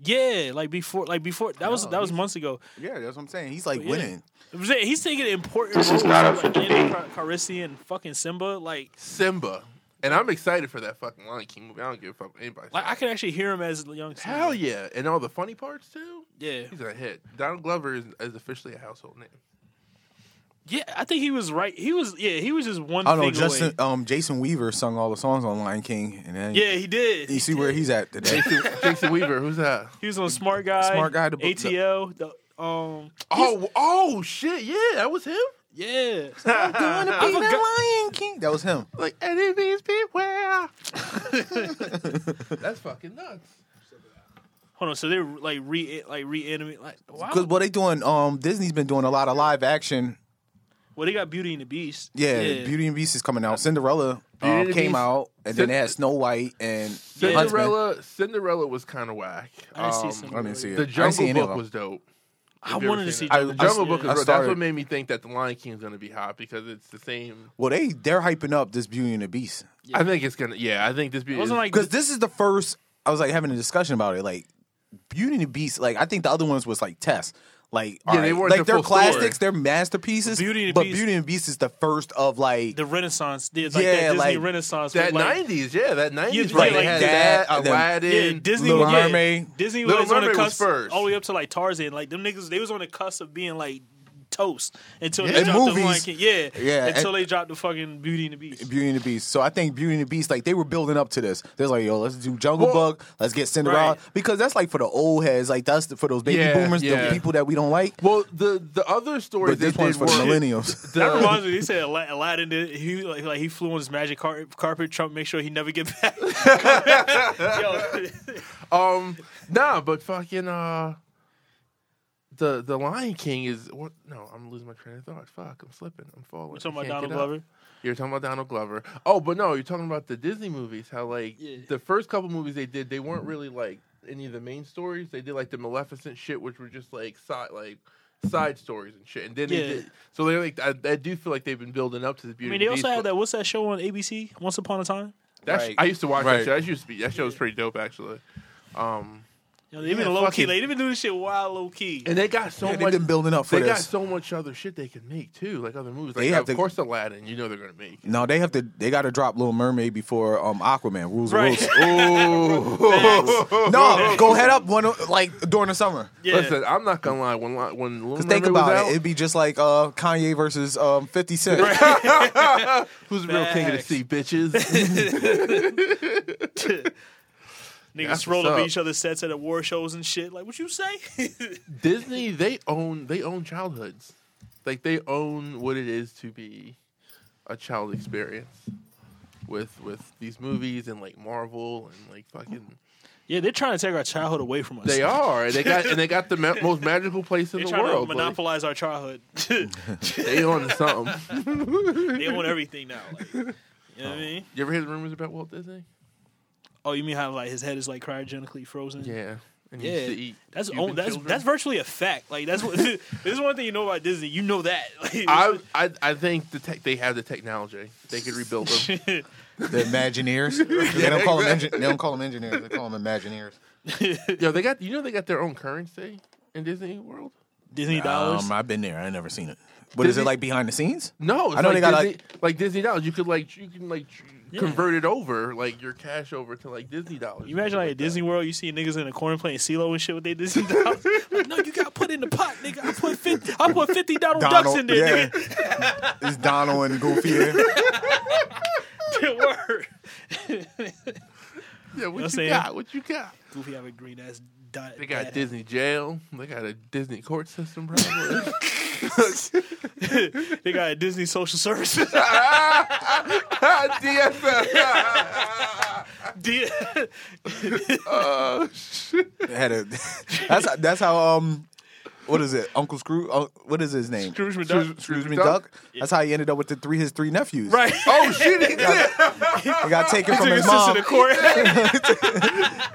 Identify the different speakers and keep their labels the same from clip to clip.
Speaker 1: Yeah, like before, like before that was
Speaker 2: No,
Speaker 1: that was
Speaker 2: Oh, he's-
Speaker 1: months ago.
Speaker 2: Yeah, that's what I'm saying. He's like
Speaker 1: Yeah.
Speaker 2: winning.
Speaker 1: I'm saying He's taking important.
Speaker 3: This is
Speaker 1: roles,
Speaker 3: not up for
Speaker 1: like Lando
Speaker 3: debate.
Speaker 1: Car- Calrissian and fucking Simba. Like,
Speaker 4: Simba. And I'm excited for that fucking Lion King movie. I don't give a fuck what anybody.
Speaker 1: like I
Speaker 4: says.
Speaker 1: could actually hear him as young. Simba.
Speaker 4: Hell yeah! And all the funny parts too.
Speaker 1: yeah,
Speaker 4: He's a hit. Donald Glover is, is officially a household name.
Speaker 1: yeah. I think he was right. He was yeah. He was just one.
Speaker 2: I don't know.
Speaker 1: thing
Speaker 2: Justin,
Speaker 1: away.
Speaker 2: um, Jason Weaver sung all the songs on Lion King, and then
Speaker 1: Yeah, he did.
Speaker 2: you see where he's at today.
Speaker 4: Jason, Jason Weaver, who's that?
Speaker 1: He was on Smart Guy.
Speaker 2: Smart Guy, the book-
Speaker 1: ATL. The, um.
Speaker 4: Oh, oh shit! Yeah, that was him.
Speaker 1: Yeah.
Speaker 2: Wanna be the Lion King? That was him.
Speaker 4: Like enemies beware. That's fucking nuts.
Speaker 1: Hold on. So they're like re like reanimate. Like wow.
Speaker 2: Because what they doing? Um, Disney's been doing a lot of live action.
Speaker 1: Well, they got Beauty and the Beast.
Speaker 2: Yeah, Beauty and Beast is coming out. Cinderella um,
Speaker 4: Beauty and the
Speaker 2: came
Speaker 4: Beast.
Speaker 2: out, and then they had Snow White and Huntsman.
Speaker 4: Cinderella. Cinderella was kind of whack.
Speaker 1: I didn't see
Speaker 4: Um,
Speaker 1: some.
Speaker 2: I didn't see it.
Speaker 4: The
Speaker 2: I didn't see any
Speaker 4: Jungle
Speaker 2: of
Speaker 4: Book
Speaker 2: them.
Speaker 4: was dope.
Speaker 1: I
Speaker 4: If you ever
Speaker 1: wanted to see
Speaker 4: seen that.
Speaker 2: I-
Speaker 4: The
Speaker 2: I-
Speaker 4: Jungle
Speaker 2: I
Speaker 4: Book. Is dope. That's
Speaker 2: started-
Speaker 4: what made me think that the Lion King is going to be hot because it's the same.
Speaker 2: Well, they they're hyping up this Beauty and the Beast
Speaker 4: I think it's gonna. Yeah, I think this. Be,
Speaker 1: It wasn't like
Speaker 2: because this is the first. I was like having a discussion about it, like Beauty and the Beast. Like I think the other ones was like tests. Like
Speaker 4: Yeah,
Speaker 2: all right,
Speaker 4: they weren't
Speaker 2: like
Speaker 4: the
Speaker 2: they're
Speaker 4: full story.
Speaker 2: classics, they're masterpieces.
Speaker 1: Beauty and the
Speaker 2: but
Speaker 1: Beast-
Speaker 2: Beauty and the Beast is the first of like
Speaker 1: the Renaissance. Did like
Speaker 2: Yeah,
Speaker 1: that Disney
Speaker 2: like,
Speaker 1: Renaissance.
Speaker 4: that
Speaker 1: like,
Speaker 4: '90s. Yeah, that '90s.
Speaker 1: Yeah,
Speaker 4: where
Speaker 1: yeah,
Speaker 4: they
Speaker 1: like
Speaker 4: had
Speaker 2: that,
Speaker 4: that.
Speaker 2: and then-
Speaker 4: Aladdin.
Speaker 1: Yeah, Disney
Speaker 2: Little
Speaker 1: was yeah,
Speaker 2: Mermaid.
Speaker 1: Disney
Speaker 4: Little
Speaker 1: was on the
Speaker 4: Mermaid was
Speaker 1: cusp
Speaker 4: first.
Speaker 1: all the way up to like Tarzan. Like them niggas, they was on the cusp of being like toast until
Speaker 2: Yeah.
Speaker 1: they
Speaker 2: In
Speaker 1: dropped the Lion
Speaker 2: movies.
Speaker 1: King. Yeah,
Speaker 2: Yeah,
Speaker 1: Until
Speaker 2: and-
Speaker 1: they dropped the fucking Beauty and the Beast.
Speaker 2: Beauty and the Beast. So I think Beauty and the Beast, like they were building up to this. They're like, yo, let's do Jungle
Speaker 4: Well-
Speaker 2: Book, let's get Cinderella,
Speaker 1: Right.
Speaker 2: because that's like for the old heads, like that's the, for those baby
Speaker 4: Yeah,
Speaker 2: boomers,
Speaker 4: yeah.
Speaker 2: the people that we don't like.
Speaker 4: Well, the the other story.
Speaker 2: But this
Speaker 4: they
Speaker 2: one's
Speaker 4: did
Speaker 2: for the
Speaker 4: were-
Speaker 2: millennials.
Speaker 4: the-
Speaker 1: That reminds me. He said Ala- Aladdin did. He like, like he flew on his magic car- carpet. Trump make sure he never get back. Yo,
Speaker 4: Um, nah, but fucking uh, the the Lion King is what? No, I'm losing my train of thought. Fuck, I'm slipping. I'm falling.
Speaker 1: we're talking
Speaker 4: I
Speaker 1: about
Speaker 4: can't
Speaker 1: Donald
Speaker 4: get up.
Speaker 1: Glover.
Speaker 4: You're talking about Donald Glover. Oh, but no, you're talking about the Disney movies. How like
Speaker 1: Yeah.
Speaker 4: the first couple movies they did, they weren't really like any of the main stories. They did like the Maleficent shit, which were just like side like side stories and shit. And then
Speaker 1: Yeah.
Speaker 4: they did. So they're like, I, I do feel like they've been building up to this
Speaker 1: I
Speaker 4: beauty.
Speaker 1: mean, they also had that. What's that show on ABC? Once Upon a Time.
Speaker 4: That's,
Speaker 2: Right.
Speaker 4: I used to watch
Speaker 2: Right.
Speaker 4: that. Show. That used to be that show was pretty dope actually. Um,
Speaker 1: Yo, they've
Speaker 4: Yeah,
Speaker 1: been low key.
Speaker 4: fucking-
Speaker 1: Like, they've been doing this shit wild low key.
Speaker 4: and they got so
Speaker 2: Yeah,
Speaker 4: much.
Speaker 2: they've been building up for
Speaker 4: they
Speaker 2: this.
Speaker 4: got so much other shit they can make too, like other movies. Like,
Speaker 2: They have
Speaker 4: of
Speaker 2: to-
Speaker 4: course, Aladdin. You know they're gonna make.
Speaker 2: no, they have to. They got to drop Little Mermaid before um, Aquaman rules the
Speaker 1: Right.
Speaker 2: roost.
Speaker 4: Ooh.
Speaker 2: No, go head up one of- like during the summer.
Speaker 1: Yeah.
Speaker 4: Listen, I'm not gonna lie. When Li- when Little
Speaker 2: Cause think
Speaker 4: Mermaid was
Speaker 2: about
Speaker 4: out,
Speaker 2: it, it'd be just like uh, Kanye versus um, Fifty Cent.
Speaker 4: who's the real king of the
Speaker 1: Facts.
Speaker 4: sea, bitches?
Speaker 1: Niggas
Speaker 4: That's
Speaker 1: roll
Speaker 4: what's
Speaker 1: up
Speaker 4: up.
Speaker 1: each other's sets at award shows and shit. Like, what you say?
Speaker 4: Disney, they own they own childhoods. Like they own what it is to be a child experience with with these movies and like Marvel and like fucking.
Speaker 1: yeah, they're trying to take our childhood away from us.
Speaker 4: They are. And they got and they got the ma- most magical place in
Speaker 1: They're
Speaker 4: the
Speaker 1: trying to
Speaker 4: world. like,
Speaker 1: monopolize our childhood.
Speaker 4: they on something.
Speaker 1: they want everything now. Like, you know
Speaker 4: Oh.
Speaker 1: what I mean?
Speaker 4: You ever hear the rumors about Walt Disney?
Speaker 1: Oh, you mean how like his head is like cryogenically frozen?
Speaker 4: Yeah. And he
Speaker 1: Yeah,
Speaker 4: used to eat
Speaker 1: that's
Speaker 4: Cuban
Speaker 1: own, that's
Speaker 4: children.
Speaker 1: that's virtually a fact. Like that's what this is one thing you know about Disney. You know that. Like,
Speaker 4: I, I I think the tech they have the technology. They could rebuild them.
Speaker 2: the Imagineers. they don't call them. Engin- they don't call them engineers. They call them Imagineers.
Speaker 4: Yo, they got you know they got their own currency in Disney World.
Speaker 1: Disney dollars.
Speaker 2: Um, I've been there. I never seen it. What is
Speaker 4: Disney-
Speaker 2: it like behind the scenes?
Speaker 4: No, it's
Speaker 2: I know
Speaker 4: like,
Speaker 2: they got,
Speaker 4: Disney, like Disney dollars. You could like you can like tr- convert it over like your cash over to like Disney dollars.
Speaker 1: you imagine like at Disney World, you see niggas in the corner playing CeeLo and shit with their Disney dollars. like, no, you got put in the pot, nigga. I put fifty. I put fifty Donald, Ducks in there, nigga.
Speaker 2: yeah. it's Donald and Goofy. here.
Speaker 1: Word.
Speaker 4: Yeah, what
Speaker 1: know
Speaker 4: you
Speaker 1: what I'm
Speaker 4: got?
Speaker 1: saying?
Speaker 4: What you got?
Speaker 1: Goofy have a green ass dot.
Speaker 4: They got
Speaker 1: dad.
Speaker 4: Disney jail. They got a Disney court system. Probably.
Speaker 1: they got Disney social services.
Speaker 4: DFL.
Speaker 1: D-
Speaker 4: Oh, shit.
Speaker 2: Had a. That's how- that's how um. What is it, Uncle Scrooge? Uh, what is his name?
Speaker 1: Scrooge McDuck.
Speaker 2: Scrooge
Speaker 4: Scrooge
Speaker 2: McDuck. That's how he ended up with the three his three nephews.
Speaker 1: right.
Speaker 4: Oh, shit! He did.
Speaker 2: He got taken from
Speaker 1: Took
Speaker 2: his
Speaker 1: his sister to
Speaker 2: mom.
Speaker 1: court. you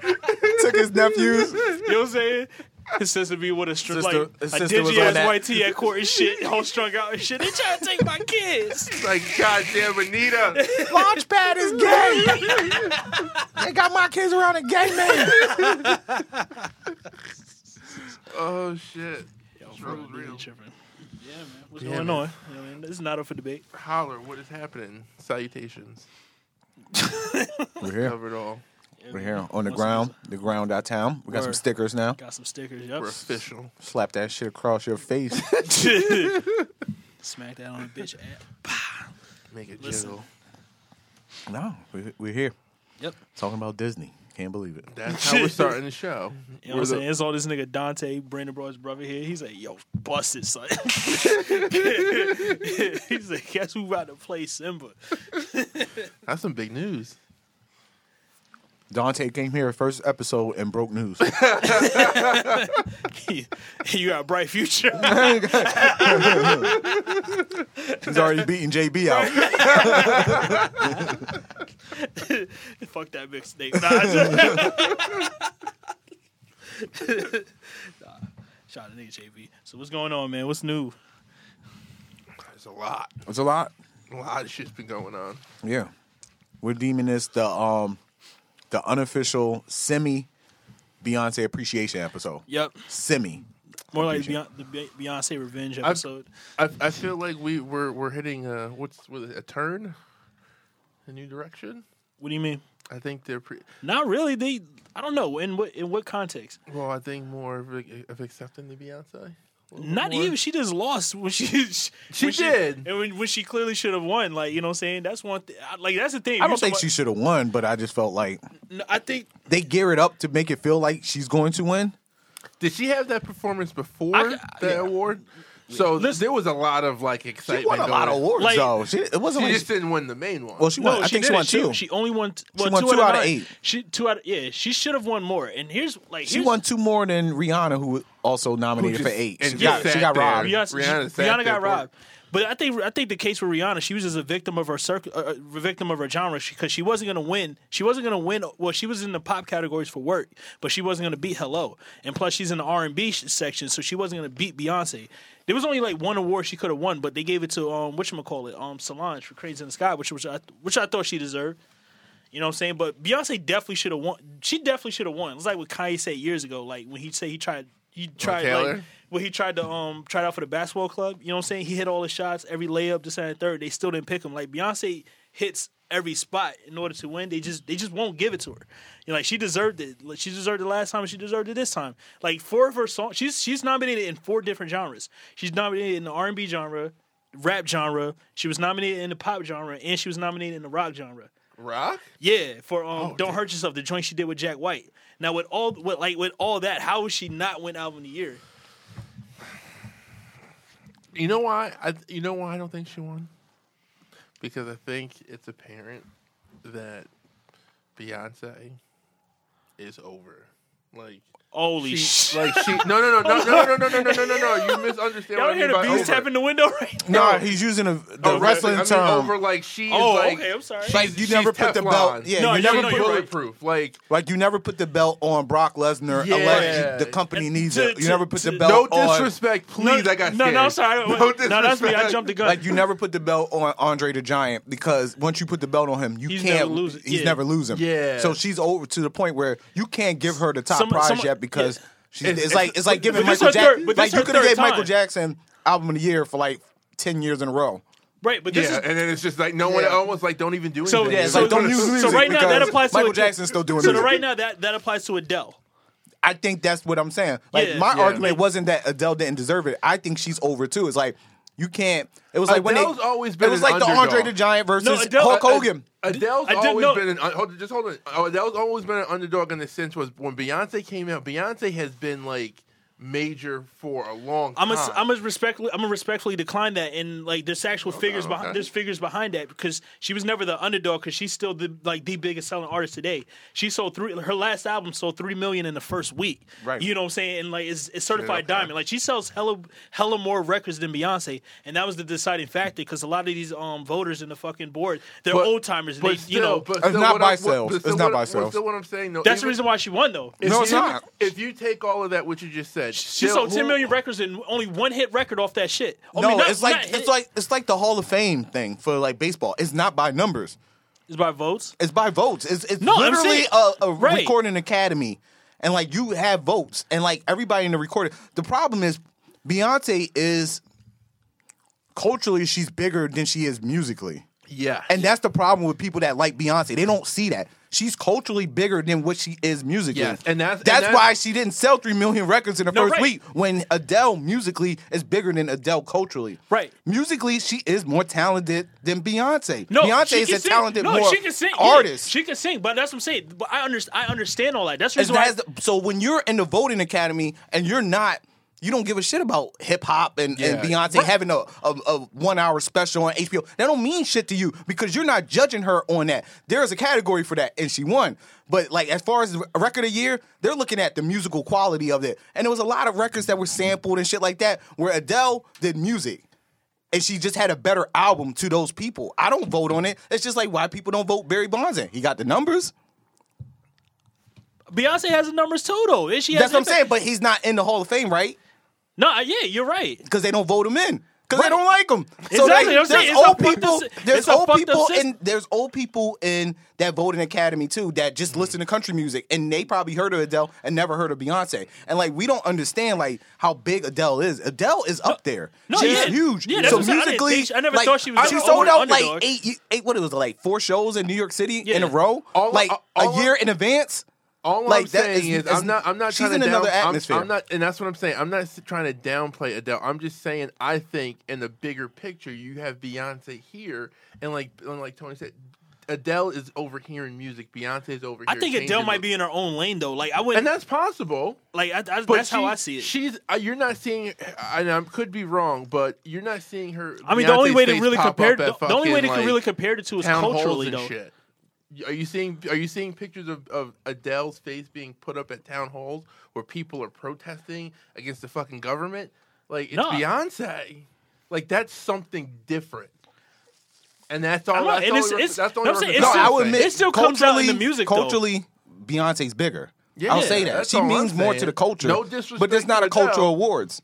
Speaker 1: know
Speaker 2: Took his nephews.
Speaker 1: what I'm saying? His sister be with a str-
Speaker 2: Sister-
Speaker 1: like
Speaker 2: his
Speaker 1: a
Speaker 2: sister was
Speaker 1: dingy
Speaker 2: on
Speaker 1: ass
Speaker 2: that.
Speaker 1: white tee at court and shit, all strung out and shit. They trying to take my kids.
Speaker 4: like goddamn Anita.
Speaker 2: Launchpad is gay. they got my kids around a gay man.
Speaker 4: Oh, shit.
Speaker 1: Yo,
Speaker 4: Struggle's
Speaker 1: really
Speaker 4: real.
Speaker 1: tripping. Yeah, man. What's going
Speaker 4: Damn it.
Speaker 1: on? You know what I mean, this is not up for debate.
Speaker 4: Holler, what is happening? Salutations.
Speaker 2: We're here.
Speaker 4: Covered all.
Speaker 2: We're here on the
Speaker 1: Once
Speaker 2: ground. The ground our town. We got some
Speaker 1: Word.
Speaker 2: stickers now.
Speaker 1: again, Got some stickers.
Speaker 4: We're
Speaker 1: Yep.
Speaker 4: official.
Speaker 2: Slap that shit across your face.
Speaker 1: Smack that on the bitch app.
Speaker 4: Make it
Speaker 1: Listen.
Speaker 4: jiggle.
Speaker 2: no, we, we're here
Speaker 1: Yep.
Speaker 2: talking about Disney. Can't believe it.
Speaker 4: That's how we're starting the show.
Speaker 1: You know what I'm
Speaker 4: We're the-
Speaker 1: saying? It's all this nigga Dante, Brandon Broad's brother here. He's like, yo, bust it, son. He's like, guess who about to play Simba?
Speaker 4: That's some big news.
Speaker 2: Dante came here first episode and broke news.
Speaker 1: you got a bright future.
Speaker 2: He's already beating JB out.
Speaker 1: Fuck that mixtape. Nah, I just- nah. Shout out to nigga JB. So what's going on, man? What's new?
Speaker 4: There's a lot.
Speaker 2: It's a lot.
Speaker 4: A lot of shit's been going on.
Speaker 2: Yeah, we're deeming this the um the unofficial semi Beyonce appreciation episode.
Speaker 1: Yep.
Speaker 2: Semi.
Speaker 1: More like
Speaker 2: Appreciate
Speaker 1: Beyonce, the Be- Beyonce revenge episode.
Speaker 4: I, I feel like we we're we're hitting a what's with a turn, a new direction.
Speaker 1: what do you mean?
Speaker 4: I think they're pre-
Speaker 1: Not really. They. I don't know. In what in what context?
Speaker 4: well. I think more of, a- of accepting the Beyonce. A little
Speaker 1: Not
Speaker 4: more.
Speaker 1: even. She just lost when she. She,
Speaker 4: She
Speaker 1: when
Speaker 4: did.
Speaker 1: and when, when she clearly should have won. Like you know, what I'm saying that's one. thing. Like that's the thing.
Speaker 2: I
Speaker 1: You
Speaker 2: don't think
Speaker 1: somebody-
Speaker 2: she should have won, but I just felt like
Speaker 1: No, I think
Speaker 2: they gear it up to make it feel like she's going to win.
Speaker 4: Did she have that performance before
Speaker 2: uh,
Speaker 1: I-
Speaker 4: the
Speaker 1: yeah.
Speaker 4: award? So
Speaker 1: Listen-
Speaker 4: there was a lot of like
Speaker 2: She
Speaker 4: excitement.
Speaker 2: won a lot of
Speaker 4: going.
Speaker 2: awards
Speaker 1: Like-
Speaker 2: though. She, it wasn't
Speaker 4: She
Speaker 2: like
Speaker 4: just didn't win the main one.
Speaker 2: well, she won.
Speaker 1: No,
Speaker 2: I think she won
Speaker 1: didn't.
Speaker 2: two.
Speaker 1: She, only won. Well,
Speaker 2: won
Speaker 1: two, out of eight. She two out. Of, yeah, she should have won more. And here's like
Speaker 2: She
Speaker 1: here's-
Speaker 2: won two more than Rihanna, who was also nominated
Speaker 4: just-
Speaker 2: for eight.
Speaker 4: and
Speaker 2: She got,
Speaker 4: just
Speaker 2: she
Speaker 4: sat
Speaker 2: got
Speaker 4: there.
Speaker 2: robbed.
Speaker 4: Yeah.
Speaker 1: Beyonce,
Speaker 4: Rihanna
Speaker 1: she,
Speaker 4: sat
Speaker 1: Rihanna
Speaker 4: there
Speaker 1: got
Speaker 4: for-
Speaker 1: robbed. But I think I think the case with Rihanna, she was just a victim of her circle, uh, a victim of her genre because she wasn't going to win. She wasn't going to win. Well, she was in the pop categories for work, but she wasn't going to beat Hello. And plus, she's in the R and B section, so she wasn't going to beat Beyonce. There was only like one award she could have won, but they gave it to um what call it um Solange for Crazy in the Sky, which was I, which I thought she deserved. You know what I'm saying? But Beyonce definitely should have won. She definitely should have won. It's like what Kanye said years ago, like when he said he tried, he tried like
Speaker 4: Taylor?
Speaker 1: when he tried to um tried out for the basketball club. You know what I'm saying? He hit all his shots, every layup, this and that, third. They still didn't pick him. Like Beyonce hits every spot in order to win. They just they just won't give it to her. You know, like she deserved it. Like, she deserved it last time. and She deserved it this time. Like four of her songs, she's she's nominated in four different genres. She's nominated in the R&B genre, rap genre. She was nominated in the pop genre, and she was nominated in the rock genre.
Speaker 4: Rock.
Speaker 1: Yeah, for
Speaker 4: Oh,
Speaker 1: um, "Don't Hurt Yourself," the joint she did with Jack White. Now with all with like with all that, how would she not win album of the year?
Speaker 4: You know why? I you know why I don't think she won? Because I think it's apparent that Beyonce is over. Like
Speaker 1: Holy
Speaker 4: she,
Speaker 1: shit!
Speaker 4: like she. No, no, no, no, no, no, no, no, no, no, no, no. You misunderstand.
Speaker 1: Y'all
Speaker 4: what I
Speaker 1: hear
Speaker 4: mean
Speaker 1: the
Speaker 4: by
Speaker 1: bees
Speaker 4: over.
Speaker 1: tapping the window right? now?
Speaker 2: No, he's using a, the
Speaker 4: Over.
Speaker 2: wrestling
Speaker 4: Oh, I mean,
Speaker 2: term.
Speaker 4: Over like she. is
Speaker 1: Oh,
Speaker 4: like,
Speaker 1: okay. I'm sorry.
Speaker 2: like you
Speaker 4: she's
Speaker 2: never put the belt.
Speaker 4: Teflon.
Speaker 2: Yeah,
Speaker 1: No,
Speaker 2: you
Speaker 1: yeah,
Speaker 2: never
Speaker 1: no,
Speaker 2: put
Speaker 1: you're right.
Speaker 4: bulletproof. Like
Speaker 2: Like you never put the belt on Brock Lesnar
Speaker 4: Yeah.
Speaker 2: unless you- the company
Speaker 1: And
Speaker 2: needs
Speaker 1: to-
Speaker 2: it. You
Speaker 1: to-
Speaker 2: never put the
Speaker 1: to-
Speaker 2: belt
Speaker 4: no
Speaker 2: on.
Speaker 4: disrespect, please.
Speaker 1: no,
Speaker 4: I got
Speaker 1: no,
Speaker 4: scared.
Speaker 1: no, sorry.
Speaker 4: No
Speaker 1: No, no, that's me. I
Speaker 4: disrespect.
Speaker 1: jumped the gun.
Speaker 2: Like you never put the belt on Andre the Giant because once you put the belt on him, you
Speaker 1: He's
Speaker 2: can't
Speaker 1: never lose it.
Speaker 2: He's
Speaker 1: Yeah.
Speaker 2: never losing.
Speaker 4: Yeah.
Speaker 2: So she's over to the point where you can't give her the top
Speaker 1: Some-
Speaker 2: prize
Speaker 1: some-
Speaker 2: yet because
Speaker 1: yeah.
Speaker 2: she's. It's,
Speaker 4: It's-
Speaker 2: like
Speaker 4: it's-
Speaker 2: it's like giving
Speaker 1: but this
Speaker 2: Michael
Speaker 1: her third-
Speaker 2: Jackson.
Speaker 1: but this
Speaker 2: Like
Speaker 1: her
Speaker 2: you could have
Speaker 1: third
Speaker 2: gave Michael
Speaker 1: time.
Speaker 2: Jackson album of the year for like ten years in a row.
Speaker 1: right, but this
Speaker 4: Yeah,
Speaker 1: is
Speaker 4: and then it's just like no one.
Speaker 2: Yeah.
Speaker 4: Almost like don't even do anything.
Speaker 1: So-
Speaker 2: Yeah, it's
Speaker 1: so-
Speaker 2: like don't
Speaker 1: so-
Speaker 2: use
Speaker 1: so
Speaker 2: music
Speaker 1: right now that
Speaker 2: because
Speaker 1: applies to
Speaker 2: Michael
Speaker 1: a-
Speaker 2: Jackson's still doing
Speaker 1: so
Speaker 2: music.
Speaker 1: right now that that applies to Adele.
Speaker 2: I think that's what I'm saying. Like
Speaker 1: Yeah.
Speaker 2: my
Speaker 1: Yeah.
Speaker 2: argument wasn't that Adele didn't deserve it. I think she's over too. It's like you can't. It was like when
Speaker 4: Adele's
Speaker 2: they
Speaker 4: always
Speaker 2: It
Speaker 4: been
Speaker 2: was
Speaker 4: an
Speaker 2: like the Andre
Speaker 4: underdog.
Speaker 2: the Giant versus
Speaker 1: No, Adele-
Speaker 2: Hulk
Speaker 4: Uh, uh,
Speaker 2: Hogan.
Speaker 4: Adele's
Speaker 1: I didn't
Speaker 4: always
Speaker 1: know-
Speaker 4: been an un- hold, just hold on. Oh, Adele's always been an underdog in the sense was when Beyonce came out. Beyonce has been like major for a long
Speaker 1: I'm
Speaker 4: time.
Speaker 1: a, I'm a respectfully I'm gonna respectfully decline that and like there's actual figures
Speaker 4: okay.
Speaker 1: behind there's figures behind that because she was never the underdog because she's still the like the biggest selling artist today. She sold three her last album sold three million in the first week.
Speaker 2: Right.
Speaker 1: You know what I'm saying? And like it's, it's certified
Speaker 4: okay.
Speaker 1: diamond. Like she sells hella hella more records than Beyonce, and that was the deciding factor because a lot of these um voters in the fucking board they're
Speaker 4: But-
Speaker 1: old timers. They
Speaker 4: but still,
Speaker 1: you know
Speaker 4: but
Speaker 2: It's
Speaker 4: still
Speaker 2: not
Speaker 4: what
Speaker 2: by
Speaker 4: I'm- what-
Speaker 2: sales.
Speaker 4: but
Speaker 2: It's
Speaker 4: still
Speaker 2: not
Speaker 4: what-
Speaker 2: by
Speaker 4: but
Speaker 2: sales.
Speaker 4: Still, what I'm saying though,
Speaker 1: that's the
Speaker 4: even-
Speaker 1: reason why she won though.
Speaker 4: if
Speaker 2: No,
Speaker 4: you-
Speaker 2: it's not.
Speaker 4: If you take all of that, what you just said,
Speaker 1: She sold 10 million records and only one hit record off that shit. I
Speaker 2: No,
Speaker 1: mean, not-
Speaker 2: it's like
Speaker 1: not
Speaker 2: it's
Speaker 1: hit.
Speaker 2: like it's like the Hall of Fame thing for like baseball. It's not by numbers.
Speaker 1: it's by votes.
Speaker 2: It's by votes. It's it's
Speaker 1: No, I'm
Speaker 2: literally
Speaker 1: saying-
Speaker 2: a, a
Speaker 1: Right.
Speaker 2: recording academy and like you have votes and like everybody in the recording. The problem is Beyonce is culturally she's bigger than she is musically.
Speaker 4: Yeah.
Speaker 2: And that's the problem with people that like Beyonce. They don't see that. She's culturally bigger than what she is musically.
Speaker 4: Yes, and that's- and that's-
Speaker 2: why she didn't sell 3 million records in the
Speaker 1: No,
Speaker 2: first
Speaker 1: right.
Speaker 2: week when Adele musically is bigger than Adele culturally.
Speaker 1: Right.
Speaker 2: Musically, she is more talented than Beyonce.
Speaker 1: No, she
Speaker 2: Beyonce
Speaker 1: can
Speaker 2: is a
Speaker 1: sing.
Speaker 2: talented
Speaker 1: no,
Speaker 2: more
Speaker 1: she can sing. yeah,
Speaker 2: artist.
Speaker 1: she can sing, but that's what I'm saying. But I understand. I understand all that. That's the
Speaker 2: It's
Speaker 1: reason why.
Speaker 2: that's the- so when you're in the voting academy and you're not you don't give a shit about hip hop and, and
Speaker 4: Yeah.
Speaker 2: Beyonce having a, a, a one hour special on HBO. That don't mean shit to you because you're not judging her on that. There is a category for that, and she won. But like as far as a record of the year, they're looking at the musical quality of it. And there was a lot of records that were sampled and shit like that where Adele did music and she just had a better album to those people. I don't vote on it. It's just like why people don't vote Barry Bonds in. He got the numbers.
Speaker 1: Beyonce has the numbers too, though. And she has
Speaker 2: That's what I'm
Speaker 1: impact.
Speaker 2: saying. But he's not in the Hall of Fame, right?
Speaker 1: No, I- yeah, you're right.
Speaker 2: because they don't vote him in because
Speaker 1: Right.
Speaker 2: they don't like him. So
Speaker 1: Exactly,
Speaker 2: they,
Speaker 1: I'm
Speaker 2: there's
Speaker 1: saying it's a
Speaker 2: old
Speaker 1: fucked up
Speaker 2: people.
Speaker 1: sy- it's
Speaker 2: There's
Speaker 1: a
Speaker 2: old
Speaker 1: fucked up
Speaker 2: people
Speaker 1: system.
Speaker 2: in there's old people in that voting academy too that
Speaker 1: Mm-hmm.
Speaker 2: just listen to country music and they probably heard of Adele and never heard of Beyonce. And like we don't understand like how big Adele is. Adele is up there.
Speaker 1: no,
Speaker 2: She's
Speaker 1: yeah.
Speaker 2: huge.
Speaker 1: Yeah, that's
Speaker 2: so
Speaker 1: what I'm saying. I didn't
Speaker 2: musically,
Speaker 1: think she- I never
Speaker 2: like,
Speaker 1: thought she was
Speaker 2: She
Speaker 1: an
Speaker 2: sold
Speaker 1: over-
Speaker 2: out
Speaker 1: underdog.
Speaker 2: like eight, eight. What it was like four shows in New York City in a
Speaker 1: Yeah.
Speaker 2: row,
Speaker 4: All-
Speaker 2: like
Speaker 4: all-
Speaker 2: a year in advance.
Speaker 4: All
Speaker 2: Like,
Speaker 4: I'm
Speaker 2: that
Speaker 4: saying
Speaker 2: is- is-
Speaker 4: is, I'm not. I'm not
Speaker 2: she's
Speaker 4: trying
Speaker 2: in
Speaker 4: to
Speaker 2: another
Speaker 4: down, I'm-
Speaker 2: atmosphere.
Speaker 4: I'm, not, and that's what I'm saying. I'm not s- trying to downplay Adele. I'm just saying I think in the bigger picture, you have Beyonce here, and like and like Tony said, Adele is over here in music. Beyonce is over
Speaker 1: I
Speaker 4: here.
Speaker 1: think Adele
Speaker 4: changing
Speaker 1: might
Speaker 4: the-
Speaker 1: be in her own lane, though. Like I
Speaker 4: and
Speaker 1: wouldn't.
Speaker 4: that's possible.
Speaker 1: Like I, I,
Speaker 4: But
Speaker 1: that's how
Speaker 4: she-
Speaker 1: I see it.
Speaker 4: She's uh, you're not seeing, uh, and I could be wrong, but you're not seeing her.
Speaker 1: I mean, the only
Speaker 4: Beyonce's
Speaker 1: way to
Speaker 4: face
Speaker 1: really
Speaker 4: pop
Speaker 1: compare
Speaker 4: up at
Speaker 1: the, the only way to
Speaker 4: fucking, like,
Speaker 1: really compare the two is
Speaker 4: town halls
Speaker 1: culturally,
Speaker 4: and
Speaker 1: though.
Speaker 4: Shit. Are you seeing Are you seeing pictures of, of Adele's face being put up at town halls where people are protesting against the fucking government? Like it's
Speaker 1: No.
Speaker 4: Beyonce. Like that's something different. And that's all.
Speaker 1: I'm not-
Speaker 4: that's
Speaker 1: and
Speaker 4: all
Speaker 1: it's-
Speaker 4: we rep-
Speaker 1: it's-
Speaker 4: that's the
Speaker 1: no,
Speaker 4: only
Speaker 1: I'm saying
Speaker 4: rep-
Speaker 1: it's
Speaker 4: that's
Speaker 1: still-
Speaker 4: all
Speaker 2: I
Speaker 4: I'm
Speaker 2: would
Speaker 4: saying.
Speaker 1: it
Speaker 2: admit,
Speaker 1: still comes out in the
Speaker 2: culturally-
Speaker 1: music, though.
Speaker 2: Culturally, Beyonce's bigger.
Speaker 4: Yeah,
Speaker 2: I'll say that
Speaker 4: that's
Speaker 2: she
Speaker 4: all
Speaker 2: means
Speaker 4: I'm
Speaker 2: more
Speaker 4: saying.
Speaker 2: to the culture.
Speaker 4: No disrespect
Speaker 2: but there's not
Speaker 4: to
Speaker 2: a culture
Speaker 4: Adele.
Speaker 2: awards.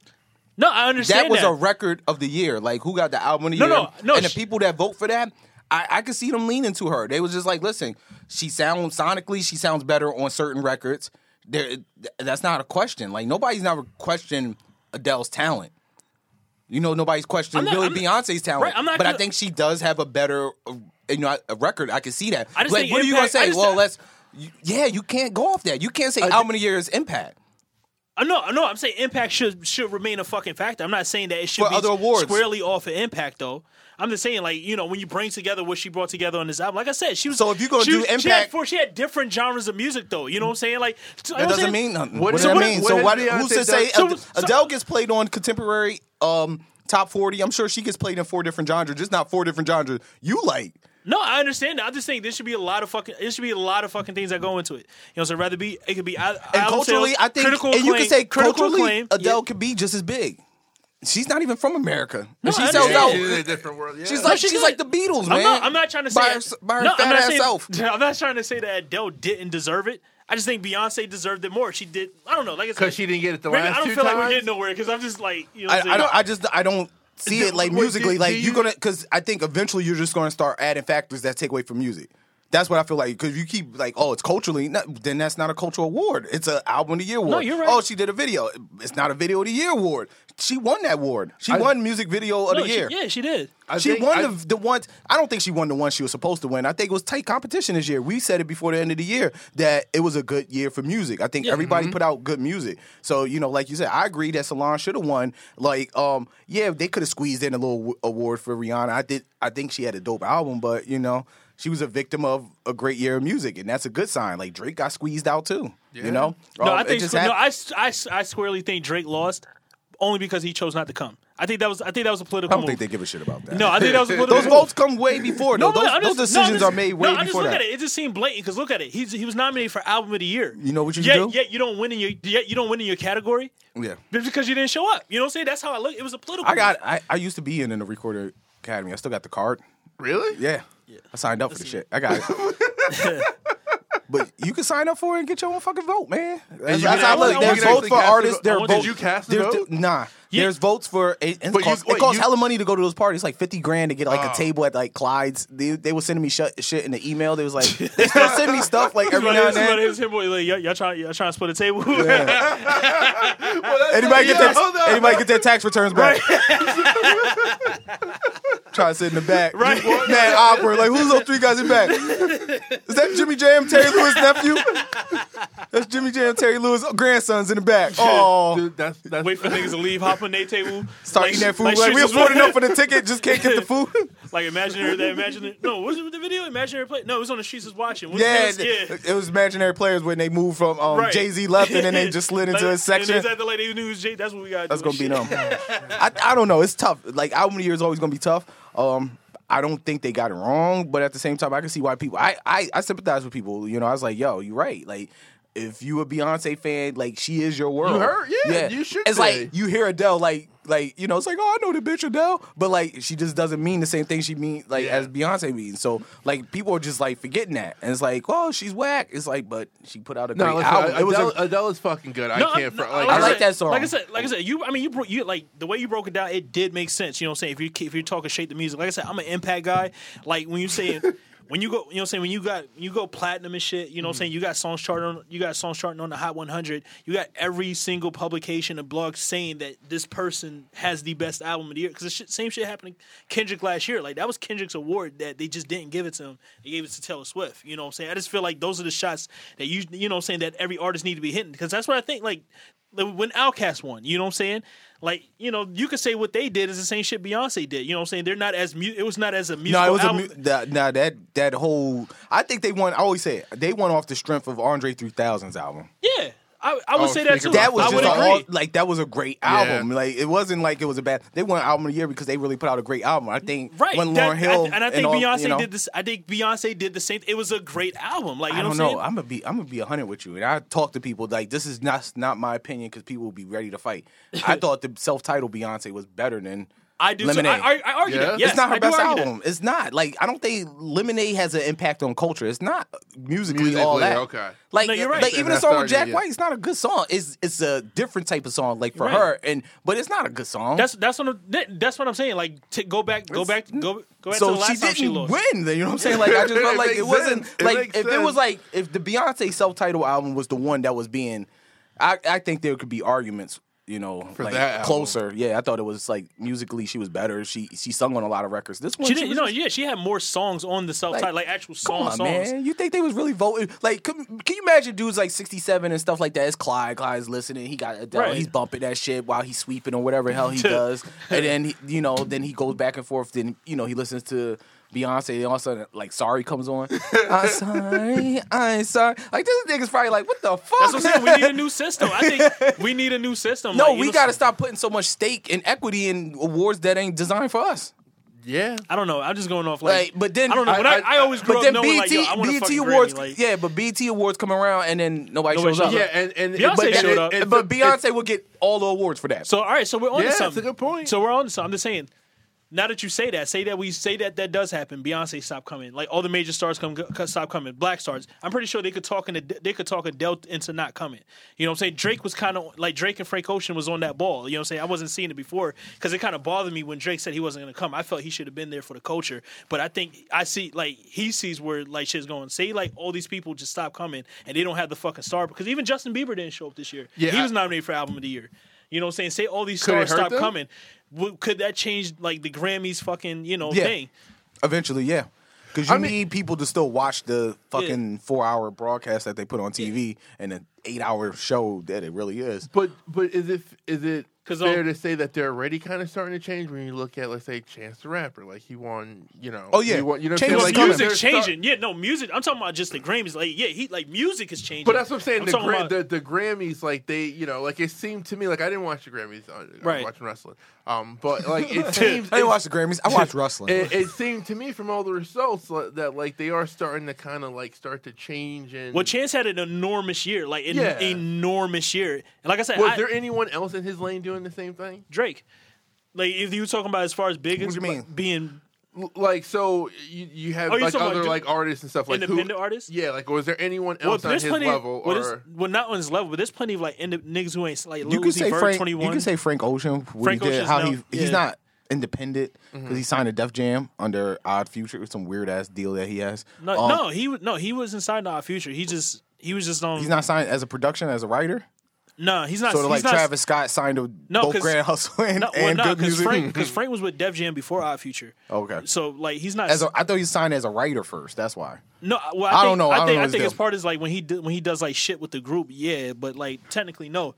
Speaker 1: No, I understand
Speaker 2: that was a record of the year. Like who got the album of the
Speaker 1: No,
Speaker 2: year?
Speaker 1: no, no,
Speaker 2: And the
Speaker 1: sh-
Speaker 2: people that vote for that, I, I could see them leaning to her. They was just like, listen, she sounds sonically, she sounds better on certain records. There, th- that's not a question. Like nobody's never questioned Adele's talent. You know, nobody's questioned
Speaker 1: I'm not-
Speaker 2: really
Speaker 1: I'm-
Speaker 2: Beyonce's talent.
Speaker 1: Right, I'm not
Speaker 2: but I
Speaker 1: gonna-
Speaker 2: think she does have a better, uh, you know, a record. I can see that.
Speaker 1: I just
Speaker 2: like,
Speaker 1: think
Speaker 2: what are you gonna
Speaker 1: impact- I
Speaker 2: say?
Speaker 1: just-
Speaker 2: Well, let's. you- Yeah, you can't go off that. You can't say album of the year is impact.
Speaker 1: I know, I know. I'm saying impact should should remain a fucking factor. I'm not saying that it should
Speaker 2: For
Speaker 1: be
Speaker 2: other awards.
Speaker 1: squarely off of impact though. I'm just saying, like you know, when you bring together what she brought together on this album, like I said, she was.
Speaker 2: So if you're gonna
Speaker 1: she
Speaker 2: do
Speaker 1: was- she had,
Speaker 2: impact-
Speaker 1: four, she had different genres of music though. You know what I'm saying? Like
Speaker 2: That doesn't mean nothing. What,
Speaker 4: What
Speaker 2: does
Speaker 4: is-
Speaker 2: that
Speaker 4: what-
Speaker 2: mean?
Speaker 4: what
Speaker 2: so
Speaker 4: has
Speaker 2: what,
Speaker 4: Beyonce
Speaker 2: who's to
Speaker 4: done-
Speaker 2: say
Speaker 1: So-
Speaker 2: Ad-
Speaker 1: so-
Speaker 2: Adele gets played on contemporary um, top forty? I'm sure she gets played in four different genres, just not four different genres you like.
Speaker 1: No, I understand that. I just think there should be a lot of fucking. There should be a lot of fucking things that go into it. You know, so rather be it could be al-
Speaker 2: And
Speaker 1: album
Speaker 2: culturally,
Speaker 1: sales,
Speaker 2: I think,
Speaker 1: critical
Speaker 2: and you can
Speaker 1: acclaim-
Speaker 2: say
Speaker 1: critical
Speaker 2: culturally,
Speaker 1: acclaim.
Speaker 2: Adele could be just as big. She's not even from America, and she
Speaker 1: I
Speaker 2: sells
Speaker 1: understand.
Speaker 2: out.
Speaker 4: She's in a different world. Yeah.
Speaker 2: She's like
Speaker 1: she
Speaker 2: she's
Speaker 1: good.
Speaker 2: like the Beatles, man.
Speaker 1: I'm not, I'm not trying to say
Speaker 2: by,
Speaker 1: that-
Speaker 2: her, by her
Speaker 1: No, I'm
Speaker 2: fat
Speaker 1: not
Speaker 2: ass
Speaker 1: saying-
Speaker 2: self.
Speaker 1: I'm not trying to say that Adele didn't deserve it. I just think Beyonce deserved it more. She did. I don't know. Like I said,
Speaker 4: because she didn't get it the
Speaker 1: maybe
Speaker 4: last
Speaker 1: I don't
Speaker 4: two
Speaker 1: feel like we're
Speaker 4: times.
Speaker 1: getting nowhere because I'm just like you know.
Speaker 2: I,
Speaker 1: what I'm
Speaker 2: I,
Speaker 1: saying?
Speaker 2: don't- I just I don't see it like
Speaker 4: Wait, do-
Speaker 2: musically.
Speaker 4: do
Speaker 2: like
Speaker 4: you-
Speaker 2: you're gonna because I think eventually you're just gonna start adding factors that take away from music. That's what I feel like because you keep like oh it's culturally no, then that's not a cultural award. It's an album of the year award.
Speaker 1: you're right.
Speaker 2: Oh she did a video. It's not a video of the year award. She won that award. She won music video of
Speaker 1: No,
Speaker 2: the
Speaker 1: she-
Speaker 2: year.
Speaker 1: yeah, she did.
Speaker 4: I
Speaker 2: She
Speaker 4: think-
Speaker 2: won
Speaker 4: I-
Speaker 2: the, the one. I don't think she won the one she was supposed to win. I think it was tight competition this year. We said it before the end of the year that it was a good year for music. I think everybody
Speaker 1: Mm-hmm.
Speaker 2: put out good music. So you know, like you said, I agree that Salon should have won. Like, um, yeah, they could have squeezed in a little w- award for Rihanna. I did. I think she had a dope album, but you know, she was a victim of a great year of music, and that's a good sign. Like Drake got squeezed out too. You know,
Speaker 1: No,
Speaker 2: Um,
Speaker 1: I
Speaker 2: it
Speaker 1: think
Speaker 2: just
Speaker 1: no,
Speaker 2: happened.
Speaker 1: I, s- I s- I squarely think Drake lost only because he chose not to come. I think that was I think that was a
Speaker 2: I
Speaker 1: political.
Speaker 2: don't think they
Speaker 1: move.
Speaker 2: give a shit about that.
Speaker 1: No, I think that was a political.
Speaker 2: Those
Speaker 1: move.
Speaker 2: votes come way before. No, those,
Speaker 1: but I'm
Speaker 2: those
Speaker 1: just- no, I'm
Speaker 2: decisions
Speaker 1: just-
Speaker 2: are made way
Speaker 1: no, I just
Speaker 2: before
Speaker 1: look
Speaker 2: that.
Speaker 1: at it. It just seemed blatant because look at it. He's he was nominated for album of the year.
Speaker 2: You know what you
Speaker 1: yet,
Speaker 2: do?
Speaker 1: Yet you don't win in your yet you don't win in your category.
Speaker 2: Yeah.
Speaker 1: Just because you didn't show up. You know what I'm saying? That's how I look. It was a political.
Speaker 2: I got.
Speaker 1: move.
Speaker 2: I, I used to be in in the recorder academy. I still got the card.
Speaker 4: really.
Speaker 2: Yeah, I signed up for the shit. I got it. but you can sign up for it and get your own fucking vote, man. That's,
Speaker 4: you
Speaker 2: that's
Speaker 4: can
Speaker 2: how I
Speaker 4: actually-
Speaker 2: look.
Speaker 4: you
Speaker 2: There's
Speaker 4: can
Speaker 2: votes
Speaker 4: actually
Speaker 2: for
Speaker 4: cast a
Speaker 2: artists.
Speaker 4: vote.
Speaker 2: Their
Speaker 4: I
Speaker 2: vote.
Speaker 4: wonder- did you cast a
Speaker 2: there's
Speaker 4: vote?
Speaker 2: the- Nah,
Speaker 1: Yeah.
Speaker 2: There's votes for it. and It
Speaker 4: But you-
Speaker 2: costs, it
Speaker 4: wait,
Speaker 2: costs
Speaker 4: you-
Speaker 2: hella money to go to those parties. Like fifty grand to get like
Speaker 4: Oh.
Speaker 2: a table at like Clyde's. They, they were sending me shut, shit in the email. They was like they still send me stuff like every now and then.
Speaker 1: y'all trying y'all trying to split a table.
Speaker 2: Anybody get their
Speaker 4: Yeah, hold on.
Speaker 2: anybody get their tax returns back? Try to sit in the back,
Speaker 1: Right.
Speaker 2: Man, awkward. Like who's those three guys in back? Is that Jimmy Jam, Terry Lewis nephew? That's Jimmy Jam, Terry Lewis grandsons in the back. Oh,
Speaker 4: Dude, that's that's
Speaker 1: Wait for niggas to leave, hop on their table,
Speaker 2: start eating that food. Like, we
Speaker 1: shit's
Speaker 2: afforded
Speaker 1: just-
Speaker 2: enough for the ticket, just can't get the food.
Speaker 1: Like imaginary, that imaginary. No, was it the video? Imaginary play? No, it was on the streets. Is watching. What's
Speaker 2: Yeah,
Speaker 1: this? yeah.
Speaker 2: it, it was imaginary players when they moved from um,
Speaker 1: Right.
Speaker 2: Jay Z left and then they just slid into
Speaker 1: Like,
Speaker 2: a section.
Speaker 1: And is that the lady who knew it was Jay? That's what we got.
Speaker 2: That's gonna be them. I, I don't know. It's tough. Like album of the year is always gonna be tough. Um, I don't think they got it wrong, but at the same time, I can see why people. I I, I sympathize with people. You know, I was like, yo, you're right. Like. If you a Beyonce fan, like she is your world.
Speaker 4: her? Yeah, you should
Speaker 2: It's
Speaker 4: say.
Speaker 2: like you hear Adele, like, like you know, it's like, oh, I know the bitch Adele, but like she just doesn't mean the same thing she mean like
Speaker 4: Yeah.
Speaker 2: as Beyonce means. So like people are just like forgetting that, and it's like, oh, she's whack. It's like, but she put out a
Speaker 4: No,
Speaker 2: great
Speaker 4: listen,
Speaker 2: album.
Speaker 4: Adele,
Speaker 2: it was a-
Speaker 4: Adele is fucking good.
Speaker 1: No,
Speaker 4: I can't.
Speaker 1: no,
Speaker 4: fr- like,
Speaker 2: I
Speaker 4: her-
Speaker 2: like
Speaker 1: said-
Speaker 2: that song.
Speaker 1: Like I said, like I said, you. I mean, you broke you like the way you broke it down. It did make sense. You know what I'm saying? If you if you're talking shape the music, like I said, I'm an impact guy. Like when you say. When you go, you know, what I'm saying when you got you go platinum and shit, you know, what I'm
Speaker 2: Mm.
Speaker 1: saying you got songs charting, on, you got songs charting on the Hot 100. You got every single publication and blog saying that this person has the best album of the year. Because the shit, same shit happened to Kendrick last year. Like that was Kendrick's award that they just didn't give it to him. They gave it to Taylor Swift. You know, what I'm saying I just feel like those are the shots that you, you know, what I'm saying that every artist need to be hitting. Because that's what I think. Like like, when Outkast won, you know what I'm saying? Like, you know, you could say what they did is the same shit Beyonce did. You know what I'm saying? They're not as mu- it was not as a musical
Speaker 2: No, it was a
Speaker 1: album.
Speaker 2: mu- that, nah, that that whole. I think they won. I always say it, they won off the strength of Andre 3000's album.
Speaker 1: yeah. I, I would
Speaker 4: Oh,
Speaker 1: say that
Speaker 4: think
Speaker 1: too.
Speaker 4: about
Speaker 2: That was
Speaker 1: I
Speaker 2: just
Speaker 1: would
Speaker 2: a-
Speaker 1: agree.
Speaker 2: all- like that was a great album.
Speaker 4: Yeah.
Speaker 2: Like it wasn't like it was a bad. They won album of the year because they really put out a great album. I think
Speaker 1: right.
Speaker 2: when
Speaker 1: that-
Speaker 2: Lauren Hill
Speaker 1: I, and I think
Speaker 2: all, you
Speaker 1: Beyonce
Speaker 2: know,
Speaker 1: did this I think Beyonce did the same it was a great album. Like, you
Speaker 2: I
Speaker 1: know
Speaker 2: don't
Speaker 1: what I'm
Speaker 2: know.
Speaker 1: saying?
Speaker 2: I'm gonna be. I'm gonna be hundred with you, and I talk to people like this is not not my opinion because people will be ready to fight. I thought the self titled Beyonce was better than
Speaker 1: I do so,
Speaker 2: Lemonade.
Speaker 1: I, I argue
Speaker 4: Yeah.
Speaker 1: that. Yes,
Speaker 2: it's not her
Speaker 1: I do
Speaker 2: best
Speaker 1: argue that.
Speaker 2: album. It's not like I don't think Lemonade has an impact on culture. It's not musically, all
Speaker 4: Musically,
Speaker 2: that.
Speaker 4: okay.
Speaker 2: Like,
Speaker 1: No, you're right.
Speaker 2: like
Speaker 1: And
Speaker 2: even the
Speaker 4: that's
Speaker 2: song
Speaker 4: the
Speaker 2: with Jack
Speaker 4: argument, yeah.
Speaker 2: White, it's not a good song. It's it's a different type of song, like for
Speaker 1: Right.
Speaker 2: her, and but it's not a good song.
Speaker 1: That's that's what I'm, that, that's what I'm saying. Like t- go back go back go go back
Speaker 2: so
Speaker 1: to the last
Speaker 2: she
Speaker 1: time
Speaker 2: didn't
Speaker 1: she lost.
Speaker 2: win. then, You know what I'm saying? Like I just felt
Speaker 4: It
Speaker 2: like it
Speaker 4: makes
Speaker 2: wasn't
Speaker 4: sense. It
Speaker 2: like if
Speaker 4: makes
Speaker 2: it was
Speaker 4: sense.
Speaker 2: like if the Beyonce self-titled album was the one that was being, I I think there could be arguments. You know,
Speaker 4: For
Speaker 2: like
Speaker 4: that album.
Speaker 2: closer. Yeah, I thought it was like musically she was better. She she sung on a lot of records. This one
Speaker 1: She
Speaker 2: she
Speaker 1: didn't
Speaker 2: was
Speaker 1: no, yeah, she had more songs on the self title, like, actual song
Speaker 2: Come on,
Speaker 1: songs.
Speaker 2: man. You think they was really voting? Like, can, can you imagine dudes like 67 and stuff like that? It's Clyde. Clyde's listening. He got Adele.
Speaker 1: Right.
Speaker 2: He's bumping that shit while he's sweeping or whatever the hell he does. And then, he, you know, then he goes back and forth. Then, you know, he listens to Beyonce. And all of a sudden, like, sorry comes on. I'm sorry. I'm sorry. Like, this nigga's probably like, what the fuck?
Speaker 1: That's what I'm saying. We need a new system. I think we need a new system.
Speaker 2: no,
Speaker 1: Like, you
Speaker 2: we
Speaker 1: know,
Speaker 2: got to stop putting so much stake and equity in awards that ain't designed for us.
Speaker 4: yeah.
Speaker 1: I don't know. I'm just going off like.
Speaker 2: Like, but then-
Speaker 1: I don't know. When I, I,
Speaker 4: I-
Speaker 1: always grew
Speaker 2: But
Speaker 1: up
Speaker 2: then
Speaker 1: knowing like,
Speaker 2: BT,
Speaker 1: yo, I want to
Speaker 2: BT
Speaker 1: fucking
Speaker 2: awards,
Speaker 1: Grammy, like,
Speaker 2: yeah, but BT awards come around and then nobody,
Speaker 1: Nobody
Speaker 2: shows up.
Speaker 1: shows
Speaker 4: Yeah, and, and
Speaker 1: Beyonce
Speaker 4: but,
Speaker 1: showed
Speaker 4: and,
Speaker 1: up.
Speaker 4: and-
Speaker 2: but
Speaker 4: and-
Speaker 2: Beyonce will get all the awards for that.
Speaker 1: So all right, so we're on
Speaker 4: Yeah,
Speaker 1: to
Speaker 4: it's
Speaker 1: something.
Speaker 4: a good point.
Speaker 1: So we're on to something. I'm just saying. Now that you say that, say that we say that that does happen. Beyonce stop coming. Like all the major stars come co- stop coming. Black stars. I'm pretty sure they could talk into they could talk Adele into not coming. You know what I'm saying? Drake was kind of like Drake and Frank Ocean was on that ball. You know what I'm saying? I wasn't seeing it before because it kind of bothered me when Drake said he wasn't going to come. I felt he should have been there for the culture. But I think I see like he sees where like shit's going. Say like all these people just stop coming and they don't have the fucking star because even Justin Bieber didn't show up this year.
Speaker 4: Yeah,
Speaker 1: he
Speaker 4: I-
Speaker 1: was nominated for album of the year. You know what I'm saying? Say all these
Speaker 4: Could it
Speaker 1: stars
Speaker 4: hurt
Speaker 1: stop
Speaker 4: them?
Speaker 1: coming. W- could that change like the Grammys fucking, you know,
Speaker 2: Yeah.
Speaker 1: thing?
Speaker 2: Eventually, yeah. Because you
Speaker 4: I mean-
Speaker 2: need people to still watch the fucking four hour broadcast that they put on TV and an eight hour show that it really is.
Speaker 4: But but is it is it
Speaker 1: 'Cause,
Speaker 4: fair
Speaker 1: um,
Speaker 4: to say that they're already kind of starting to change when you look at let's say Chance the Rapper, like he won, you know?
Speaker 2: Oh, yeah.
Speaker 4: he won, you know,
Speaker 2: Change
Speaker 4: what
Speaker 1: Well,
Speaker 4: I'm saying?
Speaker 2: was
Speaker 4: Like,
Speaker 1: music
Speaker 4: they're start-
Speaker 1: changing. yeah, no, music. I'm talking about just the Grammys. Like, yeah, he like music is changing.
Speaker 4: But that's what I'm saying. the,
Speaker 1: talking
Speaker 4: Gra-
Speaker 1: about-
Speaker 4: the the Grammys, like they, you know, like it seemed to me like I didn't watch the Grammys. uh, I,
Speaker 1: Right.
Speaker 4: was watching wrestling. Um, but like it seems
Speaker 2: I
Speaker 4: it-
Speaker 2: didn't watch the Grammys. I watched wrestling.
Speaker 4: It, it seemed to me from all the results like, that like they are starting to kind of like start to change. And
Speaker 1: well, Chance had an enormous year, like an
Speaker 4: Yeah.
Speaker 1: enormous year. And like I said,
Speaker 4: was
Speaker 1: I-
Speaker 4: there anyone else in his lane doing the same thing?
Speaker 1: Drake. Like if you were talking about as far as big
Speaker 2: What do you mean?
Speaker 1: being
Speaker 4: L- Like so, you, you have
Speaker 1: Oh, you're
Speaker 4: like
Speaker 1: talking about
Speaker 4: other
Speaker 1: do-
Speaker 4: like artists and stuff like
Speaker 1: independent
Speaker 4: who,
Speaker 1: artists?
Speaker 4: Yeah, like was there anyone
Speaker 1: Well,
Speaker 4: else on
Speaker 1: there's
Speaker 4: his
Speaker 1: plenty.
Speaker 4: level
Speaker 1: well, there's-
Speaker 4: or
Speaker 1: well, not on his level, but there's plenty of like ind- niggas who ain't like
Speaker 2: You
Speaker 1: Lil
Speaker 2: could
Speaker 1: Uzi
Speaker 2: say
Speaker 1: Vert,
Speaker 2: Frank.
Speaker 1: twenty
Speaker 2: You
Speaker 1: one.
Speaker 2: could say Frank Ocean. What
Speaker 1: Frank
Speaker 2: he did,
Speaker 1: Ocean's
Speaker 2: how
Speaker 1: now-
Speaker 2: he he's
Speaker 1: yeah.
Speaker 2: not independent because he signed a Def Jam under Odd Future, some weird ass deal that he has.
Speaker 1: No,
Speaker 2: Um,
Speaker 1: no, he was no, he was inside our future. He just he was just on.
Speaker 2: he's not signed as a production as a writer.
Speaker 1: No, he's not.
Speaker 2: Sort of
Speaker 1: he's
Speaker 2: like
Speaker 1: not,
Speaker 2: Travis Scott signed to
Speaker 1: No,
Speaker 2: both
Speaker 1: 'cause-
Speaker 2: Grand Hustle and,
Speaker 1: No, well,
Speaker 2: and
Speaker 1: no,
Speaker 2: Good
Speaker 1: because
Speaker 2: Music.
Speaker 1: Frank because Frank was with Dev Jam before our future.
Speaker 2: Okay.
Speaker 1: So like he's not.
Speaker 2: As a, I thought he signed as a writer first. That's why.
Speaker 1: no, well, I,
Speaker 2: I
Speaker 1: think,
Speaker 2: don't know, I
Speaker 1: I
Speaker 2: don't
Speaker 1: think
Speaker 2: know
Speaker 1: I
Speaker 2: his
Speaker 1: think his
Speaker 2: deal.
Speaker 1: part is like when he did, when he does like shit with the group. Yeah, but like technically no.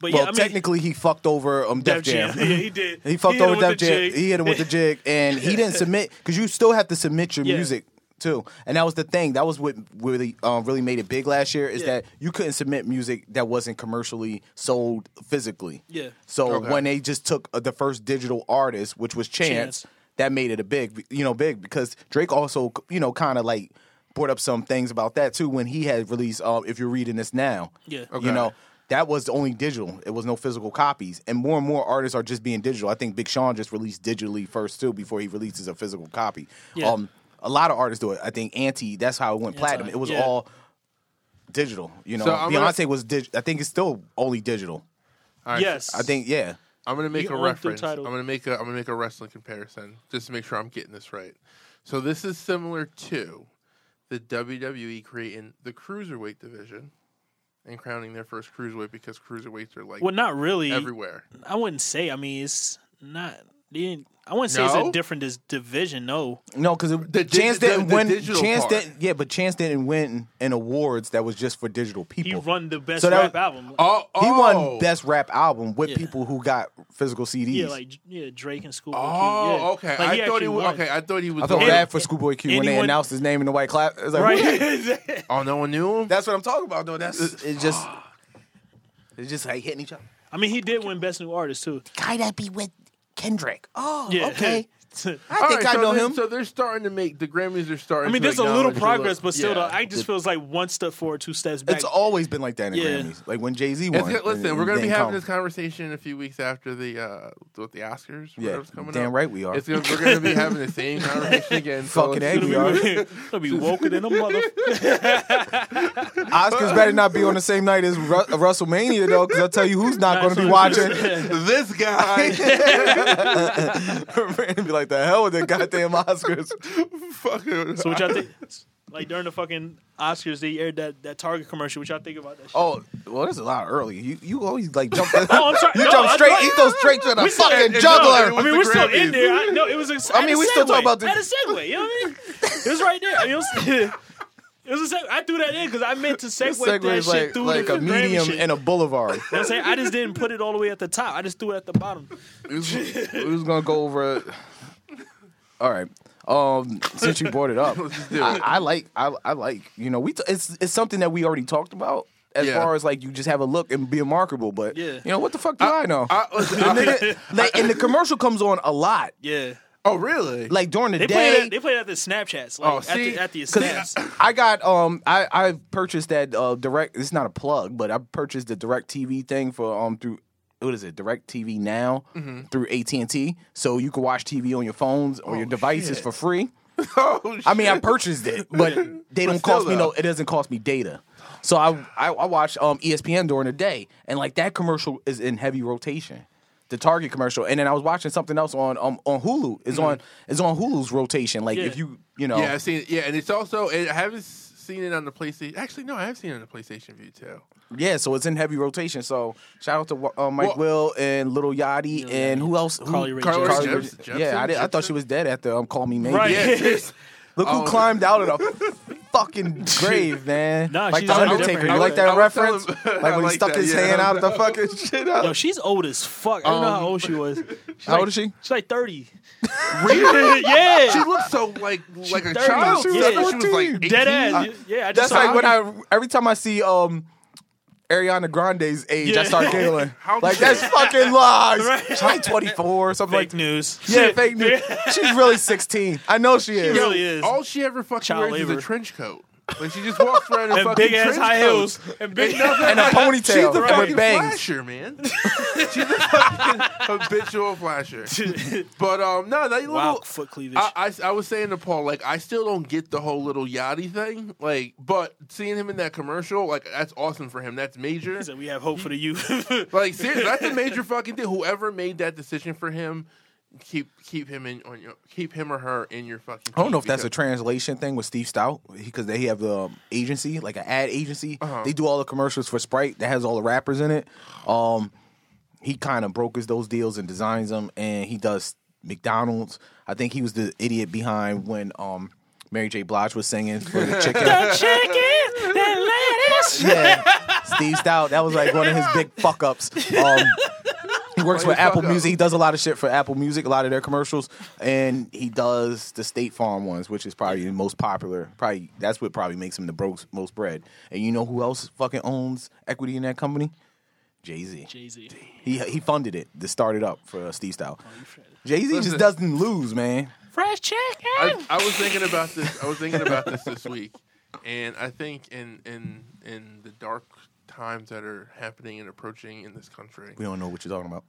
Speaker 1: But
Speaker 2: Well,
Speaker 1: yeah, I mean,
Speaker 2: technically, he fucked over um, Def,
Speaker 1: Def Jam. Yeah, he did.
Speaker 2: He fucked
Speaker 1: He hit
Speaker 2: over
Speaker 1: him with
Speaker 2: Def
Speaker 1: the
Speaker 2: Jam.
Speaker 1: jig.
Speaker 2: He hit him with the jig, and he didn't submit because you still have to submit your
Speaker 1: Yeah.
Speaker 2: music too. And that was the thing. That was what really um, really made it big last year is
Speaker 1: Yeah.
Speaker 2: that you couldn't submit music that wasn't commercially sold physically.
Speaker 1: Yeah.
Speaker 2: So
Speaker 4: Okay.
Speaker 2: when they just took uh, the first digital artist, which was Chance,
Speaker 1: Chance.
Speaker 2: that made it a big, you know, big because Drake also, you know, kind of like brought up some things about that too when he had released. Uh, if you're reading this now,
Speaker 1: Yeah.
Speaker 2: you
Speaker 4: Okay.
Speaker 2: know, that was only digital. It was no physical copies, and more and more artists are just being digital. I think Big Sean just released digitally first too before he releases a physical copy.
Speaker 1: Yeah.
Speaker 2: Um, a lot of artists do it. I think Anti. That's how it went platinum. It was
Speaker 1: yeah.
Speaker 2: all digital. You know,
Speaker 4: So I'm gonna-
Speaker 2: Beyonce was. Dig- I think it's still only digital.
Speaker 4: All right,
Speaker 1: yes,
Speaker 2: I think yeah.
Speaker 4: I'm gonna make
Speaker 1: You
Speaker 4: a
Speaker 1: own the
Speaker 4: reference. I'm
Speaker 1: title.
Speaker 4: gonna make a I'm gonna make a wrestling comparison just to make sure I'm getting this right. So this is similar to the WWE creating the cruiserweight division and crowning their first cruiserweight because cruiserweights are like
Speaker 1: Well, not really.
Speaker 4: everywhere.
Speaker 1: I wouldn't say. I mean, it's not. they didn't- I wouldn't say it's
Speaker 4: No?
Speaker 1: a different dis- division. No.
Speaker 2: No, because
Speaker 4: The digi-
Speaker 2: Chance didn't
Speaker 4: the- the
Speaker 2: win.
Speaker 4: digital
Speaker 2: Chance
Speaker 4: part.
Speaker 2: didn't. Yeah, but Chance didn't win an awards that was just for digital people.
Speaker 1: He run the best
Speaker 2: So that-
Speaker 1: rap album.
Speaker 4: Oh, oh
Speaker 2: He won best rap album with
Speaker 1: Yeah.
Speaker 2: people who got physical CDs.
Speaker 1: yeah, like yeah, Drake and Schoolboy Q.
Speaker 4: Oh,
Speaker 1: yeah.
Speaker 4: okay.
Speaker 1: Like,
Speaker 4: I thought
Speaker 1: actually
Speaker 4: he was
Speaker 1: won.
Speaker 4: okay. I thought he was.
Speaker 2: I felt
Speaker 4: going-
Speaker 2: bad for Schoolboy Q when they
Speaker 1: anyone-
Speaker 2: announced his name in the white clap. It's like, what?
Speaker 1: Right.
Speaker 4: Oh, no one knew him.
Speaker 2: That's what I'm talking about, though. That's it's just it's just like hitting each other.
Speaker 1: I mean, he did win Best New Artist too.
Speaker 2: Guy that be with Kendrick. Oh,
Speaker 1: Yeah.
Speaker 2: okay. I
Speaker 4: All
Speaker 2: think
Speaker 4: right,
Speaker 2: I
Speaker 4: so
Speaker 2: know
Speaker 4: they're-
Speaker 2: him.
Speaker 4: So they're starting to make the Grammys are starting.
Speaker 1: I mean,
Speaker 4: to
Speaker 1: there's a little
Speaker 4: acknowledge
Speaker 1: progress, but still,
Speaker 4: yeah.
Speaker 1: though, I just feels like one step forward, two steps back.
Speaker 2: it's always been like that in the
Speaker 1: Yeah.
Speaker 2: Grammys. Like when Jay Z won.
Speaker 4: It's good. Listen,
Speaker 2: and-
Speaker 4: we're going
Speaker 2: and
Speaker 4: to be
Speaker 2: then
Speaker 4: having
Speaker 2: come.
Speaker 4: this conversation in a few weeks after the uh, what, the Oscars.
Speaker 2: Yeah,
Speaker 4: whatever's coming
Speaker 2: damn
Speaker 4: up.
Speaker 2: right we are.
Speaker 4: It's gonna, we're going to be having the same conversation again. so
Speaker 2: Fucking
Speaker 4: it's
Speaker 2: A,
Speaker 4: gonna
Speaker 1: It'll
Speaker 2: we
Speaker 1: be,
Speaker 4: be-
Speaker 2: are.
Speaker 1: it'll be woken in a mother.
Speaker 2: Oscars better not be on the same night as Ru- uh, WrestleMania though, because I'll tell you who's not going to be watching.
Speaker 4: This guy,
Speaker 2: be like the hell with the goddamn Oscars.
Speaker 4: fucking.
Speaker 1: so, which I think, like during the fucking Oscars, they aired that, that Target commercial. Which I think about that. Shit.
Speaker 2: Oh, well, that's a lot early. You you always like jump.
Speaker 1: Oh, I'm sorry.
Speaker 2: You
Speaker 1: No,
Speaker 2: jump
Speaker 1: I
Speaker 2: straight.
Speaker 1: thought-
Speaker 2: You go straight to the
Speaker 1: still-
Speaker 2: fucking
Speaker 1: no,
Speaker 2: juggler.
Speaker 1: I mean,
Speaker 4: With
Speaker 1: we're
Speaker 4: the
Speaker 1: still in
Speaker 4: Grammys.
Speaker 1: there. I, no, it was. A,
Speaker 2: I mean, we still talk about the-
Speaker 1: I had a segue. You know what I mean? It was right there. I mean, it was. It was a seg- I threw that in because I meant to segue
Speaker 2: Segway
Speaker 1: that
Speaker 2: is
Speaker 1: shit
Speaker 2: like,
Speaker 1: through
Speaker 2: like
Speaker 1: the
Speaker 2: a medium and
Speaker 1: a.
Speaker 2: a boulevard.
Speaker 1: You know what I'm saying? I just didn't put it all the way at the top. I just threw it at the bottom.
Speaker 2: we was, we was gonna go over. All right. Um, since you brought it up,
Speaker 4: do
Speaker 2: I,
Speaker 4: it.
Speaker 2: I like I, I like you know we t- it's it's something that we already talked about as
Speaker 4: Yeah.
Speaker 2: far as like you just have a look and be remarkable, but
Speaker 1: Yeah.
Speaker 2: you know what the fuck do I, know?
Speaker 4: I, listen, I,
Speaker 2: like, and the commercial comes on a lot,
Speaker 1: Yeah.
Speaker 4: oh, really?
Speaker 2: like during the
Speaker 1: They
Speaker 2: day.
Speaker 1: played it. They played it at the Snapchats. Like,
Speaker 4: Oh, see?
Speaker 1: at the, at the snaps.
Speaker 2: Cause I got um I I purchased that uh direct it's not a plug but I purchased the direct TV thing for um through what is it direct TV now
Speaker 4: Mm-hmm.
Speaker 2: through AT and T so you can watch TV on your phones or your devices
Speaker 4: Oh, shit.
Speaker 2: for free.
Speaker 4: oh,
Speaker 2: I mean I purchased it but they don't
Speaker 4: still,
Speaker 2: cost me no
Speaker 4: though.
Speaker 2: it doesn't cost me data. So I I, I watch um ESPN during the day and like that commercial is in heavy rotation. The Target commercial, and then I was watching something else on um, on Hulu. It's on it's on Hulu's rotation. Like
Speaker 1: Yeah.
Speaker 2: if you you know
Speaker 4: Mm-hmm. yeah, I've seen it. Yeah, and it's also and I haven't s- seen it on the PlayStation. Actually, no, I have seen it on the PlayStation View too.
Speaker 2: Yeah, so it's in heavy rotation. So shout out to uh, Mike Will and Little Yachty and who else? Who,
Speaker 1: Carly Rae
Speaker 4: Carly
Speaker 1: Jepsen.
Speaker 4: Rae Jepsen. Jepsen?
Speaker 2: Yeah, I, did, I thought she was dead after um, Call Me Maybe.
Speaker 1: Right.
Speaker 4: Yeah, it's-
Speaker 2: Look who
Speaker 4: Oh.
Speaker 2: climbed out of the fucking grave, man.
Speaker 1: Nah,
Speaker 2: like
Speaker 1: she's
Speaker 2: the
Speaker 1: out of
Speaker 2: Undertaker.
Speaker 1: different-
Speaker 2: You like that
Speaker 4: I was telling-
Speaker 2: reference?
Speaker 4: I
Speaker 2: like when he
Speaker 4: like
Speaker 2: stuck
Speaker 4: that,
Speaker 2: his
Speaker 4: yeah.
Speaker 2: hand out the fucking shit out.
Speaker 1: Yo, she's old as fuck. I don't
Speaker 4: Um,
Speaker 1: know how old she was. She's
Speaker 2: How
Speaker 1: like-
Speaker 2: old is she?
Speaker 1: She's like 30. yeah.
Speaker 4: she looks so like like a
Speaker 1: thirty.
Speaker 4: child.
Speaker 1: She was
Speaker 4: I thought
Speaker 2: 14.
Speaker 1: Dead
Speaker 4: 18.
Speaker 1: ass. yeah, I just
Speaker 2: That's
Speaker 1: saw
Speaker 2: like when I every time I see um Ariana Grande's age, I
Speaker 1: Yeah.
Speaker 2: start giggling.
Speaker 4: How
Speaker 2: like
Speaker 4: dare
Speaker 2: that's fucking lies. She's like
Speaker 1: Right.
Speaker 2: 24 or something
Speaker 1: fake
Speaker 2: like that.
Speaker 1: news.
Speaker 2: Yeah, fake news. She's really 16. I know she is.
Speaker 1: really is.
Speaker 4: All she ever fucking
Speaker 1: Child
Speaker 4: wears is
Speaker 1: labor.
Speaker 4: a trench coat. Like she just walks around in
Speaker 1: And
Speaker 4: fucking
Speaker 1: big ass
Speaker 4: trench
Speaker 1: high
Speaker 4: coats.
Speaker 1: heels and big
Speaker 2: and a ponytail
Speaker 4: She's a
Speaker 2: with
Speaker 4: fucking
Speaker 2: bangs.
Speaker 4: flasher, man. She's a fucking habitual flasher. But um, no, that little
Speaker 1: wow foot cleavage.
Speaker 4: I, I s- I was saying to Paul, like, I still don't get the whole little Yachty thing. Like, but seeing him in that commercial, like, that's awesome for him. That's major.
Speaker 1: He said, we have hope for the youth.
Speaker 4: Like, seriously, that's a major fucking deal. Whoever made that decision for him, keep keep him in on your keep him or her in your fucking.
Speaker 2: I don't know if
Speaker 4: team
Speaker 2: that's a
Speaker 4: because-
Speaker 2: translation thing with Steve Stout because they have the um, agency, like an ad agency. They do all the commercials for Sprite that has all the rappers in it. Um, he kind of brokers those deals and designs them, and he does McDonald's. I think he was the idiot behind when um, Mary J. Blige was singing for the chicken.
Speaker 1: chicken, that lettuce.
Speaker 2: yeah, Steve Stout. That was like one of his big fuck ups. Um, he works
Speaker 4: Why
Speaker 2: for
Speaker 4: you fuck
Speaker 2: Apple
Speaker 4: Oh, up?
Speaker 2: Music. He does a lot of shit for Apple Music, a lot of their commercials, and he does the State Farm ones, which is probably the most popular. Probably that's what probably makes him the bro- most bread. And you know who else fucking owns equity in that company? Jay Z.
Speaker 1: Jay Z.
Speaker 2: He he funded it to start it up for uh, Steve Style. Jay Z
Speaker 4: Listen.
Speaker 2: just doesn't lose, man.
Speaker 1: Fresh chicken.
Speaker 4: I, I was thinking about this. I was thinking about this this week, and I think in in in the dark times that are happening and approaching in this country,
Speaker 2: We don't know what you're talking about.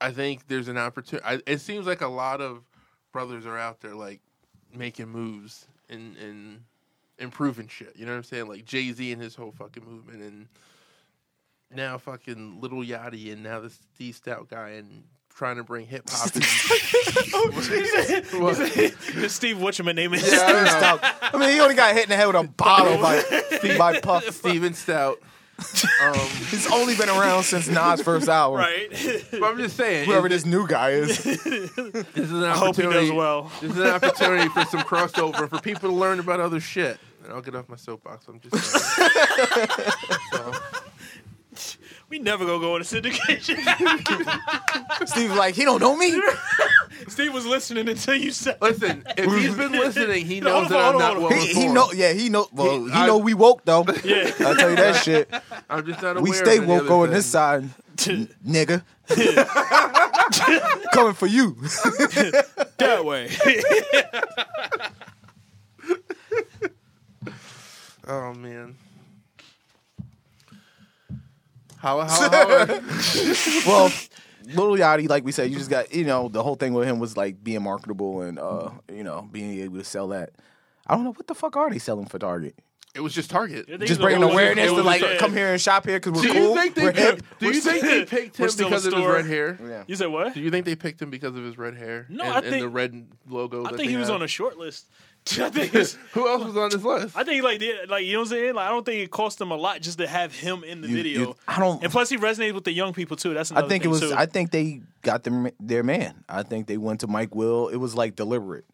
Speaker 4: I think there's an opportunity. It seems like a lot of brothers are out there like making moves and and improving shit. You know what I'm saying? Like Jay Z and his whole fucking movement, and now fucking Little Yachty, and now this D Stout guy, and trying to bring hip hop.
Speaker 1: Steve, what's your name is?
Speaker 4: Yeah, I don't know.
Speaker 2: Stout. I mean, he only got hit in the head with a bottle by by Puff.
Speaker 4: Steven Stout. Um,
Speaker 2: He's only been around since Nas' first album.
Speaker 1: Right.
Speaker 4: but I'm just saying,
Speaker 2: Whoever
Speaker 4: it-
Speaker 2: this new guy is.
Speaker 4: this is an
Speaker 1: hope he does
Speaker 4: opportunity.
Speaker 1: well.
Speaker 4: This is an opportunity for some crossover for people to learn about other shit. And I'll get off my soapbox. I'm just. saying.
Speaker 1: We never gonna go into syndication.
Speaker 2: Steve's like, he don't know me.
Speaker 1: Steve was listening until you said.
Speaker 4: Listen, if he's been listening, he
Speaker 1: No, hold on,
Speaker 4: knows that I'm
Speaker 1: hold on,
Speaker 4: not
Speaker 1: hold
Speaker 4: well
Speaker 1: on.
Speaker 2: He, he
Speaker 4: informed.
Speaker 2: know, yeah, he know. Well, he,
Speaker 4: I-
Speaker 2: know we woke though. I
Speaker 1: Yeah.
Speaker 2: tell you that shit.
Speaker 4: I'm just not aware.
Speaker 2: We
Speaker 4: of
Speaker 2: stay
Speaker 4: any
Speaker 2: woke
Speaker 4: other
Speaker 2: on
Speaker 4: thing.
Speaker 2: this side, nigga. Coming for you.
Speaker 1: that way.
Speaker 4: Oh man. Holla, holla, holla.
Speaker 2: well, Little Yachty, like we said, you just got you know the whole thing with him was like being marketable and uh you know being able to sell that. I don't know what the fuck are they selling for Target.
Speaker 4: it was just Target.
Speaker 2: Just
Speaker 1: "Oh,
Speaker 2: bringing awareness to like
Speaker 1: Yeah.
Speaker 2: come here and shop here because
Speaker 4: Do
Speaker 2: we're
Speaker 4: you
Speaker 2: cool.
Speaker 4: think
Speaker 2: we're
Speaker 4: they
Speaker 2: hip.
Speaker 4: picked, do you
Speaker 1: We're
Speaker 4: think
Speaker 1: still-
Speaker 4: they picked
Speaker 1: we're
Speaker 4: him
Speaker 1: still a
Speaker 4: because of his
Speaker 1: store.
Speaker 4: red hair?
Speaker 2: Yeah.
Speaker 1: You said what?
Speaker 4: Do you think they picked him because of his red hair?
Speaker 1: No,
Speaker 4: and,
Speaker 1: I
Speaker 4: and the
Speaker 1: think-
Speaker 4: red logo.
Speaker 1: I
Speaker 4: that
Speaker 1: think
Speaker 4: they
Speaker 1: he was
Speaker 4: had?
Speaker 1: on a short list. I think it's,
Speaker 4: Who else was on this list?
Speaker 1: I think like the- like you know what I'm saying. Like I don't think it cost them a lot just to have him in the
Speaker 2: You-
Speaker 1: video.
Speaker 2: you- I don't.
Speaker 1: and plus, he resonates with the young people too. That's another
Speaker 2: I think it
Speaker 1: thing,
Speaker 2: was.
Speaker 1: Too.
Speaker 2: I think they got their their man. I think they went to Mike Will. It was like deliberate.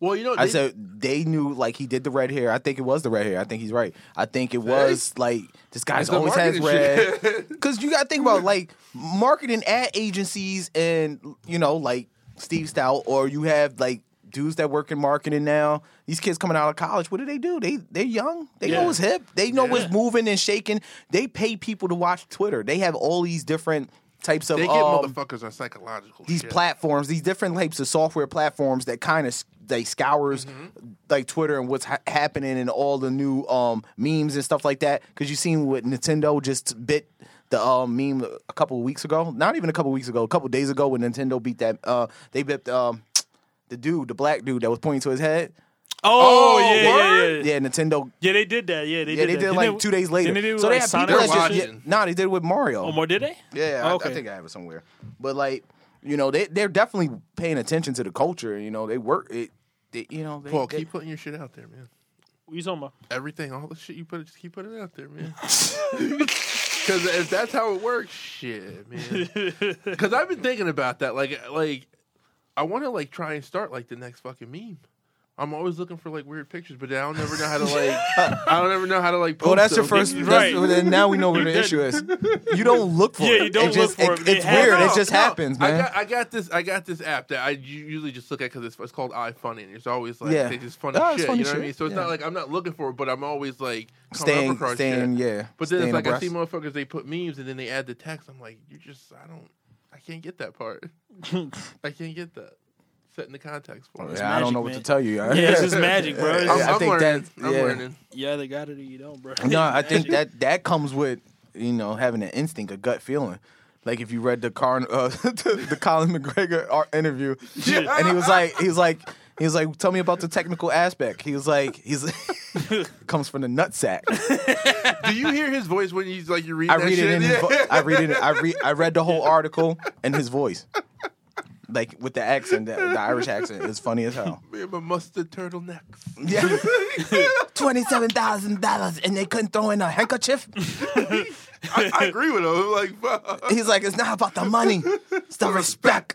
Speaker 4: well, you know,
Speaker 2: I
Speaker 4: they-
Speaker 2: said they knew like he did the red hair. I think it was the red hair. I think he's right. I think it was like this guy's
Speaker 4: the
Speaker 2: always has
Speaker 4: marketing
Speaker 2: red. Because you got to think about like marketing ad agencies and you know like Steve Stout or you have like dudes that work in marketing now. These kids coming out of college, what do they do? They they're young. They know
Speaker 1: Yeah.
Speaker 2: what's hip. They know what's moving and shaking. They pay people to watch Twitter. They have all these different types of
Speaker 4: they get
Speaker 2: um,
Speaker 4: motherfuckers on psychological.
Speaker 2: these
Speaker 4: shit.
Speaker 2: platforms, these different types of software platforms that kind of they scours
Speaker 1: Mm-hmm.
Speaker 2: like Twitter and what's ha- happening and all the new um, memes and stuff like that. Because you seen what Nintendo just bit the uh, meme a couple of weeks ago, not even a couple of weeks ago, a couple of days ago when Nintendo beat that. Uh, they bit um, the dude, the black dude that was pointing to his head.
Speaker 1: oh,
Speaker 4: Oh,
Speaker 1: yeah, yeah,
Speaker 4: word?
Speaker 1: yeah, yeah.
Speaker 2: Yeah, Nintendo.
Speaker 1: they did that. Yeah, they
Speaker 2: Yeah,
Speaker 1: did.
Speaker 2: they
Speaker 1: that.
Speaker 2: did
Speaker 1: Didn't
Speaker 2: like two days later.
Speaker 1: Didn't they do
Speaker 2: so
Speaker 1: like
Speaker 2: they have
Speaker 1: Sonic
Speaker 2: people that
Speaker 4: They're
Speaker 2: just,
Speaker 1: versus-
Speaker 2: yeah,
Speaker 4: watching.
Speaker 2: nah, they did it with Mario.
Speaker 1: Oh, more did they?
Speaker 2: Yeah, I,
Speaker 1: okay.
Speaker 2: I think I have it somewhere. But like, you know, they they're definitely paying attention to the culture. You know, they work it. They, you know, they,
Speaker 4: Paul,
Speaker 2: they-
Speaker 4: keep putting your shit out there, man.
Speaker 1: What you talking about?
Speaker 4: everything, all the shit you put, just keep putting it out there, man. Because if that's how it works, shit, man. Because I've been thinking about that. Like, like I want to like try and start like the next fucking meme. I'm always looking for like weird pictures, but I don't ever know how to like. I don't ever know how to like.
Speaker 2: Well,
Speaker 4: post
Speaker 2: Oh, that's your
Speaker 4: them.
Speaker 2: first.
Speaker 1: Right.
Speaker 2: That's, well, then now we know what
Speaker 1: You
Speaker 2: the
Speaker 1: did.
Speaker 2: issue is. You don't look for
Speaker 1: Yeah,
Speaker 2: it.
Speaker 1: you don't
Speaker 2: it just,
Speaker 1: look for it. It
Speaker 2: It's
Speaker 1: happens.
Speaker 2: weird.
Speaker 1: No,
Speaker 2: it just happens,
Speaker 4: I
Speaker 2: man.
Speaker 4: got, I got this. I got this app that I u- usually just look at because it's, it's called iFunny, and it's always like
Speaker 2: Yeah.
Speaker 4: they just funny
Speaker 2: Oh, it's
Speaker 4: shit.
Speaker 2: funny
Speaker 4: you know what I
Speaker 2: shit.
Speaker 4: mean? So it's
Speaker 2: Yeah.
Speaker 4: not like I'm not looking for it, but I'm always like coming
Speaker 2: Staying-
Speaker 4: up across
Speaker 2: staying,
Speaker 4: shit.
Speaker 2: yeah,
Speaker 4: But then
Speaker 2: staying
Speaker 4: it's like I see
Speaker 2: abreast.
Speaker 4: motherfuckers they put memes and then they add the text. I'm like, you just I don't I can't get that part. I can't get that. setting the context for
Speaker 2: Yeah,
Speaker 4: us.
Speaker 1: It's
Speaker 2: I don't
Speaker 1: magic,
Speaker 2: know what to
Speaker 1: man.
Speaker 2: tell you. Yeah,
Speaker 1: it's just magic, bro. It's-
Speaker 2: I
Speaker 4: I'm, I'm
Speaker 2: think
Speaker 4: learning.
Speaker 2: that-
Speaker 4: I'm
Speaker 2: yeah.
Speaker 4: learning.
Speaker 1: You either got it or you don't, bro.
Speaker 2: No, I think
Speaker 1: Magic.
Speaker 2: that that comes with you know having an instinct, a gut feeling. Like if you read the Car- uh, the, the Colin McGregor ar- interview,
Speaker 1: Yeah.
Speaker 2: and he was like, he was like, he was like, tell me about the technical aspect. He was like, he's comes from the nutsack.
Speaker 4: Do you hear his voice when he's like you read?
Speaker 2: I
Speaker 4: that
Speaker 2: read
Speaker 4: shit?
Speaker 2: it in his
Speaker 4: Yeah.
Speaker 2: vo- I read it. I read. I read the whole article in his voice, like with the accent, the, the Irish accent. It's funny as hell.
Speaker 4: Me and my mustard turtlenecks.
Speaker 2: Yeah, twenty-seven thousand dollars, and they couldn't throw in a handkerchief.
Speaker 4: I, I agree with him. I'm like, fuck.
Speaker 2: He's like, it's not about the money, it's the respect.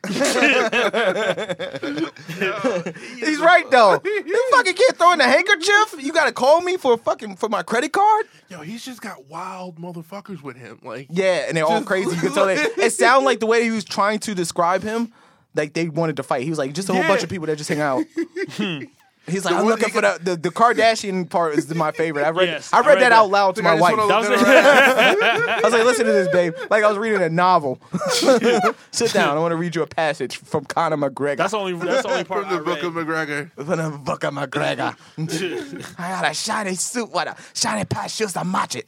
Speaker 2: He's right though. You fucking can't throw in a handkerchief. You gotta call me for a fucking for my credit card.
Speaker 4: Yo, he's just got wild motherfuckers with him. Like,
Speaker 2: Yeah, and they're all crazy. You can tell they, it sounded like the way he was trying to describe him, like they wanted to fight. He was like, just a whole bunch of
Speaker 4: Yeah. Hmm.
Speaker 2: people that just hang out. He's like, I'm
Speaker 4: one
Speaker 2: looking
Speaker 4: he
Speaker 2: for the, the the Kardashian part is my favorite. I read
Speaker 1: Yes,
Speaker 2: I read that, out loud to
Speaker 4: the
Speaker 2: my
Speaker 4: guy
Speaker 2: wife.
Speaker 4: just
Speaker 1: That
Speaker 4: wanna
Speaker 1: was
Speaker 4: look
Speaker 1: it.
Speaker 4: around.
Speaker 2: I was like, listen to this, babe. Like I was reading a novel. Sit down. I want to read you a passage from Conor McGregor.
Speaker 1: That's the only. That's the only part
Speaker 4: from the
Speaker 1: I
Speaker 4: book
Speaker 1: read.
Speaker 4: of McGregor.
Speaker 2: From the book of McGregor. I got a shiny suit with a shiny pair of shoes to match it.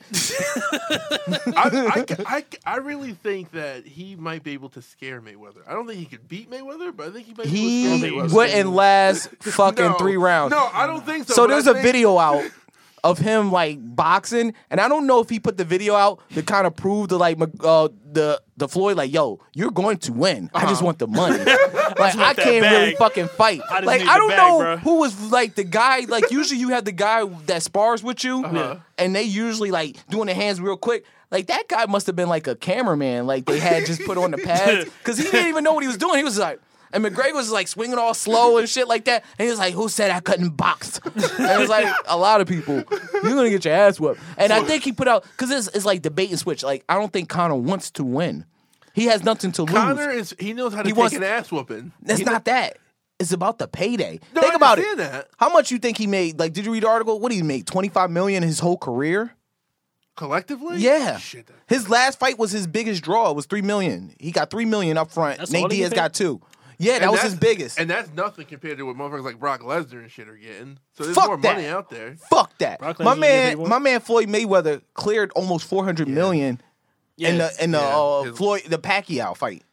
Speaker 4: I, I, I, I really think that he might be able to scare Mayweather. I don't think he could beat Mayweather, but I think he might be
Speaker 2: He
Speaker 4: able to scare Mayweather.
Speaker 2: wouldn't last fucking
Speaker 4: No.
Speaker 2: three rounds.
Speaker 4: No, I don't think so.
Speaker 2: So
Speaker 4: but
Speaker 2: there's
Speaker 4: I
Speaker 2: a
Speaker 4: think-
Speaker 2: video out of him like boxing, and I don't know if he put the video out to kind of prove to like Mc- uh, the the Floyd like, yo, you're going to win. I just want the money. like I
Speaker 1: that
Speaker 2: can't really
Speaker 1: bag.
Speaker 2: fucking fight.
Speaker 1: I just
Speaker 2: like
Speaker 1: need
Speaker 2: I
Speaker 1: the
Speaker 2: don't
Speaker 1: bag,
Speaker 2: know
Speaker 1: bro.
Speaker 2: who was like the guy. Like usually you have the guy that spars with you,
Speaker 4: Uh-huh.
Speaker 2: and they usually like doing the hands real quick. Like that guy must have been like a cameraman. Like they had just put on the pads because he didn't even know what he was doing. He was like. And McGregor was like swinging all slow and shit like that. And he was like, "Who said I couldn't box?" And it was like a lot of people. You're gonna get your ass whooped. And I think he put out because it's, it's like debate and switch. Like I don't think Connor wants to win. He has nothing to lose.
Speaker 4: Connor is he knows how to
Speaker 2: He
Speaker 4: take
Speaker 2: wants-
Speaker 4: an ass whooping.
Speaker 2: That's not that. It's about the payday.
Speaker 4: No,
Speaker 2: think
Speaker 4: I
Speaker 2: about it.
Speaker 4: understand that.
Speaker 2: How much you think he made? Like, did you read the article? What did he make? Twenty five million his whole career.
Speaker 4: Collectively,
Speaker 2: Yeah.
Speaker 4: Shit, that-
Speaker 2: His last fight was his biggest draw. It was three million. He got three million up front.
Speaker 1: That's
Speaker 2: Nate
Speaker 1: all he
Speaker 2: Diaz
Speaker 1: paid?
Speaker 2: got two. Yeah, that
Speaker 4: and
Speaker 2: was
Speaker 4: that's-
Speaker 2: his biggest.
Speaker 4: and that's nothing compared to what motherfuckers like Brock Lesnar and shit are getting. So there's
Speaker 2: Fuck
Speaker 4: more
Speaker 2: that.
Speaker 4: money out there.
Speaker 2: Fuck that.
Speaker 1: Brock
Speaker 2: my
Speaker 1: Lesnar
Speaker 2: man,
Speaker 1: didn't get
Speaker 2: my man Floyd Mayweather cleared almost four hundred million
Speaker 1: Yeah.
Speaker 2: in the in the
Speaker 4: Yeah.
Speaker 2: uh,
Speaker 4: His-
Speaker 2: Floyd the Pacquiao fight.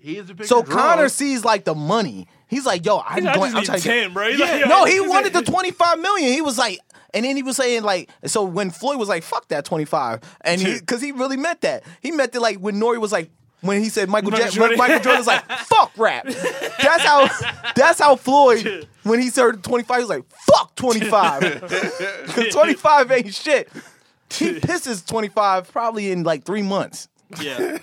Speaker 4: He is a big.
Speaker 2: So
Speaker 4: draw.
Speaker 2: Connor sees like the money. He's like, yo, I'm
Speaker 1: He's like, I
Speaker 2: going.
Speaker 1: just
Speaker 2: I'm
Speaker 1: need
Speaker 2: trying to get-
Speaker 1: 10, bro. He's like, yo,
Speaker 2: no,
Speaker 1: I
Speaker 2: he
Speaker 1: just
Speaker 2: wanted the
Speaker 1: need-
Speaker 2: 25 million. He was like, and then he was saying like, so when Floyd was like, fuck that 25, and he because he really meant that. He meant it like when Nori was like. When he said Michael,
Speaker 1: Michael
Speaker 2: Jack-
Speaker 1: Jordan.
Speaker 2: Michael Jordan was like, "Fuck rap," that's how. That's how Floyd, when he started twenty five, he was like, "Fuck 25. 'Cause twenty five ain't shit. He pisses twenty five probably in like three months.
Speaker 1: Yeah.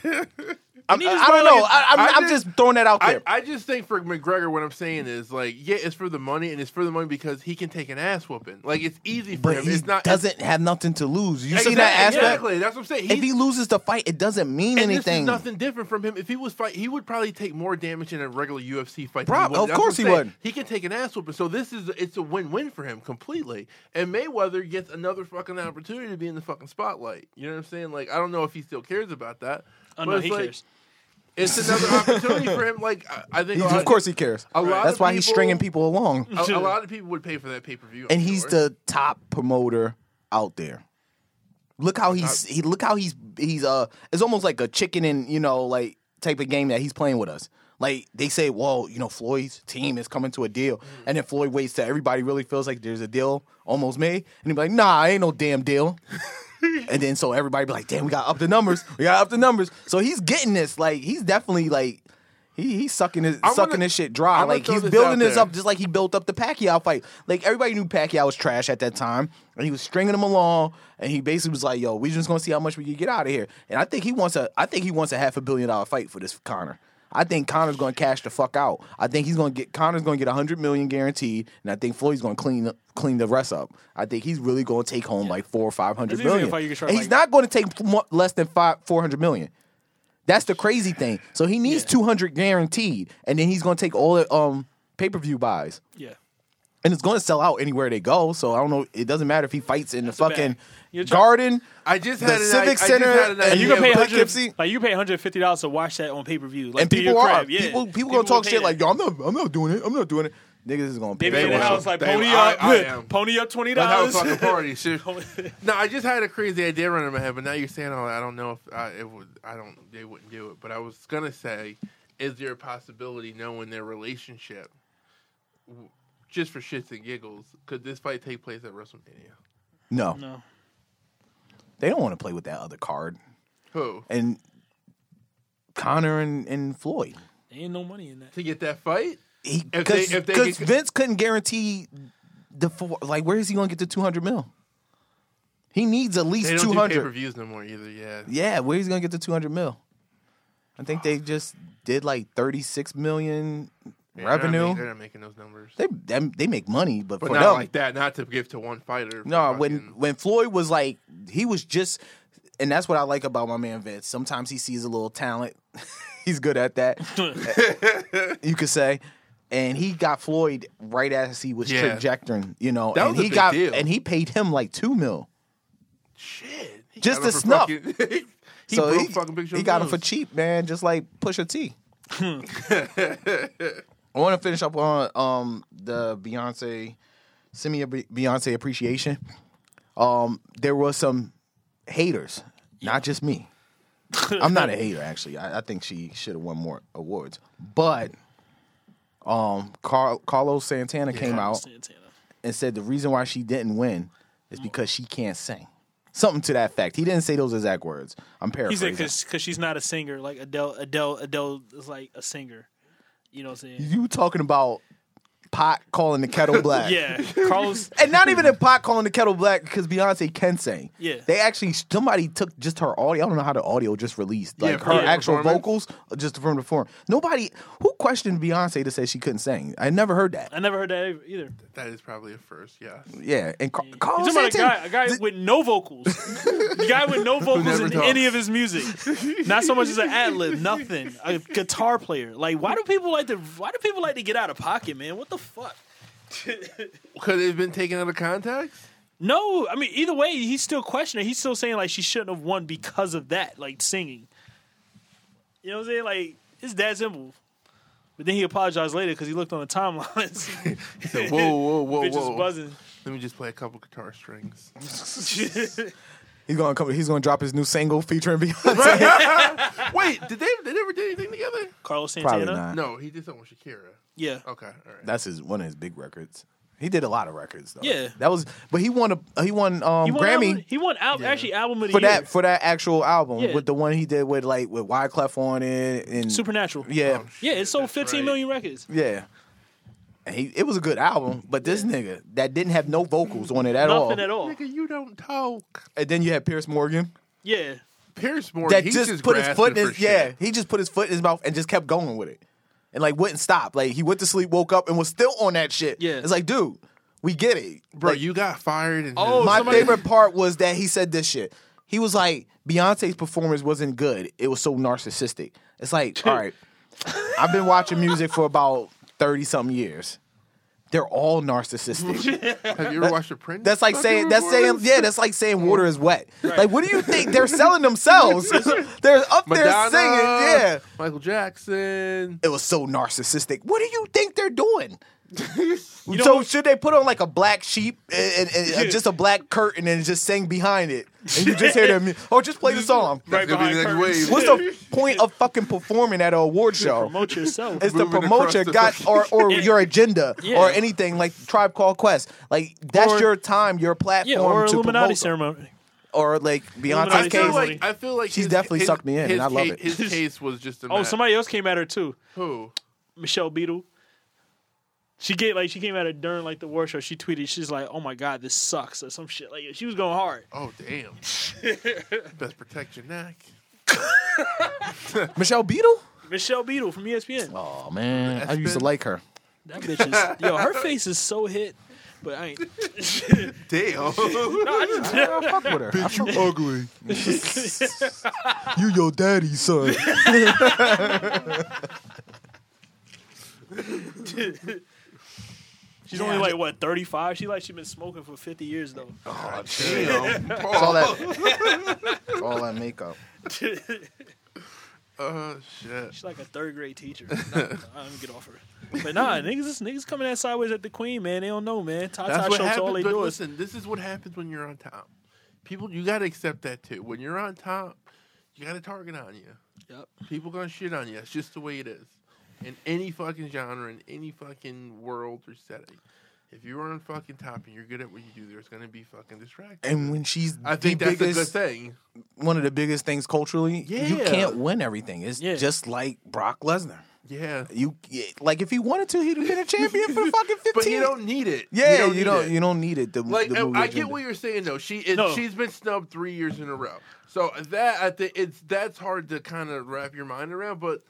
Speaker 2: I'm,
Speaker 1: he was
Speaker 2: I don't
Speaker 1: probably
Speaker 2: know.
Speaker 1: like-
Speaker 2: I,
Speaker 4: I
Speaker 2: am I'm
Speaker 4: just-
Speaker 2: just throwing that out
Speaker 4: I,
Speaker 2: there.
Speaker 4: I just think for McGregor, what I'm saying is like, yeah, it's for the money, and it's for the money because he can take an ass whooping. Like it's easy for
Speaker 2: But
Speaker 4: him.
Speaker 2: he
Speaker 4: it's not
Speaker 2: doesn't have nothing to lose. You
Speaker 4: Exactly,
Speaker 2: see that aspect?
Speaker 4: Exactly. That's what I'm saying.
Speaker 2: If he loses the fight, it doesn't mean
Speaker 4: and This
Speaker 2: anything.
Speaker 4: is nothing different from him. If he was fight, he would probably take more damage in a regular UFC fight.
Speaker 2: Prob-
Speaker 4: than he would.
Speaker 2: of
Speaker 4: That's what
Speaker 2: course
Speaker 4: I'm
Speaker 2: he
Speaker 4: saying.
Speaker 2: would.
Speaker 4: He can take an ass whooping. So this is it's a win-win for him completely. And Mayweather gets another fucking opportunity to be in the fucking spotlight. You know what I'm saying? Like I don't know if he still cares about that.
Speaker 1: Oh,
Speaker 4: but
Speaker 1: no,
Speaker 4: it's
Speaker 1: he
Speaker 4: like,
Speaker 1: cares.
Speaker 4: It's another opportunity for him. Like I, I think,
Speaker 2: He-
Speaker 4: a lot
Speaker 2: of course, he cares.
Speaker 4: a lot
Speaker 2: That's
Speaker 4: of
Speaker 2: why he's
Speaker 4: people-
Speaker 2: stringing people along,
Speaker 4: a, a lot of people would pay for that pay-per-view. I'm
Speaker 2: and he's
Speaker 4: sure.
Speaker 2: the top promoter out there. Look how he's he, look how he's he's uh it's almost like a chicken and you know like type of game that he's playing with us. Like they say, well, you know, Floyd's team is coming to a deal,
Speaker 4: Mm.
Speaker 2: and then Floyd waits till everybody really feels like there's a deal almost made, and he be like, nah, ain't no damn deal. And then so everybody be like, damn, we got up the numbers. We got up the numbers. So he's getting this. Like he's definitely like he he's sucking his
Speaker 4: I'm
Speaker 2: sucking
Speaker 4: gonna-
Speaker 2: this shit dry.
Speaker 4: I'm gonna
Speaker 2: like
Speaker 4: throw
Speaker 2: he's
Speaker 4: this
Speaker 2: building
Speaker 4: out
Speaker 2: this
Speaker 4: there.
Speaker 2: up just like he built up the Pacquiao fight. Like everybody knew Pacquiao was trash at that time, and he was stringing him along. And he basically was like, "Yo, we just gonna see how much we can get out of here." And I think he wants a I think he wants a half a billion dollar fight for this Connor. I think Connor's gonna cash the fuck out. I think he's gonna get Connor's gonna get a hundred million guaranteed, and I think Floyd's gonna clean clean the rest up. I think he's really gonna take home like four or five hundred
Speaker 1: That's easy
Speaker 2: million.
Speaker 1: if I could try,
Speaker 2: And he's
Speaker 1: like-
Speaker 2: not going to take more, less than five four hundred million. That's the crazy thing. So he needs
Speaker 1: Yeah.
Speaker 2: two hundred guaranteed, and then he's going to take all the um pay per view buys.
Speaker 1: Yeah.
Speaker 2: And it's going to sell out anywhere they go. So I don't know. It doesn't matter if he fights in the
Speaker 1: a bad-
Speaker 2: fucking
Speaker 1: you're try-
Speaker 2: garden.
Speaker 4: I just
Speaker 2: The
Speaker 4: had an,
Speaker 2: Civic
Speaker 4: I, I
Speaker 2: Center,
Speaker 4: just had an
Speaker 2: and
Speaker 1: And you
Speaker 4: idea
Speaker 1: can pay
Speaker 4: about-
Speaker 2: Like
Speaker 1: 100,
Speaker 2: Gypsy?
Speaker 1: like you can pay 150 dollars to watch that on pay per view. Like
Speaker 2: and
Speaker 1: through
Speaker 2: people
Speaker 1: your
Speaker 2: are
Speaker 1: crib. Yeah.
Speaker 2: people people gonna talk
Speaker 1: pay
Speaker 2: shit
Speaker 1: that.
Speaker 2: like yo, I'm not I'm not doing it. I'm not doing it. Niggas is gonna pay.
Speaker 1: They
Speaker 2: for
Speaker 1: be in the
Speaker 2: that
Speaker 4: will.
Speaker 1: house
Speaker 2: shit.
Speaker 1: like
Speaker 4: They-
Speaker 1: pony
Speaker 4: I-
Speaker 1: up,
Speaker 4: I am.
Speaker 1: pony up twenty
Speaker 4: Let's have a
Speaker 1: dollars.
Speaker 4: fucking party. Shit. No, I just had a crazy idea running in my head, but now you're saying all that. I don't know if I, it would. I don't. They wouldn't do it. But I was gonna say, is there a possibility, knowing their relationship, w- just for shits and giggles, could this fight take place at WrestleMania?
Speaker 2: No,
Speaker 1: No.
Speaker 2: they don't want to play with that other card
Speaker 4: Who
Speaker 2: and Connor and, and Floyd.
Speaker 1: Ain't no money in that.
Speaker 4: to get that fight? If they-
Speaker 2: Because
Speaker 4: if they could-
Speaker 2: Vince couldn't guarantee the four, like where is he gonna get the two hundred mil? He needs at
Speaker 4: They
Speaker 2: least
Speaker 4: don't
Speaker 2: two
Speaker 4: do pay per
Speaker 2: hundred.
Speaker 4: views no more either. Yeah.
Speaker 2: Yeah, where he's gonna get the two hundred mil? I think they just did like thirty six million
Speaker 4: They're not
Speaker 2: revenue.
Speaker 4: ma- They're not making those numbers.
Speaker 2: they, them- they make money, but,
Speaker 4: but
Speaker 2: for
Speaker 4: not
Speaker 2: them,
Speaker 4: like that. Not to give to one fighter.
Speaker 2: No, when
Speaker 4: Fucking-
Speaker 2: when Floyd was like, he was just, and that's what I like about my man Vince. Sometimes he sees a little talent. He's good at that. you could say. And he got Floyd right as he was
Speaker 4: Yeah.
Speaker 2: trajectorying, you know.
Speaker 4: That
Speaker 2: and
Speaker 4: was a
Speaker 2: he
Speaker 4: big
Speaker 2: got
Speaker 4: deal.
Speaker 2: and he paid him like two mil.
Speaker 4: shit, he
Speaker 2: Just
Speaker 4: got
Speaker 2: to
Speaker 4: him for
Speaker 2: snuff.
Speaker 4: fucking- he
Speaker 2: so
Speaker 4: broke
Speaker 2: he,
Speaker 4: fucking Big Show
Speaker 2: he got him
Speaker 4: nose.
Speaker 2: for cheap, man, just like push a T. I want to finish up on um the Beyonce send me a Be- Beyonce appreciation. Um, there was some haters, not just me. I'm not a hater actually. I, I think she should have won more awards, but um, Car- Carlos Santana came out
Speaker 1: Santana.
Speaker 2: and said the reason why she didn't win is because she can't sing. Something to that fact. He didn't say those exact words. I'm
Speaker 1: He said
Speaker 2: paraphrasing.
Speaker 1: because she's not a singer. Like Adele, Adele, Adele is like a singer. You know what I'm saying?
Speaker 2: you talking about pot calling the kettle black?
Speaker 1: Yeah, Carlos.
Speaker 2: And not even in pot calling the kettle black because Beyonce can sing.
Speaker 1: Yeah.
Speaker 2: They actually, somebody took just her audio. I don't know how the audio just released.
Speaker 4: Yeah,
Speaker 2: Like
Speaker 4: from
Speaker 2: her
Speaker 4: the
Speaker 2: actual
Speaker 4: performance?
Speaker 2: vocals uh, just from the form. Nobody, who questioned Beyonce to say she couldn't sing? I never heard that.
Speaker 1: I never heard that either.
Speaker 4: That is probably a first. Yes.
Speaker 2: Yeah. And Car-
Speaker 1: You
Speaker 2: Carlos
Speaker 1: talking about a
Speaker 2: Santana-
Speaker 1: guy, a guy with no vocals, the guy with no vocals
Speaker 4: never
Speaker 1: in
Speaker 4: talks.
Speaker 1: any of his music. Not so much as an ad lib, nothing. A guitar player. Like, why do people like to? Why do people like to get out of pocket, man? What the fuck?
Speaker 4: Could it have been taken out of context?
Speaker 1: No, I mean either way, he's still questioning. He's still saying like she shouldn't have won because of that, like singing. You know what I'm saying? Like it's that simple. But then he apologized later because he looked on the timelines.
Speaker 4: He said, whoa, whoa, whoa,
Speaker 2: Oh,
Speaker 1: Bitch was
Speaker 4: whoa.
Speaker 1: buzzing.
Speaker 4: Let me just play a couple guitar strings.
Speaker 2: He's gonna come. He's gonna drop his new single featuring Beyonce.
Speaker 4: Wait, did they? They never did anything together?
Speaker 1: Carlos Santana.
Speaker 2: Probably not.
Speaker 4: No, he did something with Shakira.
Speaker 1: Yeah.
Speaker 4: Okay, all right.
Speaker 2: That's his one of his big records. He did a lot of records though.
Speaker 1: Yeah.
Speaker 2: That was, but he won a he won um
Speaker 1: He won
Speaker 2: Grammy.
Speaker 1: Album, he won al- actually album of the
Speaker 2: for
Speaker 1: year.
Speaker 2: that for that actual album
Speaker 1: Yeah.
Speaker 2: with the one he did with like with Wyclef on it and
Speaker 1: Supernatural.
Speaker 2: Yeah,
Speaker 1: Yeah, it sold
Speaker 4: Oh, That's
Speaker 1: 15
Speaker 4: right.
Speaker 1: million records.
Speaker 2: yeah. And he, it was a good album, but this nigga that didn't have no vocals on it at all.
Speaker 1: Nothing at all.
Speaker 4: Nigga, you don't talk.
Speaker 2: And then you had Pierce Morgan
Speaker 1: Yeah.
Speaker 4: Pierce Morgan.
Speaker 2: that
Speaker 4: he's
Speaker 2: just,
Speaker 4: just
Speaker 2: put his
Speaker 4: grasping
Speaker 2: foot in
Speaker 4: for
Speaker 2: his yeah,
Speaker 4: shit.
Speaker 2: he just put his foot in his mouth and just kept going with it, and like wouldn't stop. Like he went to sleep, woke up, and was still on that shit.
Speaker 1: Yeah.
Speaker 2: it's like, dude, we get it,
Speaker 4: Bro, you got fired. And
Speaker 1: Oh,
Speaker 2: My
Speaker 1: somebody-
Speaker 2: favorite part was that he said this shit. He was like, Beyonce's performance wasn't good. It was so narcissistic. It's like, all right, I've been watching music for about 30 something years. They're all narcissistic.
Speaker 4: have you ever watched a print?
Speaker 2: That's like saying that's saying yeah, that's like saying water is wet. Like what do you think? They're selling themselves. They're up there
Speaker 4: Madonna,
Speaker 2: singing. Yeah.
Speaker 4: Michael Jackson.
Speaker 2: It was so narcissistic. What do you think they're doing?
Speaker 1: know
Speaker 2: so
Speaker 1: what-
Speaker 2: should they put on like a black sheep and, and, and just a black curtain and just sing behind it, and you just hear them? Oh, just play the song.
Speaker 1: Right
Speaker 4: gonna be
Speaker 1: behind
Speaker 4: the next
Speaker 1: curtains.
Speaker 4: wave.
Speaker 2: What's the point of fucking performing at an award show?
Speaker 1: Promote yourself.
Speaker 2: It's to
Speaker 4: Moving
Speaker 2: promote
Speaker 4: across
Speaker 2: your
Speaker 4: the
Speaker 2: got or, or your agenda
Speaker 1: Yeah.
Speaker 2: or anything like Tribe Called Quest. Like that's
Speaker 1: Or-
Speaker 2: your time, your platform
Speaker 1: yeah, or
Speaker 2: to
Speaker 1: Illuminati
Speaker 2: promote
Speaker 1: ceremony.
Speaker 2: or like
Speaker 1: Illuminati
Speaker 2: Beyonce's
Speaker 4: I feel
Speaker 2: case.
Speaker 1: ceremony.
Speaker 4: like I feel like
Speaker 2: She's
Speaker 4: his-
Speaker 2: definitely
Speaker 4: his-
Speaker 2: sucked me in, and
Speaker 4: his
Speaker 2: I love
Speaker 4: ca-
Speaker 2: it.
Speaker 4: His case was just a
Speaker 1: Oh,
Speaker 4: mess.
Speaker 1: somebody else came at her too.
Speaker 4: who
Speaker 1: Michelle Beadle. She gave like she came at her during like the war show. She tweeted, she's like, "Oh my god, this sucks" or some shit. Like she was going hard.
Speaker 4: Oh damn! Best protect your neck.
Speaker 2: Michelle Beadle.
Speaker 1: Michelle Beadle from E ESPN.
Speaker 2: Oh man, I
Speaker 4: That's
Speaker 2: used to
Speaker 4: been-
Speaker 2: like her.
Speaker 1: That bitch is yo. Her face is so hit, but I ain't.
Speaker 4: Damn.
Speaker 2: I fuck with her. I
Speaker 4: you ugly.
Speaker 2: fuck- you your daddy son.
Speaker 1: She She's only like what thirty five. She like she's been smoking for fifty years though.
Speaker 4: Oh, damn.
Speaker 2: It's all that, it's all that makeup.
Speaker 4: Oh, shit.
Speaker 1: She's like a third grade teacher. Nah, nah, I'm gonna get off her. But nah, niggas, niggas coming at sideways at the queen, man. They don't know, man.
Speaker 4: That's
Speaker 1: Tata
Speaker 4: what
Speaker 1: shows
Speaker 4: happens.
Speaker 1: all they
Speaker 4: but
Speaker 1: do is
Speaker 4: listen, this is what happens when you're on top. People, you gotta accept that too. When you're on top, you got a target on you.
Speaker 1: Yep.
Speaker 4: People gonna shit on you. That's just the way it is. In any fucking genre, in any fucking world or setting, if you're on fucking top and you're good at what you do, there's gonna be fucking distractions.
Speaker 2: And when she's
Speaker 4: I think
Speaker 2: the
Speaker 4: that's
Speaker 2: biggest,
Speaker 4: a good thing.
Speaker 2: one of the biggest things culturally, you
Speaker 4: Yeah.
Speaker 2: can't win everything. It's
Speaker 1: Yeah.
Speaker 2: just like Brock Lesnar.
Speaker 4: Yeah,
Speaker 2: You like if he wanted to, he'd have been a champion for fucking fifteen.
Speaker 4: but you don't need it.
Speaker 2: yeah, you don't.
Speaker 4: need
Speaker 2: You
Speaker 4: it.
Speaker 2: don't, need it. The,
Speaker 4: Like
Speaker 2: the
Speaker 4: I-
Speaker 2: movie
Speaker 4: I
Speaker 2: agenda.
Speaker 4: get what you're saying though. She is,
Speaker 1: No.
Speaker 4: she's been snubbed three years in a row. So that I think it's that's hard to kind of wrap your mind around. But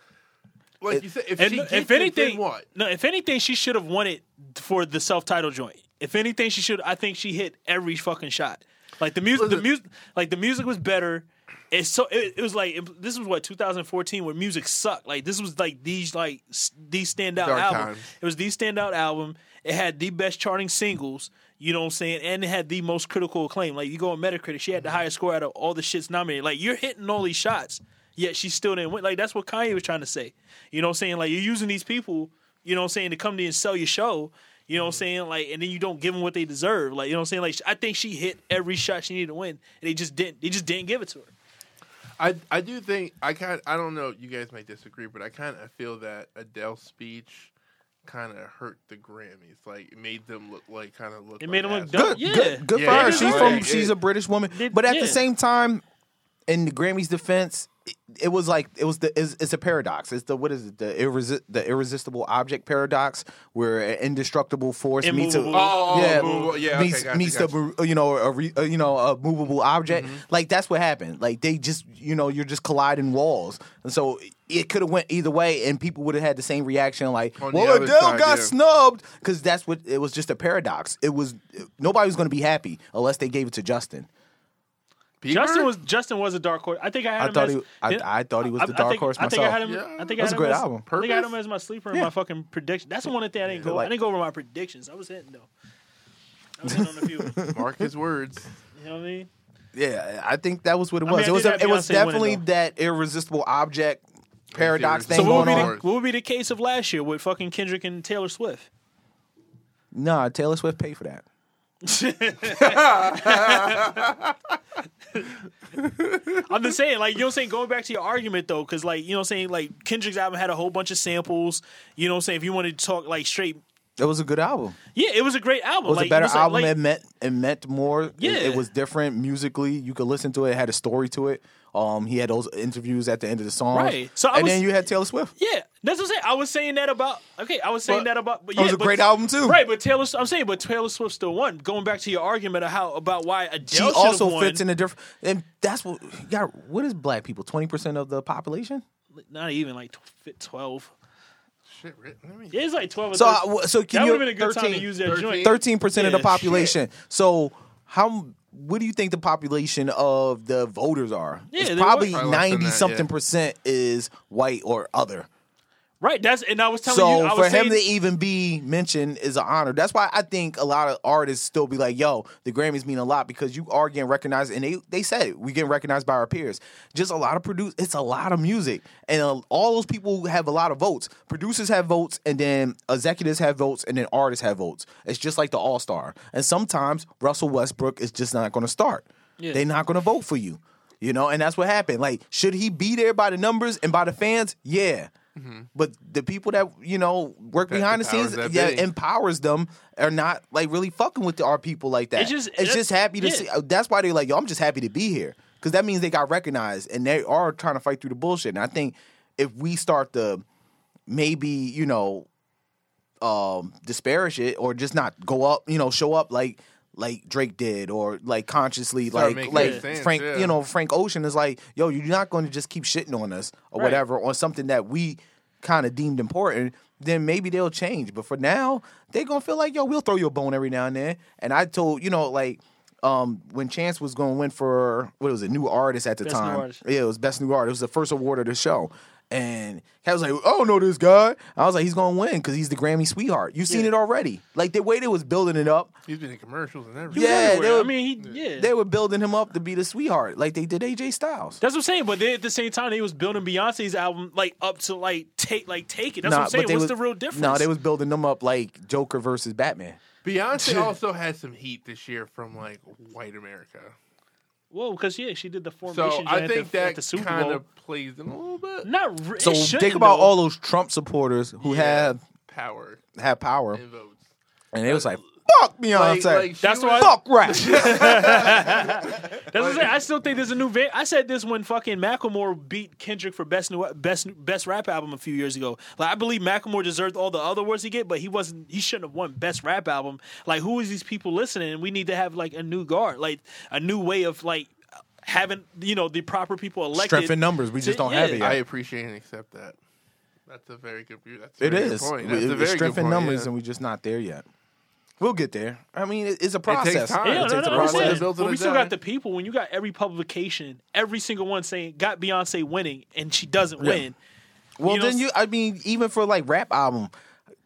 Speaker 4: like you said, if
Speaker 1: And
Speaker 4: she
Speaker 1: if
Speaker 4: gets it, then
Speaker 1: anything,
Speaker 4: what?
Speaker 1: no, if anything, she should have won it for the self title joint. If anything, she should. I think she hit every fucking shot. Like the music, the
Speaker 4: Listen.
Speaker 1: music, like the music was better. It's so it, it was like it- this was what 2014 when music sucked. Like this was like these like s- the standout
Speaker 4: Dark
Speaker 1: album.
Speaker 4: times.
Speaker 1: It was the standout album. It had the best charting singles. You know what I'm saying? And it had the most critical acclaim. Like you go on Metacritic, she had
Speaker 2: Mm-hmm.
Speaker 1: the highest score out of all the shits nominated. Like you're hitting all these shots, yet she still didn't win. Like that's what Kanye was trying to say. You know what I'm saying? Like you're using these people, you know what I'm saying, to come to you and sell your show. You know
Speaker 2: Mm-hmm.
Speaker 1: what I'm saying? Like, and then you don't give them what they deserve. Like, you know what I'm saying? Like, I think she hit every shot she needed to win, and they just didn't. They just didn't give it to her.
Speaker 4: I I do think I kind I don't know. You guys might disagree, but I kind of feel that Adele's speech kind of hurt the Grammys. Like it made them look like kind of look.
Speaker 1: It
Speaker 4: like
Speaker 1: made them look
Speaker 4: ass-
Speaker 1: dumb.
Speaker 2: good,
Speaker 1: Yeah.
Speaker 2: good, good
Speaker 4: Yeah,
Speaker 2: for her.
Speaker 4: it
Speaker 2: She's
Speaker 4: is.
Speaker 2: from,
Speaker 4: Right.
Speaker 2: she's a British woman.
Speaker 1: It-
Speaker 2: but at
Speaker 1: yeah.
Speaker 2: the same time, in the Grammys' defense, it, it was like it was the it's, it's a paradox. It's the what is it? The irresi- the irresistible object paradox, where an indestructible force meets a
Speaker 1: Immovable.
Speaker 4: Oh,
Speaker 2: yeah,
Speaker 4: movable. Yeah, okay,
Speaker 2: meets,
Speaker 4: gotcha,
Speaker 2: meets
Speaker 4: gotcha. Mm-hmm.
Speaker 2: the uh, you know a, re, a you know a movable object. Like that's what happened. Like they just you know you're just colliding walls, and so it could have went either way, and people would have had the same reaction. Like,
Speaker 4: On the
Speaker 2: well,
Speaker 4: other
Speaker 2: Adele
Speaker 4: side,
Speaker 2: got
Speaker 4: yeah.
Speaker 2: snubbed snubbed because that's what it was just a paradox. It was nobody was going to be happy unless they gave it to Justin.
Speaker 4: Bieber?
Speaker 1: Justin was Justin was a dark horse. I think I had
Speaker 2: I
Speaker 1: him.
Speaker 2: thought
Speaker 1: as,
Speaker 2: he- I-
Speaker 1: didn't-
Speaker 2: I thought he was the dark
Speaker 1: think-
Speaker 2: horse
Speaker 1: I think I had him.
Speaker 4: myself.
Speaker 1: I think I had
Speaker 2: That's a
Speaker 1: him
Speaker 2: great
Speaker 1: as,
Speaker 2: album.
Speaker 1: I think I had
Speaker 4: Purpose?
Speaker 1: him as my sleeper in my fucking prediction. That's the one thing I didn't go.
Speaker 2: Like-
Speaker 1: I didn't go over my predictions. I was hitting though. I was hitting on a few. you
Speaker 4: mark his words.
Speaker 1: know what I mean?
Speaker 2: Yeah, I think that was what it
Speaker 1: mean,
Speaker 2: was.
Speaker 1: I
Speaker 2: it was
Speaker 1: did
Speaker 2: a,
Speaker 1: have
Speaker 2: it was
Speaker 1: Beyonce winning,
Speaker 2: definitely
Speaker 1: though.
Speaker 2: that irresistible object paradox
Speaker 4: So
Speaker 2: thing
Speaker 1: So what would,
Speaker 2: going
Speaker 1: be the,
Speaker 2: on.
Speaker 4: on.
Speaker 1: what would be the case of last year with fucking Kendrick and Taylor Swift?
Speaker 2: Nah, Taylor Swift paid for that.
Speaker 1: I'm just saying, like, you know what I'm saying? Going back to your argument, though, because, like, you know what I'm saying? Like, Kendrick's album had a whole bunch of samples. You know what I'm saying? If you wanted to talk, like, straight.
Speaker 2: It was a good album.
Speaker 1: Yeah, it was a great album.
Speaker 2: It was
Speaker 1: like,
Speaker 2: a better
Speaker 1: you know what I'm
Speaker 2: album.
Speaker 1: saying?
Speaker 2: it meant it meant more. It-
Speaker 1: Yeah.
Speaker 2: It, was different musically. You could listen to it. It had a story to it. Um, he had those interviews at the end of the song.
Speaker 1: Right. So I
Speaker 2: and
Speaker 1: was-
Speaker 2: then you had Taylor Swift.
Speaker 1: Yeah, that's what I'm saying. I was saying that about okay. I was saying
Speaker 4: But-
Speaker 1: that about. But
Speaker 2: oh, It
Speaker 1: yeah,
Speaker 2: was a
Speaker 1: but-
Speaker 2: great album too.
Speaker 1: Right, but Taylor. I'm saying, but Taylor Swift still won. Going back to your argument of how about why Adele
Speaker 2: she
Speaker 1: should've
Speaker 2: also
Speaker 1: won,
Speaker 2: fits in a different. And that's what yeah. What is black people? Twenty percent of the population.
Speaker 1: Not even like tw- fit twelve.
Speaker 4: Shit, Rick, let me.
Speaker 1: Yeah, it's like twelve. Or
Speaker 2: So
Speaker 1: 13.
Speaker 2: I- so
Speaker 1: that
Speaker 2: can
Speaker 1: would
Speaker 2: you
Speaker 1: have been a good time to use that
Speaker 4: 13.
Speaker 1: joint.
Speaker 2: 13 percent of
Speaker 1: Yeah,
Speaker 2: the population. So how what do you think the population of the voters are?
Speaker 1: Yeah,
Speaker 2: it's
Speaker 1: they
Speaker 2: probably
Speaker 4: were- Probably less than
Speaker 2: ninety
Speaker 4: that,
Speaker 2: something
Speaker 4: yeah.
Speaker 2: percent is white or other.
Speaker 1: Right. That's and I was telling
Speaker 2: So
Speaker 1: you. I was
Speaker 2: for
Speaker 1: saying,
Speaker 2: him to even be mentioned is an honor. That's why I think a lot of artists still be like, "Yo, the Grammys mean a lot because you are getting recognized." And they they said it, we getting recognized by our peers. Just a lot of produce. It's a lot of music, and uh, all those people have a lot of votes. Producers have votes, and then executives have votes, and then artists have votes. It's just like the All Star. And sometimes Russell Westbrook is just not going to start.
Speaker 1: Yeah.
Speaker 2: They're not going to vote for you. You know, and that's what happened. Like, should he be there by the numbers and by the fans? Yeah. But the people that, you know, work behind the
Speaker 4: the powers
Speaker 2: scenes
Speaker 4: that
Speaker 2: that
Speaker 4: be.
Speaker 2: empowers them are not like really fucking with our people like that.
Speaker 1: It's just-
Speaker 2: it's
Speaker 1: that's-
Speaker 2: just happy to
Speaker 1: yeah.
Speaker 2: see. oh, That's why they're like, yo, I'm just happy to be here. Because that means they got recognized and they are trying to fight through the bullshit. And I think if we start to maybe, you know, um, disparage it or just not go up, you know, show up like like Drake did or like consciously
Speaker 4: Start
Speaker 2: like
Speaker 4: making
Speaker 2: like
Speaker 4: it sense,
Speaker 2: Frank,
Speaker 4: yeah.
Speaker 2: you know, Frank Ocean is like, yo, you're not going to just keep shitting on us or
Speaker 1: Right.
Speaker 2: whatever on something that we kind of deemed important. Then maybe they'll change, but for now, they're gonna feel like yo, we'll throw you a bone every now and then. And I told you know like. Um, when Chance was going to win for what was it, new artist at the
Speaker 1: Best New
Speaker 2: time?
Speaker 1: Artist.
Speaker 2: Yeah, it was best new artist. It was the first award of the show, And I was like, "Oh no, this guy!" I was like, "He's gonna win because he's the Grammy sweetheart." You've seen it already. Like the way they was building it up,
Speaker 4: He's been in commercials and everything.
Speaker 1: He was
Speaker 2: Yeah,
Speaker 1: everywhere.
Speaker 2: they were-
Speaker 1: I mean, he, yeah.
Speaker 2: they were building him up to be the sweetheart, like they did AJ Styles.
Speaker 1: That's what I'm saying. But then at the same time, they was building Beyonce's album like up to like take like take it. That's
Speaker 2: Nah,
Speaker 1: what I'm saying.
Speaker 2: but they
Speaker 1: What's
Speaker 2: was-
Speaker 1: the real difference?
Speaker 2: No, they was building them up like Joker versus Batman.
Speaker 4: Beyonce also had some heat this year from like white America.
Speaker 1: well because yeah, she did the formation.
Speaker 4: So
Speaker 1: joint
Speaker 4: I
Speaker 1: at the-
Speaker 4: think
Speaker 1: at
Speaker 4: that
Speaker 1: the Super
Speaker 4: kind
Speaker 1: Bowl.
Speaker 4: of plays in a little bit.
Speaker 1: Not re-
Speaker 2: So
Speaker 1: it shouldn't,
Speaker 2: think about
Speaker 1: though.
Speaker 2: all those Trump supporters who
Speaker 4: Yeah,
Speaker 2: have
Speaker 4: power
Speaker 2: have power,
Speaker 4: and votes.
Speaker 2: and they was like, "Fuck Beyonce,
Speaker 4: like, she
Speaker 1: That's
Speaker 4: was-
Speaker 1: why-
Speaker 2: fuck rap."
Speaker 1: That's what I'm saying. I still think there's a new. Va- I said this when fucking Macklemore beat Kendrick for best new best best rap album a few years ago. Like I believe Macklemore deserved all the other awards he get, but he wasn't. He shouldn't have won best rap album. Like who is these people listening? And we need to have like a new guard, like a new way of like having you know the proper people elected.
Speaker 2: Strength in numbers, we
Speaker 1: to-
Speaker 2: just don't have it
Speaker 1: yeah.
Speaker 2: yet.
Speaker 4: I appreciate and accept that. That's a very good. That's a
Speaker 2: It
Speaker 4: very good
Speaker 2: is.
Speaker 4: Point.
Speaker 2: It-
Speaker 4: That's a
Speaker 2: It's
Speaker 4: very
Speaker 2: strength
Speaker 4: good
Speaker 2: in
Speaker 4: point,
Speaker 2: numbers,
Speaker 4: yeah.
Speaker 2: and we're just not there yet. We'll get there. I mean, it- it's a
Speaker 4: takes
Speaker 2: process.
Speaker 4: time.
Speaker 1: Yeah,
Speaker 4: It
Speaker 1: no,
Speaker 4: takes
Speaker 1: no,
Speaker 4: a
Speaker 1: I'm
Speaker 4: process.
Speaker 1: saying,
Speaker 4: It's built
Speaker 1: but
Speaker 4: in
Speaker 1: we
Speaker 4: a
Speaker 1: still
Speaker 4: day.
Speaker 1: got the people. When you got every publication, every single one saying got Beyonce winning and she doesn't win.
Speaker 2: Well,
Speaker 1: You know,
Speaker 2: then you. I mean, even for like rap album,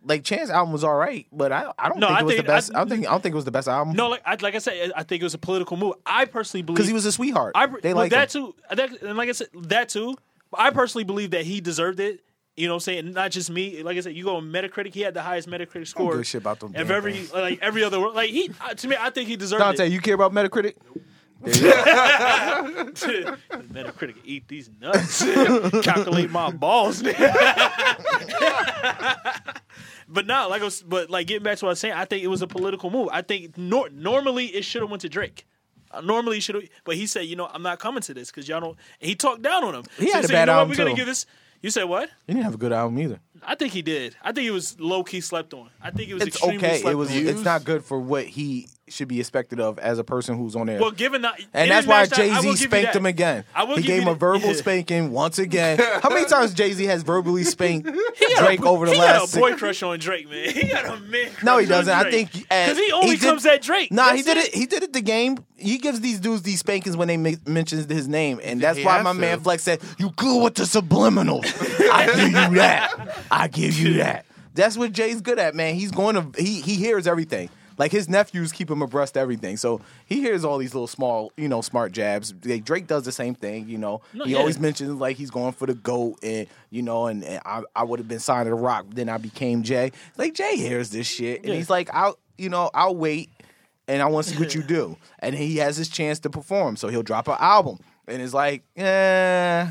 Speaker 2: like Chance album was all right, but I, I don't
Speaker 1: No,
Speaker 2: think
Speaker 1: I
Speaker 2: it was
Speaker 1: think-
Speaker 2: the best.
Speaker 1: I-
Speaker 2: I, don't think I don't think it was the best album.
Speaker 1: No, like I, like I said, I think it was a political move. I personally believe
Speaker 2: because he was a sweetheart.
Speaker 1: I
Speaker 2: they
Speaker 1: well,
Speaker 2: like
Speaker 1: that too. That, and like I said, that too. I personally believe that he deserved it. You know, what I'm saying not just me. Like I said, you go on Metacritic. He had the highest Metacritic score.
Speaker 2: give a shit about them
Speaker 1: Of
Speaker 2: damn
Speaker 1: every
Speaker 2: things.
Speaker 1: like every other like he uh, to me, I think he deserved
Speaker 2: Dante.
Speaker 1: it.
Speaker 2: You care about Metacritic?
Speaker 1: Metacritic eat these nuts. Calculate my balls. but no, like I was, but like getting back to what I was saying, I think it was a political move. I think nor- normally it should have went to Drake. Uh, normally it should have, but he said, you know, I'm not coming to this because y'all don't. And he talked down on him.
Speaker 2: He had a
Speaker 1: you
Speaker 2: bad
Speaker 1: know
Speaker 2: album,
Speaker 1: what, we're gonna
Speaker 2: too.
Speaker 1: give this. You said what?
Speaker 2: He didn't have a good album either.
Speaker 1: I think he did. I think he was low key slept on. I think it was
Speaker 2: It's
Speaker 1: extremely
Speaker 2: okay.
Speaker 1: Slept
Speaker 2: It was.
Speaker 1: on.
Speaker 2: It's not good for what he should be expected of as a person who's on there.
Speaker 1: Well, given that,
Speaker 2: and
Speaker 1: it
Speaker 2: that's
Speaker 1: didn't
Speaker 2: why
Speaker 1: match that, I
Speaker 2: Jay
Speaker 1: will
Speaker 2: Z
Speaker 1: give you
Speaker 2: spanked
Speaker 1: that.
Speaker 2: him again.
Speaker 1: I will
Speaker 2: he
Speaker 1: give
Speaker 2: gave
Speaker 1: you
Speaker 2: him a
Speaker 1: that.
Speaker 2: verbal
Speaker 1: Yeah.
Speaker 2: spanking once again. How many times Jay Z has verbally spanked
Speaker 1: had a
Speaker 2: Drake
Speaker 1: bo-
Speaker 2: over the
Speaker 1: he
Speaker 2: last?
Speaker 1: had a
Speaker 2: six-
Speaker 1: boy crush on Drake, man. He had a man.
Speaker 2: No, he doesn't. I think uh,
Speaker 1: because he only
Speaker 2: did-
Speaker 1: comes at Drake.
Speaker 2: Nah, he
Speaker 1: That's
Speaker 2: did it. He did it. The game. He gives these dudes these spankings when they ma- mentions his name, and that's
Speaker 4: He
Speaker 2: why
Speaker 4: has
Speaker 2: my man
Speaker 4: to.
Speaker 2: Flex said, "You good with the subliminals? I give you that. I give you that." That's what Jay's good at, man. He's going to he he hears everything. Like his nephews keep him abreast of everything, so he hears all these little small, you know, smart jabs. Like Drake does the same thing, you know.
Speaker 1: No,
Speaker 2: he
Speaker 1: yeah.
Speaker 2: always mentions like he's going for the goat, and you know, and, and I, I would have been signed to the Rock, but then I became Jay. Like Jay hears this shit, and
Speaker 1: Yeah.
Speaker 2: he's like, "I'll, you know, I'll wait, and I want to see what you do." And he has his chance to perform, so he'll drop an album, and it's like, eh,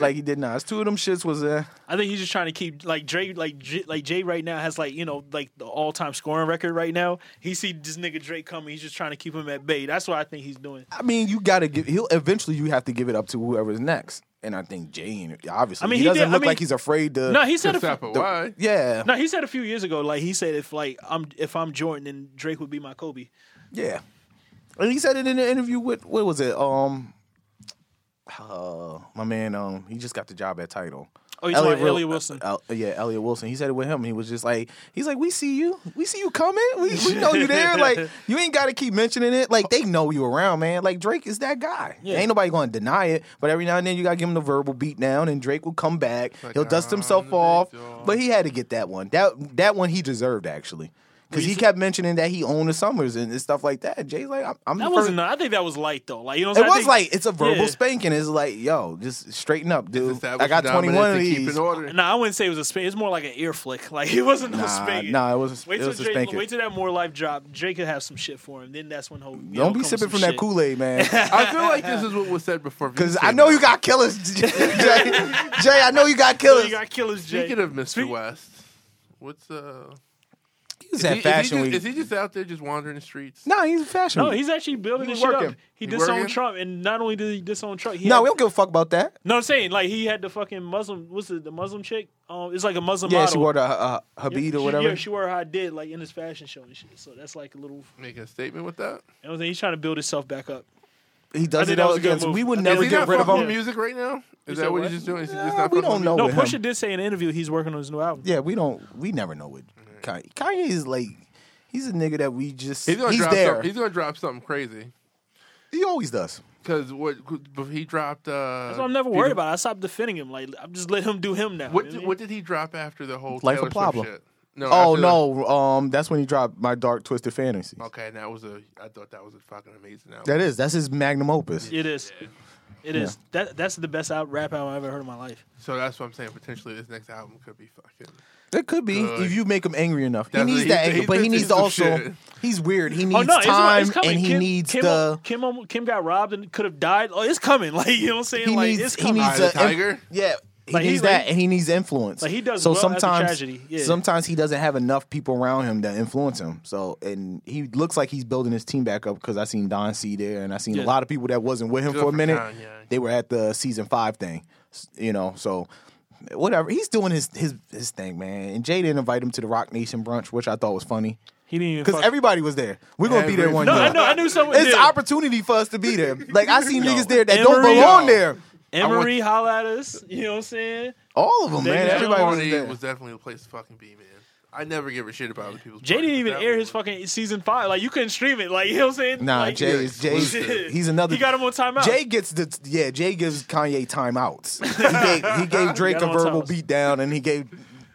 Speaker 2: like he did not. It's two of them shits was uh,
Speaker 1: I think he's just trying to keep like Drake, like J, like Jay right now has like you know like the all time scoring record right now. He see this nigga Drake coming. He's just trying to keep him at bay. That's what I think he's doing.
Speaker 2: I mean, you gotta give. He'll eventually you have to give it up to whoever's next. And I think Jay, ain't- obviously,
Speaker 1: I mean,
Speaker 2: he,
Speaker 1: he
Speaker 2: doesn't
Speaker 1: did- I
Speaker 2: look
Speaker 1: mean-
Speaker 2: like he's afraid to.
Speaker 1: No, he said a
Speaker 4: Except
Speaker 1: few,
Speaker 4: for why?
Speaker 2: yeah,
Speaker 1: no, he said a few years ago like he said if like I'm if I'm Jordan then Drake would be my Kobe.
Speaker 2: yeah. And he said it in an interview with what was it? Um, uh, my man, um, he just got the job at Title.
Speaker 1: Oh, he's talking about
Speaker 2: Wil-
Speaker 1: Elliot Wilson.
Speaker 2: uh, uh, yeah, Elliot Wilson. He said it with him. He was just like, he's like, we see you, we see you coming. We, we know you there. Like you ain't got to keep mentioning it. Like they know you around, man. Like Drake is that guy.
Speaker 1: Yeah.
Speaker 2: Ain't nobody going to deny it. But every now and then you got to give him the verbal beat down, and Drake will come back.
Speaker 4: Like,
Speaker 2: He'll dust
Speaker 4: I'm
Speaker 2: himself
Speaker 4: the
Speaker 2: off.
Speaker 4: big dog.
Speaker 2: But he had to get that one. That that one he deserved actually. Because he kept mentioning that he owned the summers and, and stuff like that. Jay's like, I'm, I'm
Speaker 1: That
Speaker 2: the first.
Speaker 1: wasn't. I think that was light though. Like you know, what
Speaker 2: It
Speaker 1: I'm saying? I
Speaker 2: was
Speaker 1: think-
Speaker 2: like it's a verbal
Speaker 1: Yeah.
Speaker 2: spanking. It's like, yo, just straighten up, dude.
Speaker 4: Establish
Speaker 2: I got
Speaker 4: dominance
Speaker 2: 21 of
Speaker 4: and Keep
Speaker 2: these.
Speaker 4: in order.
Speaker 1: No, I wouldn't say it was a spank. It's more like an ear flick. Like it wasn't no
Speaker 2: Nah,
Speaker 1: spanking.
Speaker 2: nah, it was a,
Speaker 1: Wait
Speaker 2: it
Speaker 1: till
Speaker 2: was a
Speaker 1: Drake,
Speaker 2: spanking.
Speaker 1: wait till that more life drop. Drake could have some shit for him. Then that's when he'll. you know,
Speaker 2: Don't be
Speaker 1: come
Speaker 2: sipping
Speaker 1: some
Speaker 2: from that
Speaker 1: shit.
Speaker 2: Kool Aid, man.
Speaker 4: I feel like this is what was said before.
Speaker 2: Because I know you got killers, Jay. Jay, I know you got
Speaker 1: So
Speaker 2: killers.
Speaker 1: You got killers, Jay.
Speaker 4: Speaking of Mr.
Speaker 1: Speak-
Speaker 4: West, what's uh?
Speaker 2: he's
Speaker 4: Is
Speaker 2: at
Speaker 4: he,
Speaker 2: Fashion
Speaker 4: is he,
Speaker 2: Week.
Speaker 4: just, is he just out there just wandering the streets?
Speaker 2: no, he's at Fashion
Speaker 1: no,
Speaker 2: Week.
Speaker 1: he's actually building
Speaker 2: He
Speaker 1: this
Speaker 2: was
Speaker 1: shit up.
Speaker 2: working.
Speaker 1: He
Speaker 4: He
Speaker 1: disowned
Speaker 4: working?
Speaker 1: Trump, and not only did he disown Trump, he
Speaker 2: no,
Speaker 1: had-
Speaker 2: we don't give a fuck about that.
Speaker 1: no, I'm saying like he had the fucking Muslim. What's it? The Muslim chick? Um, it's like a Muslim
Speaker 2: Yeah,
Speaker 1: model.
Speaker 2: she wore the uh, uh,
Speaker 1: Yeah,
Speaker 2: Habib
Speaker 1: she-
Speaker 2: or whatever.
Speaker 1: Yeah, she wore her did like in his fashion show and shit. So that's like a little.
Speaker 4: Making a statement with that.
Speaker 1: You know, what I'm saying? he's trying to build himself back up.
Speaker 2: he does
Speaker 1: think
Speaker 2: it
Speaker 1: that
Speaker 2: all
Speaker 1: was a good
Speaker 2: against.
Speaker 1: move.
Speaker 2: We would
Speaker 1: I think
Speaker 2: never
Speaker 4: Is he
Speaker 2: get
Speaker 4: not
Speaker 2: rid of
Speaker 4: fucking
Speaker 2: him.
Speaker 1: him.
Speaker 4: music right now? Is
Speaker 1: said
Speaker 4: that what
Speaker 1: what?
Speaker 4: he's just doing? Is he just
Speaker 2: Nah,
Speaker 4: not
Speaker 2: we
Speaker 4: fucking
Speaker 2: don't
Speaker 4: with
Speaker 2: know.
Speaker 1: No,
Speaker 2: Oh, with
Speaker 1: Pusha
Speaker 2: him.
Speaker 1: did say in an interview he's working on his new album.
Speaker 2: Yeah, we don't. We never know what Kanye. Kanye is like. He's a nigga that we just.
Speaker 4: He's
Speaker 2: He's,
Speaker 4: gonna drop.
Speaker 2: there.
Speaker 4: Some, he's gonna drop something crazy.
Speaker 2: he always does.
Speaker 4: because what but he dropped. Uh,
Speaker 1: That's why I'm never
Speaker 4: Beat
Speaker 1: worried
Speaker 4: Him-
Speaker 1: about. It. I stopped defending him. Like I'm just let him do him now.
Speaker 4: What
Speaker 1: You
Speaker 4: did,
Speaker 1: know
Speaker 4: what did he drop after the whole
Speaker 2: Life
Speaker 4: Taylor
Speaker 2: of
Speaker 4: Swift
Speaker 2: Pablo.
Speaker 4: shit? No.
Speaker 2: Oh
Speaker 4: after the-
Speaker 2: no, um, that's when he dropped my dark twisted fantasy.
Speaker 4: okay, and that was a. I thought that was a fucking amazing album.
Speaker 2: That is that's his magnum opus.
Speaker 1: what I mean? It is. It is. That that's the best out rap album I ever heard in my life.
Speaker 4: so that's what I'm saying. Potentially, this next album could be fucking.
Speaker 2: That could be
Speaker 4: Good.
Speaker 2: if you make him angry enough. He
Speaker 4: That's-
Speaker 2: needs
Speaker 4: he-
Speaker 2: that
Speaker 4: he-
Speaker 2: anger, but he
Speaker 4: he's
Speaker 2: needs to
Speaker 4: some
Speaker 2: also.
Speaker 4: shit.
Speaker 2: He's weird. He needs
Speaker 1: oh no, it's,
Speaker 2: time
Speaker 1: it's coming.
Speaker 2: and he
Speaker 1: Kim,
Speaker 2: needs
Speaker 1: Kim,
Speaker 2: the.
Speaker 1: Kim, Kim, got robbed and could have died. Oh, it's coming. Like you know what I'm saying?
Speaker 2: He
Speaker 1: like
Speaker 2: needs.
Speaker 1: it's
Speaker 2: He
Speaker 1: coming.
Speaker 2: needs
Speaker 4: Eye of
Speaker 2: a,
Speaker 4: the Tiger?
Speaker 2: Yeah. He
Speaker 1: Like, he-
Speaker 2: needs
Speaker 1: like-
Speaker 2: that, and he needs influence.
Speaker 1: Like, he does
Speaker 2: So
Speaker 1: well after
Speaker 2: sometimes,
Speaker 1: tragedy, yeah.
Speaker 2: sometimes he doesn't have enough people around him to influence him. So, and he looks like he's building his team back up because I seen Don C there, and I seen
Speaker 1: Yeah.
Speaker 2: a lot of people that wasn't with him
Speaker 4: Good
Speaker 2: for a
Speaker 4: for
Speaker 2: minute.
Speaker 4: Kanye.
Speaker 2: They were at the season five thing, s- you know. So, whatever, he's doing his his his thing, man. And Jay didn't invite him to the Rock Nation brunch, which I thought was funny.
Speaker 1: he didn't even.
Speaker 2: Because
Speaker 1: fuck-
Speaker 2: everybody was there. We're gonna be there one
Speaker 1: no,
Speaker 2: day.
Speaker 1: I know. I knew someone.
Speaker 2: It's
Speaker 1: did.
Speaker 2: an opportunity for us to be there. Like I see niggas there that
Speaker 1: Emory,
Speaker 2: don't belong
Speaker 1: yo.
Speaker 2: there.
Speaker 1: Emery holla at us. You know what I'm saying?
Speaker 2: All of them,
Speaker 1: They
Speaker 2: man.
Speaker 1: just
Speaker 2: Everybody was
Speaker 4: Kanye
Speaker 2: there.
Speaker 4: was definitely the place to fucking be, man. I never give a shit about other people's.
Speaker 1: Jay
Speaker 4: parties,
Speaker 1: didn't
Speaker 4: but
Speaker 1: even
Speaker 4: that
Speaker 1: air
Speaker 4: one
Speaker 1: his
Speaker 4: was-
Speaker 1: fucking season five. Like you couldn't stream it. Like you know what I'm saying?
Speaker 2: Nah,
Speaker 1: like,
Speaker 2: Jay is Jay's.
Speaker 1: Shit.
Speaker 2: He's another.
Speaker 1: He got him on timeout.
Speaker 2: Jay gets the yeah. Jay gives Kanye timeouts. He gave, he gave Drake
Speaker 1: got him
Speaker 2: a
Speaker 1: on
Speaker 2: verbal
Speaker 1: timeouts.
Speaker 2: beatdown, and he gave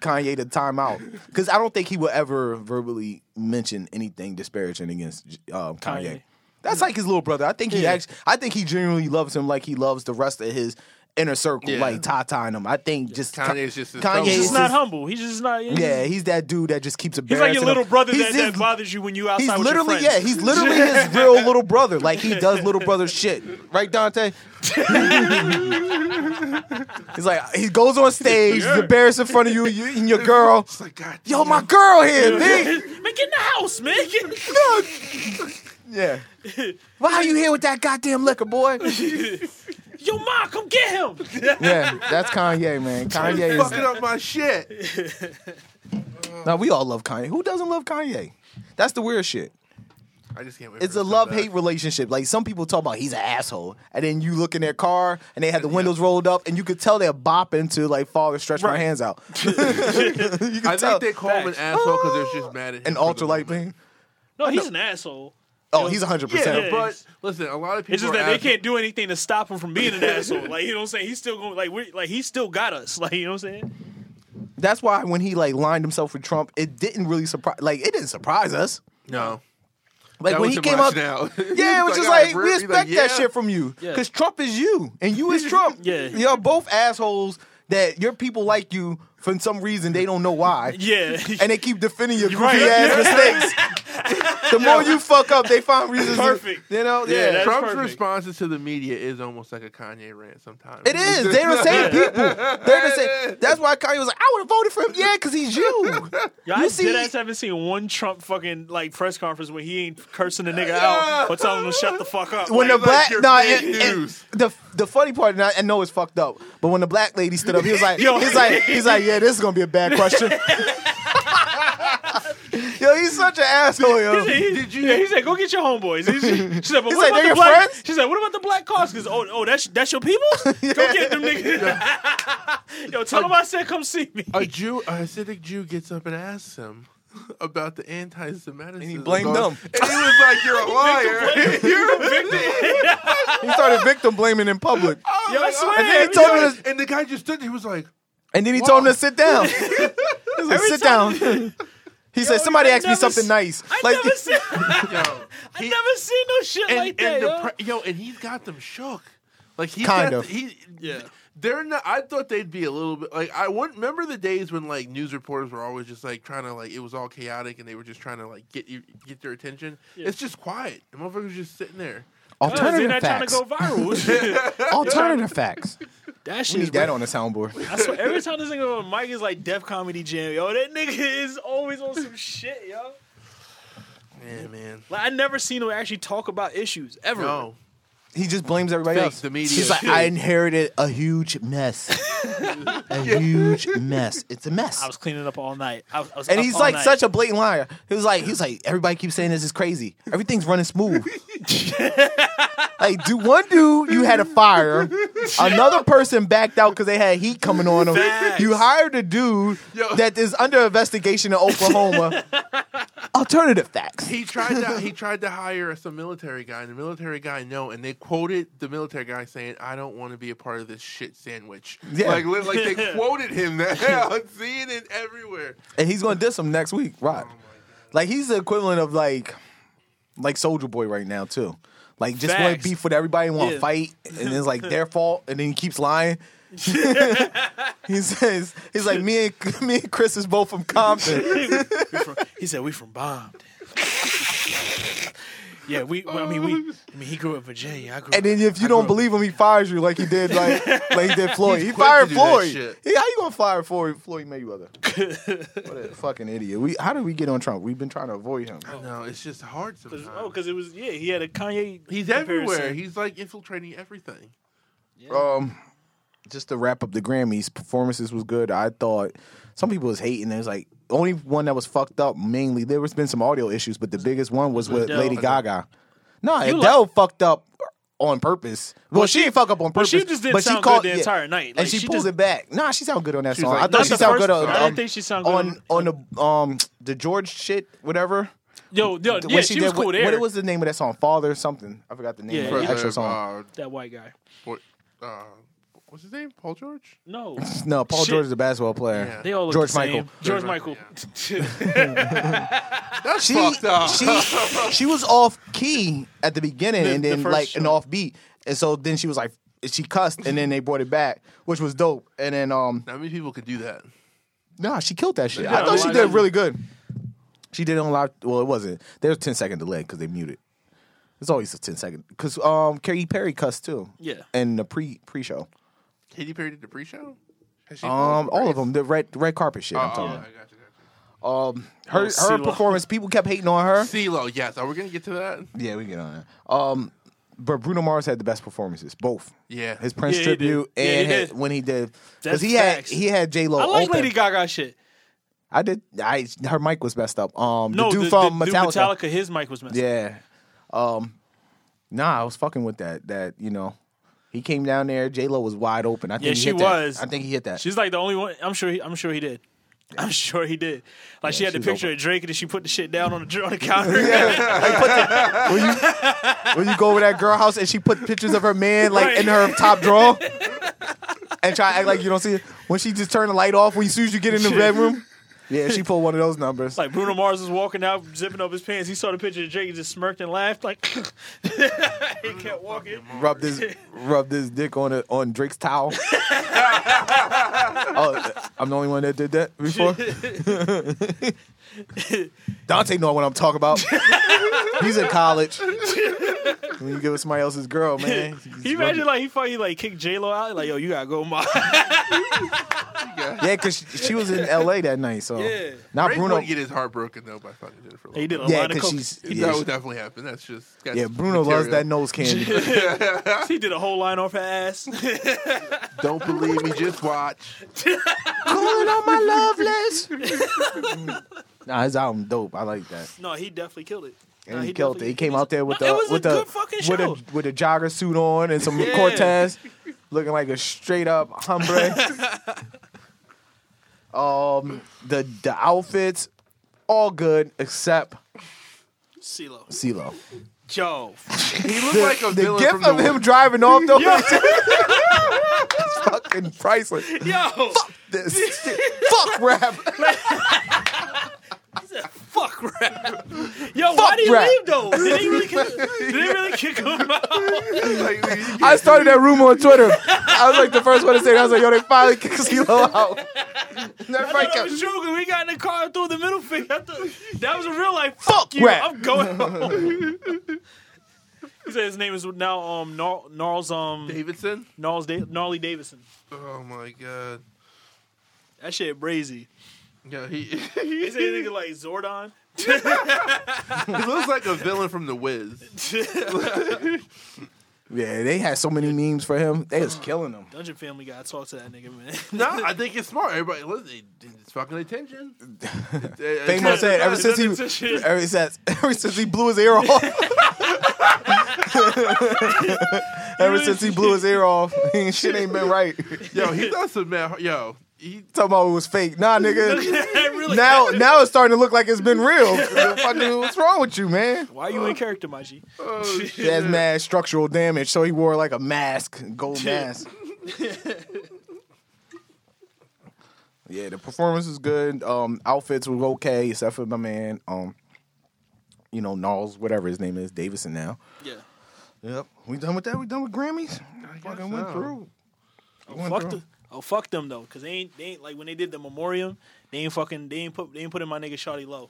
Speaker 2: Kanye the timeout because I don't think he will ever verbally mention anything disparaging against uh, Kanye.
Speaker 1: Kanye.
Speaker 2: That's like his little brother. I think he
Speaker 1: Yeah.
Speaker 2: actually. I think he genuinely loves him like he loves the rest of his inner circle,
Speaker 4: Yeah.
Speaker 2: like Tata and him. I think just
Speaker 4: Kanye's just
Speaker 2: Kanye
Speaker 4: his brother.
Speaker 1: He's
Speaker 2: is
Speaker 1: just not
Speaker 2: his-
Speaker 1: humble. He's just not.
Speaker 2: Yeah, he's that dude that just keeps
Speaker 1: He's
Speaker 2: embarrassing.
Speaker 1: like your little
Speaker 2: him.
Speaker 1: brother
Speaker 2: He's
Speaker 1: that,
Speaker 2: his-
Speaker 1: that bothers you when you outside
Speaker 2: He's
Speaker 1: with
Speaker 2: literally
Speaker 1: your
Speaker 2: yeah.
Speaker 1: friends.
Speaker 2: He's literally his real little brother. Like he does little brother shit, right, Dante? he's like he goes on stage, he's embarrassed in front of you, you and your girl.
Speaker 4: It's like God.
Speaker 2: Yo, my girl here, man.
Speaker 1: man, get in the house, man. Get-
Speaker 2: Yeah. Why are you here with that goddamn liquor, boy?
Speaker 1: Yo, mom, come get him.
Speaker 2: Yeah, that's Kanye, man.
Speaker 4: You're
Speaker 2: Kanye
Speaker 4: fucking
Speaker 2: is.
Speaker 4: up my shit.
Speaker 2: Now we all love Kanye. Who doesn't love Kanye? That's the weird shit.
Speaker 4: I just can't wait.
Speaker 2: It's
Speaker 4: for
Speaker 2: a
Speaker 4: this to
Speaker 2: love
Speaker 4: come back.
Speaker 2: hate relationship. Like some people talk about he's an asshole, and then you look in their car and they had the windows rolled up, and you could tell they're bopping to like "Father, stretch my
Speaker 1: Right.
Speaker 2: hands out,"
Speaker 4: I
Speaker 2: tell.
Speaker 4: think they call him an
Speaker 1: Facts.
Speaker 4: asshole because they're just mad at him.
Speaker 2: an
Speaker 4: for the
Speaker 2: ultra light thing.
Speaker 4: moment.
Speaker 1: No, he's an asshole.
Speaker 2: Oh, he's hundred
Speaker 4: Yeah,
Speaker 1: Yeah.
Speaker 2: percent.
Speaker 4: but listen, a lot of people.
Speaker 1: It's just
Speaker 4: are
Speaker 1: that they
Speaker 4: ass-
Speaker 1: can't do anything to stop him from being an asshole. Like you know what I'm saying? He's still going. Like we like he still got us. Like you know what I'm saying?
Speaker 2: That's why when he like lined himself with Trump, it didn't really surprise. Like it didn't surprise us.
Speaker 4: No,
Speaker 2: Like
Speaker 4: That
Speaker 2: when
Speaker 4: was
Speaker 2: he
Speaker 4: too
Speaker 2: came up,
Speaker 4: much now.
Speaker 2: yeah, it was
Speaker 4: He's
Speaker 2: just
Speaker 4: like, "All
Speaker 2: like we
Speaker 4: right, Brit." He's
Speaker 2: expect that
Speaker 4: like, "Yeah."
Speaker 2: shit from you,
Speaker 1: Yeah.
Speaker 2: because Trump is you and you is Trump.
Speaker 1: Yeah.
Speaker 2: you're both assholes that your people like you for some reason they don't know why.
Speaker 1: Yeah.
Speaker 2: and they keep defending your goofy
Speaker 1: right.
Speaker 2: ass mistakes. the more you fuck up, they find reasons. to-
Speaker 1: Perfect.
Speaker 2: you know,
Speaker 1: Yeah,
Speaker 2: yeah.
Speaker 1: that's-
Speaker 4: Trump's
Speaker 1: perfect.
Speaker 4: responses to the media is almost like a Kanye rant sometimes.
Speaker 2: it is. They're the same people. They're the same. That's why Kanye was like, "I would have voted for him." Yeah, because he's you.
Speaker 1: Yo,
Speaker 2: You
Speaker 1: I
Speaker 2: see-
Speaker 1: dead ass haven't seen one Trump fucking like press conference when he ain't cursing the nigga
Speaker 4: Yeah.
Speaker 1: out or telling him to shut the fuck up.
Speaker 2: When the
Speaker 1: Like,
Speaker 2: black,
Speaker 4: your
Speaker 2: nah,
Speaker 4: fake
Speaker 2: and- and
Speaker 4: news.
Speaker 2: the the funny part, and I, I know it's fucked up, but when the black lady stood up, he was like,
Speaker 1: Yo.
Speaker 2: he's like, he's like, yeah, this is gonna be a bad question. yo, he's such an asshole, yo.
Speaker 1: he,
Speaker 4: Did you-
Speaker 1: yeah, he said, "Go get your homeboys." He, she, she said, "But what
Speaker 2: He's like,
Speaker 1: about
Speaker 2: "They're
Speaker 1: the
Speaker 2: your
Speaker 1: black?"
Speaker 2: friends?"
Speaker 1: She said, "What about the black cars?" Because oh, oh, that's that's your people. Go get them niggas. Yo, tell them I said, "Come see me."
Speaker 4: A Jew, a Hasidic Jew, gets up and asks him about the anti-Semitism, and
Speaker 2: he blamed them.
Speaker 4: And he was like, "You're a liar."
Speaker 1: You're a victim.
Speaker 2: He started victim blaming in public,
Speaker 1: Yo, I swear.
Speaker 2: and then he
Speaker 1: every
Speaker 2: told
Speaker 1: time-
Speaker 2: him, to,
Speaker 4: and the guy just stood. there. He was like,
Speaker 2: and then he told him to sit down. He was like,
Speaker 1: Every
Speaker 2: sit
Speaker 1: time-
Speaker 2: down. He said, "Somebody
Speaker 1: I
Speaker 2: asked me
Speaker 1: never
Speaker 2: something
Speaker 1: s-
Speaker 2: nice."
Speaker 1: I
Speaker 2: Like,
Speaker 1: never seen.
Speaker 4: "Yo,
Speaker 1: I never seen no shit
Speaker 4: and,
Speaker 1: like that.
Speaker 4: and
Speaker 1: yo.
Speaker 4: the pre- yo, and he's got them shook. Like he
Speaker 2: Kind
Speaker 4: got,
Speaker 2: of.
Speaker 4: He,
Speaker 1: Yeah.
Speaker 4: They're not. I thought they'd be a little bit like I wouldn't remember the days when like news reporters were always just like trying to like it was all chaotic and they were just trying to like get you get their attention. It's just quiet. The motherfuckers just sitting there.
Speaker 1: They're
Speaker 2: alternative
Speaker 1: not trying to
Speaker 2: facts.
Speaker 1: go viral.
Speaker 2: Alternative facts.
Speaker 1: that
Speaker 2: We
Speaker 1: shit is
Speaker 2: need that on the soundboard.
Speaker 1: I swear, every time this nigga on mic is like Def Comedy Jam, yo, that nigga is always on some shit, yo.
Speaker 4: Yeah, man.
Speaker 1: Like I never seen him actually talk about issues ever.
Speaker 4: No,
Speaker 2: He just blames everybody
Speaker 4: Fake
Speaker 2: else.
Speaker 4: the media.
Speaker 2: He's like, I inherited a huge mess. a huge mess. It's a mess.
Speaker 1: I was cleaning up all night. I was, I was
Speaker 2: and
Speaker 1: up
Speaker 2: he's
Speaker 1: all
Speaker 2: like
Speaker 1: night.
Speaker 2: such a blatant liar. He was like, he's like, everybody keeps saying this is crazy. Everything's running smooth. like, do one dude, you had a fire. Another person backed out because they had heat coming on them.
Speaker 1: Facts.
Speaker 2: You hired a dude
Speaker 4: Yo.
Speaker 2: that is under investigation in Oklahoma. Alternative facts.
Speaker 4: He tried to he tried to hire some military guy, and the military guy no, and they quoted the military guy saying, "I don't want to be a part of this shit sandwich."
Speaker 2: Yeah.
Speaker 4: Like li- like they quoted him now. I'm seeing it everywhere.
Speaker 2: And he's gonna diss him next week, Rob. Like he's the equivalent of like like Soldier Boy right now too. Like just want
Speaker 1: Facts.
Speaker 2: beef with everybody, want to
Speaker 1: Yeah.
Speaker 2: fight, and it's like their fault, and then he keeps lying. he says he's like me and me and Chris is both from Compton.
Speaker 1: We from- he said we from bombed. yeah, we. well, I mean, we. I mean, he grew up in Virginia. I grew.
Speaker 2: And then if you don't believe him, he fires you like he did like like he did Floyd. He
Speaker 4: quick to
Speaker 2: fired
Speaker 4: do that
Speaker 2: Floyd.
Speaker 4: shit.
Speaker 2: Yeah, how you gonna fire Floyd Floyd Mayweather? what a fucking idiot. We how did we get on Trump? We've been trying to avoid him.
Speaker 4: No, it's just hard sometimes.
Speaker 1: oh, because it was yeah. He had a Kanye.
Speaker 4: He's
Speaker 1: comparison.
Speaker 4: everywhere. He's like infiltrating everything.
Speaker 2: Um, just to wrap up the Grammys, performances was good. I thought some people was hating. It was like only one that was fucked up. Mainly there was been some audio issues, but the biggest one was with
Speaker 1: Adele.
Speaker 2: Lady Gaga. No,
Speaker 1: You
Speaker 2: Adele fucked up on purpose. Well, she, didn't fuck up on
Speaker 1: but
Speaker 2: purpose.
Speaker 1: she just didn't
Speaker 2: but she
Speaker 1: sound
Speaker 2: called,
Speaker 1: good the
Speaker 2: yeah.
Speaker 1: entire night.
Speaker 2: and
Speaker 1: Like,
Speaker 2: she,
Speaker 1: she
Speaker 2: pulled
Speaker 1: just-
Speaker 2: it back. Nah, she sounded good on that
Speaker 4: was
Speaker 2: song.
Speaker 4: like-
Speaker 2: I
Speaker 4: Not
Speaker 2: thought she
Speaker 1: the
Speaker 2: sounded
Speaker 1: first-
Speaker 2: good on.
Speaker 1: I didn't
Speaker 2: um,
Speaker 1: think she sounded good
Speaker 2: on on the um the George shit, whatever.
Speaker 1: Yo, yo,
Speaker 2: When
Speaker 1: yeah, she, was
Speaker 2: did-
Speaker 1: cool
Speaker 2: what,
Speaker 1: there.
Speaker 2: What was the name of that song? Father something. I forgot the name
Speaker 1: Yeah,
Speaker 2: of the
Speaker 1: yeah.
Speaker 2: actual song.
Speaker 1: that white guy?
Speaker 4: Uh, uh, what's his name? Paul George.
Speaker 1: No,
Speaker 2: No, Paul
Speaker 1: Shit.
Speaker 2: George is a basketball player.
Speaker 4: Yeah.
Speaker 1: they all look
Speaker 2: George
Speaker 1: the same.
Speaker 2: Michael.
Speaker 1: George
Speaker 4: Yeah.
Speaker 1: Michael.
Speaker 4: That's
Speaker 2: she,
Speaker 4: fucked up.
Speaker 2: she she was off key at the beginning
Speaker 1: The-
Speaker 2: and
Speaker 1: the
Speaker 2: then
Speaker 1: first
Speaker 2: like
Speaker 1: show.
Speaker 2: an off beat. And so then she was like she cussed and then they brought it back, which was dope. And then um
Speaker 4: How many people could do that?
Speaker 2: nah, she killed that shit.
Speaker 1: Yeah,
Speaker 2: I thought she
Speaker 1: like-
Speaker 2: did really good. She did it on live well, it wasn't. There was 10 second delay because they muted. It's always a 10 second. Cause um Katy Perry cussed too.
Speaker 1: Yeah.
Speaker 2: In the pre pre show.
Speaker 4: Katy Perry did the pre-show. Has she
Speaker 2: Um all of
Speaker 4: Oh,
Speaker 2: them. The red red carpet shit
Speaker 4: oh,
Speaker 2: I'm
Speaker 4: I
Speaker 2: talking
Speaker 4: got you, got
Speaker 2: about. Um her her
Speaker 1: CeeLo.
Speaker 2: performance, people kept hating on her.
Speaker 4: you. CeeLo, yes. Are we gonna get to that?
Speaker 2: Yeah, we get on that. Um, but Bruno Mars had the best performances, both.
Speaker 4: Yeah.
Speaker 2: his Prince
Speaker 1: Yeah, he did.
Speaker 2: tribute
Speaker 1: Yeah,
Speaker 2: and
Speaker 1: he
Speaker 2: his-
Speaker 1: did.
Speaker 2: when he did
Speaker 1: That's
Speaker 2: because he had
Speaker 1: facts.
Speaker 2: he had J Lo.
Speaker 1: I like
Speaker 2: open.
Speaker 1: Lady Gaga shit.
Speaker 2: I did. I her mic was messed up. Um,
Speaker 1: No, the,
Speaker 2: the dude
Speaker 1: the,
Speaker 2: from
Speaker 1: dude
Speaker 2: Metallica.
Speaker 1: Metallica, his mic was messed. up.
Speaker 2: Yeah. Um, nah, I was fucking with that. That you know, he came down there. J Lo was wide open. I think
Speaker 1: Yeah,
Speaker 2: he
Speaker 1: she
Speaker 2: hit that.
Speaker 1: was.
Speaker 2: I think he hit that.
Speaker 1: She's like the only one. I'm sure. He, I'm sure he did. I'm sure he did. Like she
Speaker 2: Yeah,
Speaker 1: had
Speaker 2: she
Speaker 1: the
Speaker 2: was
Speaker 1: picture
Speaker 2: open.
Speaker 1: of Drake, and then she put the shit down on the dr- on the counter.
Speaker 2: when you when you go over that girl house and she put pictures of her man like in her top drawer and try to act like you don't see it. When she just turned the light off when you soon as you get in the bedroom. Yeah, she pulled one of those numbers.
Speaker 1: Like Bruno Mars was walking out, zipping up his pants. He saw the picture of Drake, and just smirked and laughed. Like he kept walking.
Speaker 2: Rub this rub this dick on a, on Drake's towel. oh, I'm the only one that did that before. Dante know what I'm talking about. He's in college. When you get with somebody else's girl, man.
Speaker 1: Can
Speaker 2: you
Speaker 1: you
Speaker 2: just rub
Speaker 1: imagine like he fucking like kicked J Lo out? Like yo, you gotta go, ma.
Speaker 2: Yeah, because she, she was in L.A. that night, so
Speaker 1: Yeah.
Speaker 2: not
Speaker 4: Drake
Speaker 2: Bruno.
Speaker 4: would get his heart broken though by fucking Jennifer.
Speaker 1: he
Speaker 4: Lopez.
Speaker 1: did a
Speaker 2: Yeah,
Speaker 1: lot of
Speaker 2: because
Speaker 1: coke.
Speaker 2: she's
Speaker 4: that
Speaker 2: yeah,
Speaker 4: would definitely happen. That's just that's
Speaker 2: yeah, Bruno loves that
Speaker 4: material.
Speaker 2: nose candy.
Speaker 1: He did a whole line off her ass.
Speaker 4: Don't believe me, just watch.
Speaker 2: Calling on my loveless. nah, his album dope. I like that.
Speaker 1: no, he definitely killed it.
Speaker 2: And
Speaker 1: No,
Speaker 2: he, killed it.
Speaker 1: definitely-
Speaker 2: He came out there with
Speaker 1: No, it
Speaker 2: the
Speaker 1: was a
Speaker 2: with the
Speaker 1: good fucking
Speaker 2: with
Speaker 1: show.
Speaker 2: a with a jogger suit on and some
Speaker 1: Yeah.
Speaker 2: Cortez, looking like a straight up hombre. um, the the outfits all good except
Speaker 1: CeeLo.
Speaker 2: CeeLo.
Speaker 1: Yo,
Speaker 4: He looked like a
Speaker 2: The
Speaker 4: villain
Speaker 2: gift
Speaker 4: from
Speaker 2: of
Speaker 4: the
Speaker 2: him driving off though. It's fucking priceless.
Speaker 1: yo,
Speaker 2: this. Fuck rap.
Speaker 1: fuck rap. Yo, why did he
Speaker 2: rap.
Speaker 1: leave though? Did he really? Kick, did he really kick him out?
Speaker 4: Like,
Speaker 2: I started that rumor on Twitter. I was like the first one to say it. I was like, yo, they finally kicked CeeLo out. And everybody
Speaker 1: I
Speaker 2: kept,
Speaker 1: was joking. We got in the car and threw the middle finger. I thought- That was a real life. Fuck you.
Speaker 2: rap.
Speaker 1: I'm going home. he said his name is now um Gnarl- Gnarls um
Speaker 4: Davidson.
Speaker 1: Gnarls da- Gnarly Davidson.
Speaker 4: Oh my god.
Speaker 1: That shit brazy.
Speaker 4: Yeah, he
Speaker 1: He said nigga like Zordon.
Speaker 4: He looks like a villain from The Wiz.
Speaker 2: yeah, they had so many memes for him. They was killing him.
Speaker 1: Dungeon Family gotta talk to that nigga man.
Speaker 4: No, I think it's smart. Everybody, listen, it's fucking attention. It- it-
Speaker 2: Famo said ever since he ever since ever since he blew his ear off. ever since he blew his ear off, shit ain't been right.
Speaker 4: yo, he does some mad. Yo, he
Speaker 2: Talking about it was fake. Nah, nigga.
Speaker 1: really
Speaker 2: now now it's starting to look like it's been real. The fucking- what's wrong with you, man?
Speaker 1: Why are you in character, my G?
Speaker 4: oh,
Speaker 2: He has
Speaker 4: shit.
Speaker 2: mad structural damage, so he wore like a mask, gold mask. yeah, the performance is good. Um, outfits were okay, except for my man, um, you know, Knowles, whatever his name is, Davison now.
Speaker 1: Yeah.
Speaker 2: Yep. We done with that? We done with Grammys? Fucking went
Speaker 4: so.
Speaker 2: through.
Speaker 1: Oh
Speaker 2: Went
Speaker 1: fuck,
Speaker 2: through.
Speaker 1: the, oh fuck them though, cause they ain't they ain't like when they did the memoriam, they ain't fucking they ain't put they ain't putting my nigga Shawty low.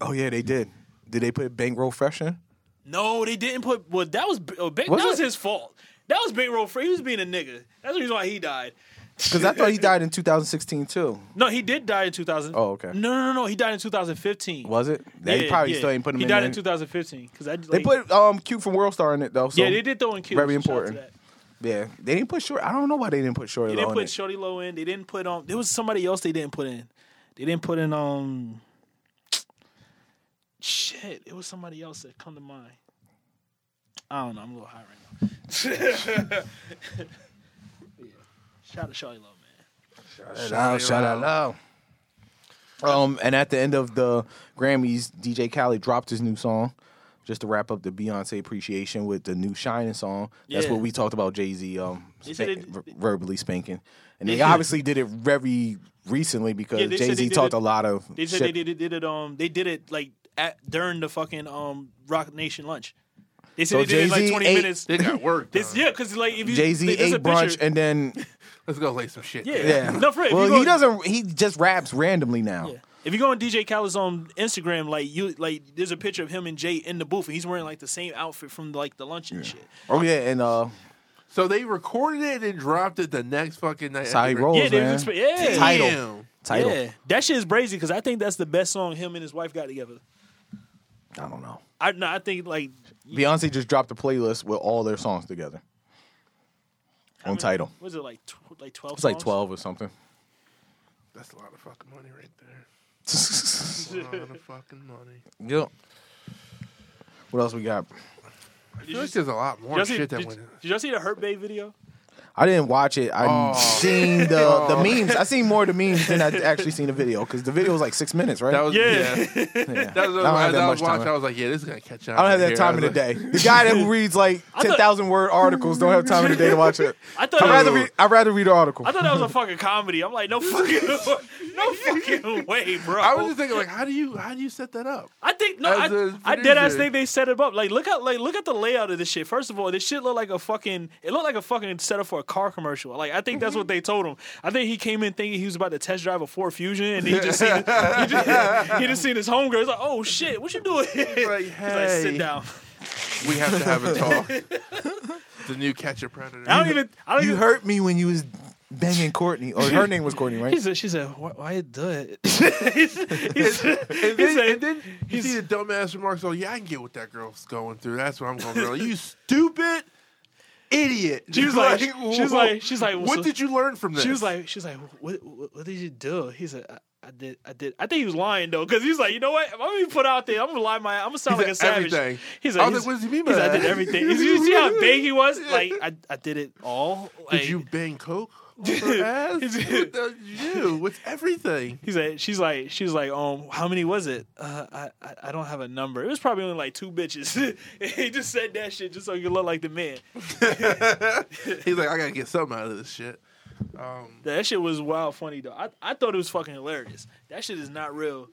Speaker 2: Oh yeah, they did. Did they put Bankroll Fresh in?
Speaker 1: No, they didn't put. Well, that was oh, Big-
Speaker 2: Was
Speaker 1: that was
Speaker 2: it?
Speaker 1: his fault. That was Big Roll Free. He was being a nigga. That's the reason why he died.
Speaker 2: Because I thought he died in 2016 too.
Speaker 1: No, he did die in 2000.
Speaker 2: Oh, okay.
Speaker 1: No, no, no, no. He died in 2015.
Speaker 2: Was it? They
Speaker 1: Yeah,
Speaker 2: probably
Speaker 1: yeah.
Speaker 2: still ain't put him
Speaker 1: He
Speaker 2: in.
Speaker 1: died
Speaker 2: there.
Speaker 1: in 2015 because I
Speaker 2: They put um Q from World Star in it though. So
Speaker 1: yeah, they did throw in Q. Shout out
Speaker 2: very
Speaker 1: to
Speaker 2: important.
Speaker 1: that.
Speaker 2: Yeah, they didn't put short. I don't know why they didn't put short.
Speaker 1: They
Speaker 2: on
Speaker 1: didn't put
Speaker 2: it.
Speaker 1: Shorty Low in. They didn't put um. There was somebody else they didn't put in. They didn't put in um. Shit, it was somebody else that come to mind. I don't know. I'm a little high right now. Yeah. Shout out to Shorty Low, man.
Speaker 2: Shout out, shout out loud. Um, and at the end of the Grammys, DJ Khaled dropped his new song. Just to wrap up the Beyonce appreciation with the new Shining song. That's
Speaker 1: Yeah.
Speaker 2: what we talked about Jay Z um
Speaker 1: They
Speaker 2: spank-
Speaker 1: said
Speaker 2: ver- verbally spanking, and they
Speaker 1: said-
Speaker 2: obviously did it very recently because
Speaker 1: Yeah, they said
Speaker 2: Jay
Speaker 1: they
Speaker 2: Z
Speaker 1: did
Speaker 2: talked
Speaker 1: it-
Speaker 2: a lot of
Speaker 1: They said
Speaker 2: shit.
Speaker 1: they did it, did it. Um, they did it like at during the fucking um Rock Nation lunch. They said
Speaker 2: So
Speaker 1: they did it in
Speaker 2: Jay-Z
Speaker 1: like twenty
Speaker 2: ate-
Speaker 1: minutes.
Speaker 4: They got work.
Speaker 1: This,
Speaker 4: done.
Speaker 1: yeah, because like if you
Speaker 2: Jay Z
Speaker 1: like, there's
Speaker 2: ate
Speaker 1: a
Speaker 2: brunch
Speaker 1: picture-
Speaker 2: and then
Speaker 4: Let's go lay some shit.
Speaker 1: Yeah.
Speaker 4: down.
Speaker 2: yeah.
Speaker 1: No, for real, if
Speaker 2: well,
Speaker 1: you go-
Speaker 2: he doesn't. He just raps randomly now.
Speaker 1: Yeah. If you go on DJ Khaled's on Instagram, like you, like there's a picture of him and Jay in the booth, and he's wearing like the same outfit from like the lunch and shit.
Speaker 2: Oh yeah, and uh,
Speaker 4: So they recorded it and dropped it the next fucking night.
Speaker 2: That's how he
Speaker 4: after-
Speaker 2: rolls,
Speaker 1: yeah, they
Speaker 2: man.
Speaker 1: was expe- yeah,
Speaker 4: Damn.
Speaker 2: Title. title.
Speaker 1: yeah. That shit is brazy because I think that's the best song him and his wife got together.
Speaker 2: I don't know.
Speaker 1: I no, I think like
Speaker 2: Beyonce just dropped a playlist with all their songs together on title.
Speaker 1: was it like tw- like twelve?
Speaker 2: It's like
Speaker 1: songs?
Speaker 2: twelve or something.
Speaker 4: That's a lot of fucking money right there. A lot of fucking money.
Speaker 2: yep. What else we got?
Speaker 4: I feel like there's a lot
Speaker 1: Did
Speaker 4: more
Speaker 1: y'all, see,
Speaker 4: Oh, shit
Speaker 1: did,
Speaker 4: that went. in.
Speaker 1: did y'all see the Hurt Bay video?
Speaker 2: I didn't watch it. I
Speaker 4: Oh.
Speaker 2: seen the the memes. I seen more of the memes than I actually seen the video because the video was like six minutes, right?
Speaker 4: That was
Speaker 1: Yeah.
Speaker 4: yeah.
Speaker 2: Yeah.
Speaker 4: That was,
Speaker 2: I don't have that
Speaker 4: I
Speaker 2: much
Speaker 4: was watching. I
Speaker 2: time.
Speaker 4: was like, yeah, this is gonna catch up.
Speaker 2: I don't have that
Speaker 4: here.
Speaker 2: time
Speaker 4: I
Speaker 2: in
Speaker 4: was
Speaker 2: the
Speaker 4: like,
Speaker 2: day. The guy that reads like
Speaker 1: thought-
Speaker 2: ten thousand word articles don't have time in the day to watch it.
Speaker 1: I thought
Speaker 2: I'd
Speaker 1: that
Speaker 2: rather
Speaker 1: was,
Speaker 2: read. I'd rather read an article.
Speaker 1: I thought that was a fucking comedy. I'm like, no fucking, no fucking way, bro.
Speaker 4: I was just thinking, like, how do you how do you set that up?
Speaker 1: I think no,
Speaker 4: As
Speaker 1: I,
Speaker 4: a
Speaker 1: I dead ass
Speaker 4: producer.
Speaker 1: think they set it up. Like look at like look at the layout of this shit. First of all, this shit looked like a fucking it looked like a fucking setup for a car commercial. Like I think that's what they told him. I think he came in thinking he was about to test drive a Ford Fusion and he just seen he just, he just seen his homegirl. He's like, oh shit, what you doing? He's like, sit
Speaker 4: "Hey."
Speaker 1: down.
Speaker 4: We have to have a talk. the new catch a predator.
Speaker 1: I don't even I don't
Speaker 2: You
Speaker 1: even
Speaker 2: hurt me when you was banging Courtney, or her name was Courtney,
Speaker 1: He
Speaker 2: right?
Speaker 1: said, she said, why, why you do it? he said,
Speaker 4: And
Speaker 1: he
Speaker 4: then,
Speaker 1: said-
Speaker 4: and then you see the dumbass remarks. Oh yeah, I can get what that girl's going through. That's what I'm going through. Like, you stupid idiot.
Speaker 1: She was like- she was like- she's like,
Speaker 4: what
Speaker 1: so-
Speaker 4: did you learn from this?
Speaker 1: She was like, she was like, what, what, what did you do? He said, I, I did, I did. I think he was lying though, because he was like, you know what? I'm gonna be put out there. I'm gonna lie my, I'm gonna sound
Speaker 4: He
Speaker 1: like a
Speaker 4: said
Speaker 1: savage.
Speaker 4: everything.
Speaker 1: He's
Speaker 4: I
Speaker 1: like,
Speaker 4: was
Speaker 1: he's-
Speaker 4: like, what does he mean by
Speaker 1: he's like, I
Speaker 4: that?
Speaker 1: did everything. He's- you see how big he was? Like, I, I did it all. Like,
Speaker 4: did you bang coke? on her ass?
Speaker 1: He's-
Speaker 4: What the- you do? What's everything?
Speaker 1: He's like, she's like, she's like, um, how many was it? Uh, I, I, I don't have a number. It was probably only like two bitches. he just said that shit just so you look like the man.
Speaker 4: He's like, I gotta get something out of this shit. Um,
Speaker 1: That shit was wild funny though. I, I thought it was fucking hilarious. That shit is not real.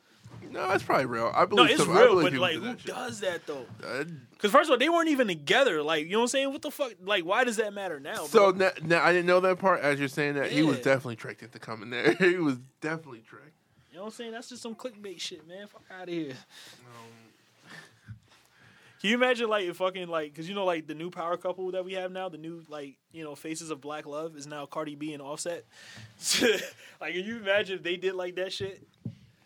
Speaker 4: no, that's probably real. I
Speaker 1: No,
Speaker 4: believe
Speaker 1: it's
Speaker 4: some- I
Speaker 1: real,
Speaker 4: believe
Speaker 1: but
Speaker 4: people
Speaker 1: like,
Speaker 4: do
Speaker 1: who
Speaker 4: that shit.
Speaker 1: does that though?
Speaker 4: Uh,
Speaker 1: Because first of all, they weren't even together. Like, you know what I'm saying? What the fuck? Like, why does that matter now?
Speaker 4: So
Speaker 1: Oh, bro?
Speaker 4: now, now I didn't know that part. As you're saying that, he was
Speaker 1: Yeah.
Speaker 4: definitely tricked into coming there. he was definitely tricked.
Speaker 1: you know what I'm saying? That's just some clickbait shit, man. Fuck out of here.
Speaker 4: um,
Speaker 1: Can you imagine like if fucking like because you know like the new power couple that we have now, the new like you know faces of Black Love is now Cardi B and Offset. like, can you imagine if they did like that shit?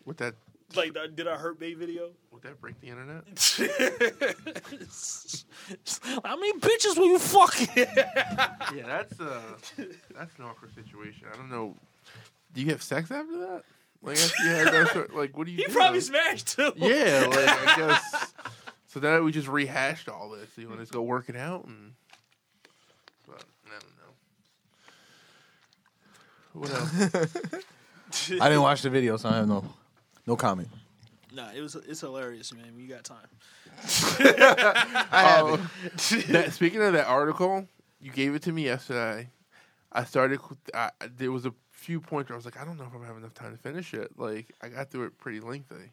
Speaker 4: Would that
Speaker 1: Like, the, did a Hurt Bay video?
Speaker 4: would that break the internet?
Speaker 1: How many bitches were you fucking?
Speaker 4: yeah, that's uh that's an awkward situation. I don't know. Do you have sex after that? Like, after you had that sort, like, what do you?
Speaker 1: he
Speaker 4: do?
Speaker 1: probably smashed too.
Speaker 4: Yeah, like I guess. So now we just rehashed all this. You want to just go work it out and? But I don't know. What else?
Speaker 3: I didn't watch the video, so I have no no comment.
Speaker 1: Nah, it was it's hilarious, man. You got time.
Speaker 3: I have it.
Speaker 4: Oh. that, speaking of that article, you gave it to me yesterday. I started. I, I- there was a few points where I was like, I don't know if I'm having enough time to finish it. Like I got through it pretty lengthy,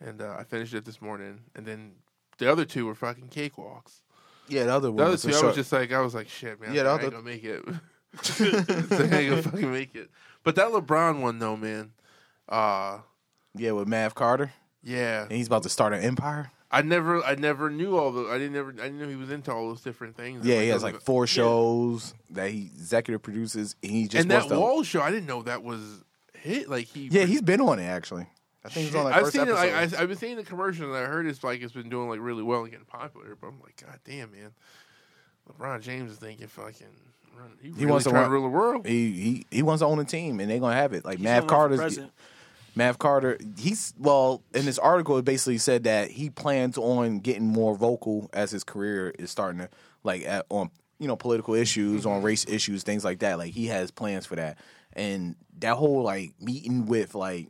Speaker 4: and uh, I finished it this morning. And then the other two were fucking cakewalks.
Speaker 2: Yeah, the other
Speaker 4: The
Speaker 2: one.
Speaker 4: other
Speaker 2: was
Speaker 4: two,
Speaker 2: for
Speaker 4: I
Speaker 2: sure.
Speaker 4: was just like, I was like, shit, man.
Speaker 2: Yeah,
Speaker 4: Yeah,
Speaker 2: the
Speaker 4: I ain't
Speaker 2: other-
Speaker 4: gonna make it. I ain't gonna fucking make it. But that LeBron one, though, man. Uh
Speaker 2: yeah with Mav Carter,
Speaker 4: yeah.
Speaker 2: and he's about to start an empire.
Speaker 4: I never, I never knew all the. I didn't never. I didn't know he was into all those different things.
Speaker 2: Yeah,
Speaker 4: Like,
Speaker 2: he has
Speaker 4: those-
Speaker 2: like four shows that he executive produces, and he just
Speaker 4: and
Speaker 2: wants
Speaker 4: that
Speaker 2: to-
Speaker 4: wall show, I didn't know that was hit. Like he,
Speaker 2: Yeah, he's been on it actually. I think he's on like
Speaker 4: I've
Speaker 2: first
Speaker 4: seen
Speaker 2: episode.
Speaker 4: it. Like, I, I've been seeing the commercials. And I heard it's like it's been doing like really well and getting popular. But I'm like, God damn, man, LeBron James is thinking fucking. Run, he, really
Speaker 2: wants
Speaker 4: wants
Speaker 2: to
Speaker 4: to trying
Speaker 2: run-
Speaker 4: to rule the world.
Speaker 2: he, he he wants to own a team, and they're gonna have it. Like
Speaker 1: He's gonna
Speaker 2: Mav
Speaker 1: run for
Speaker 2: Carter's
Speaker 1: president.
Speaker 2: Mav Carter, he's well in this article. It basically said that he plans on getting more vocal as his career is starting to like at, on you know political issues, on race issues, things like that. Like he has plans for that, and that whole like meeting with like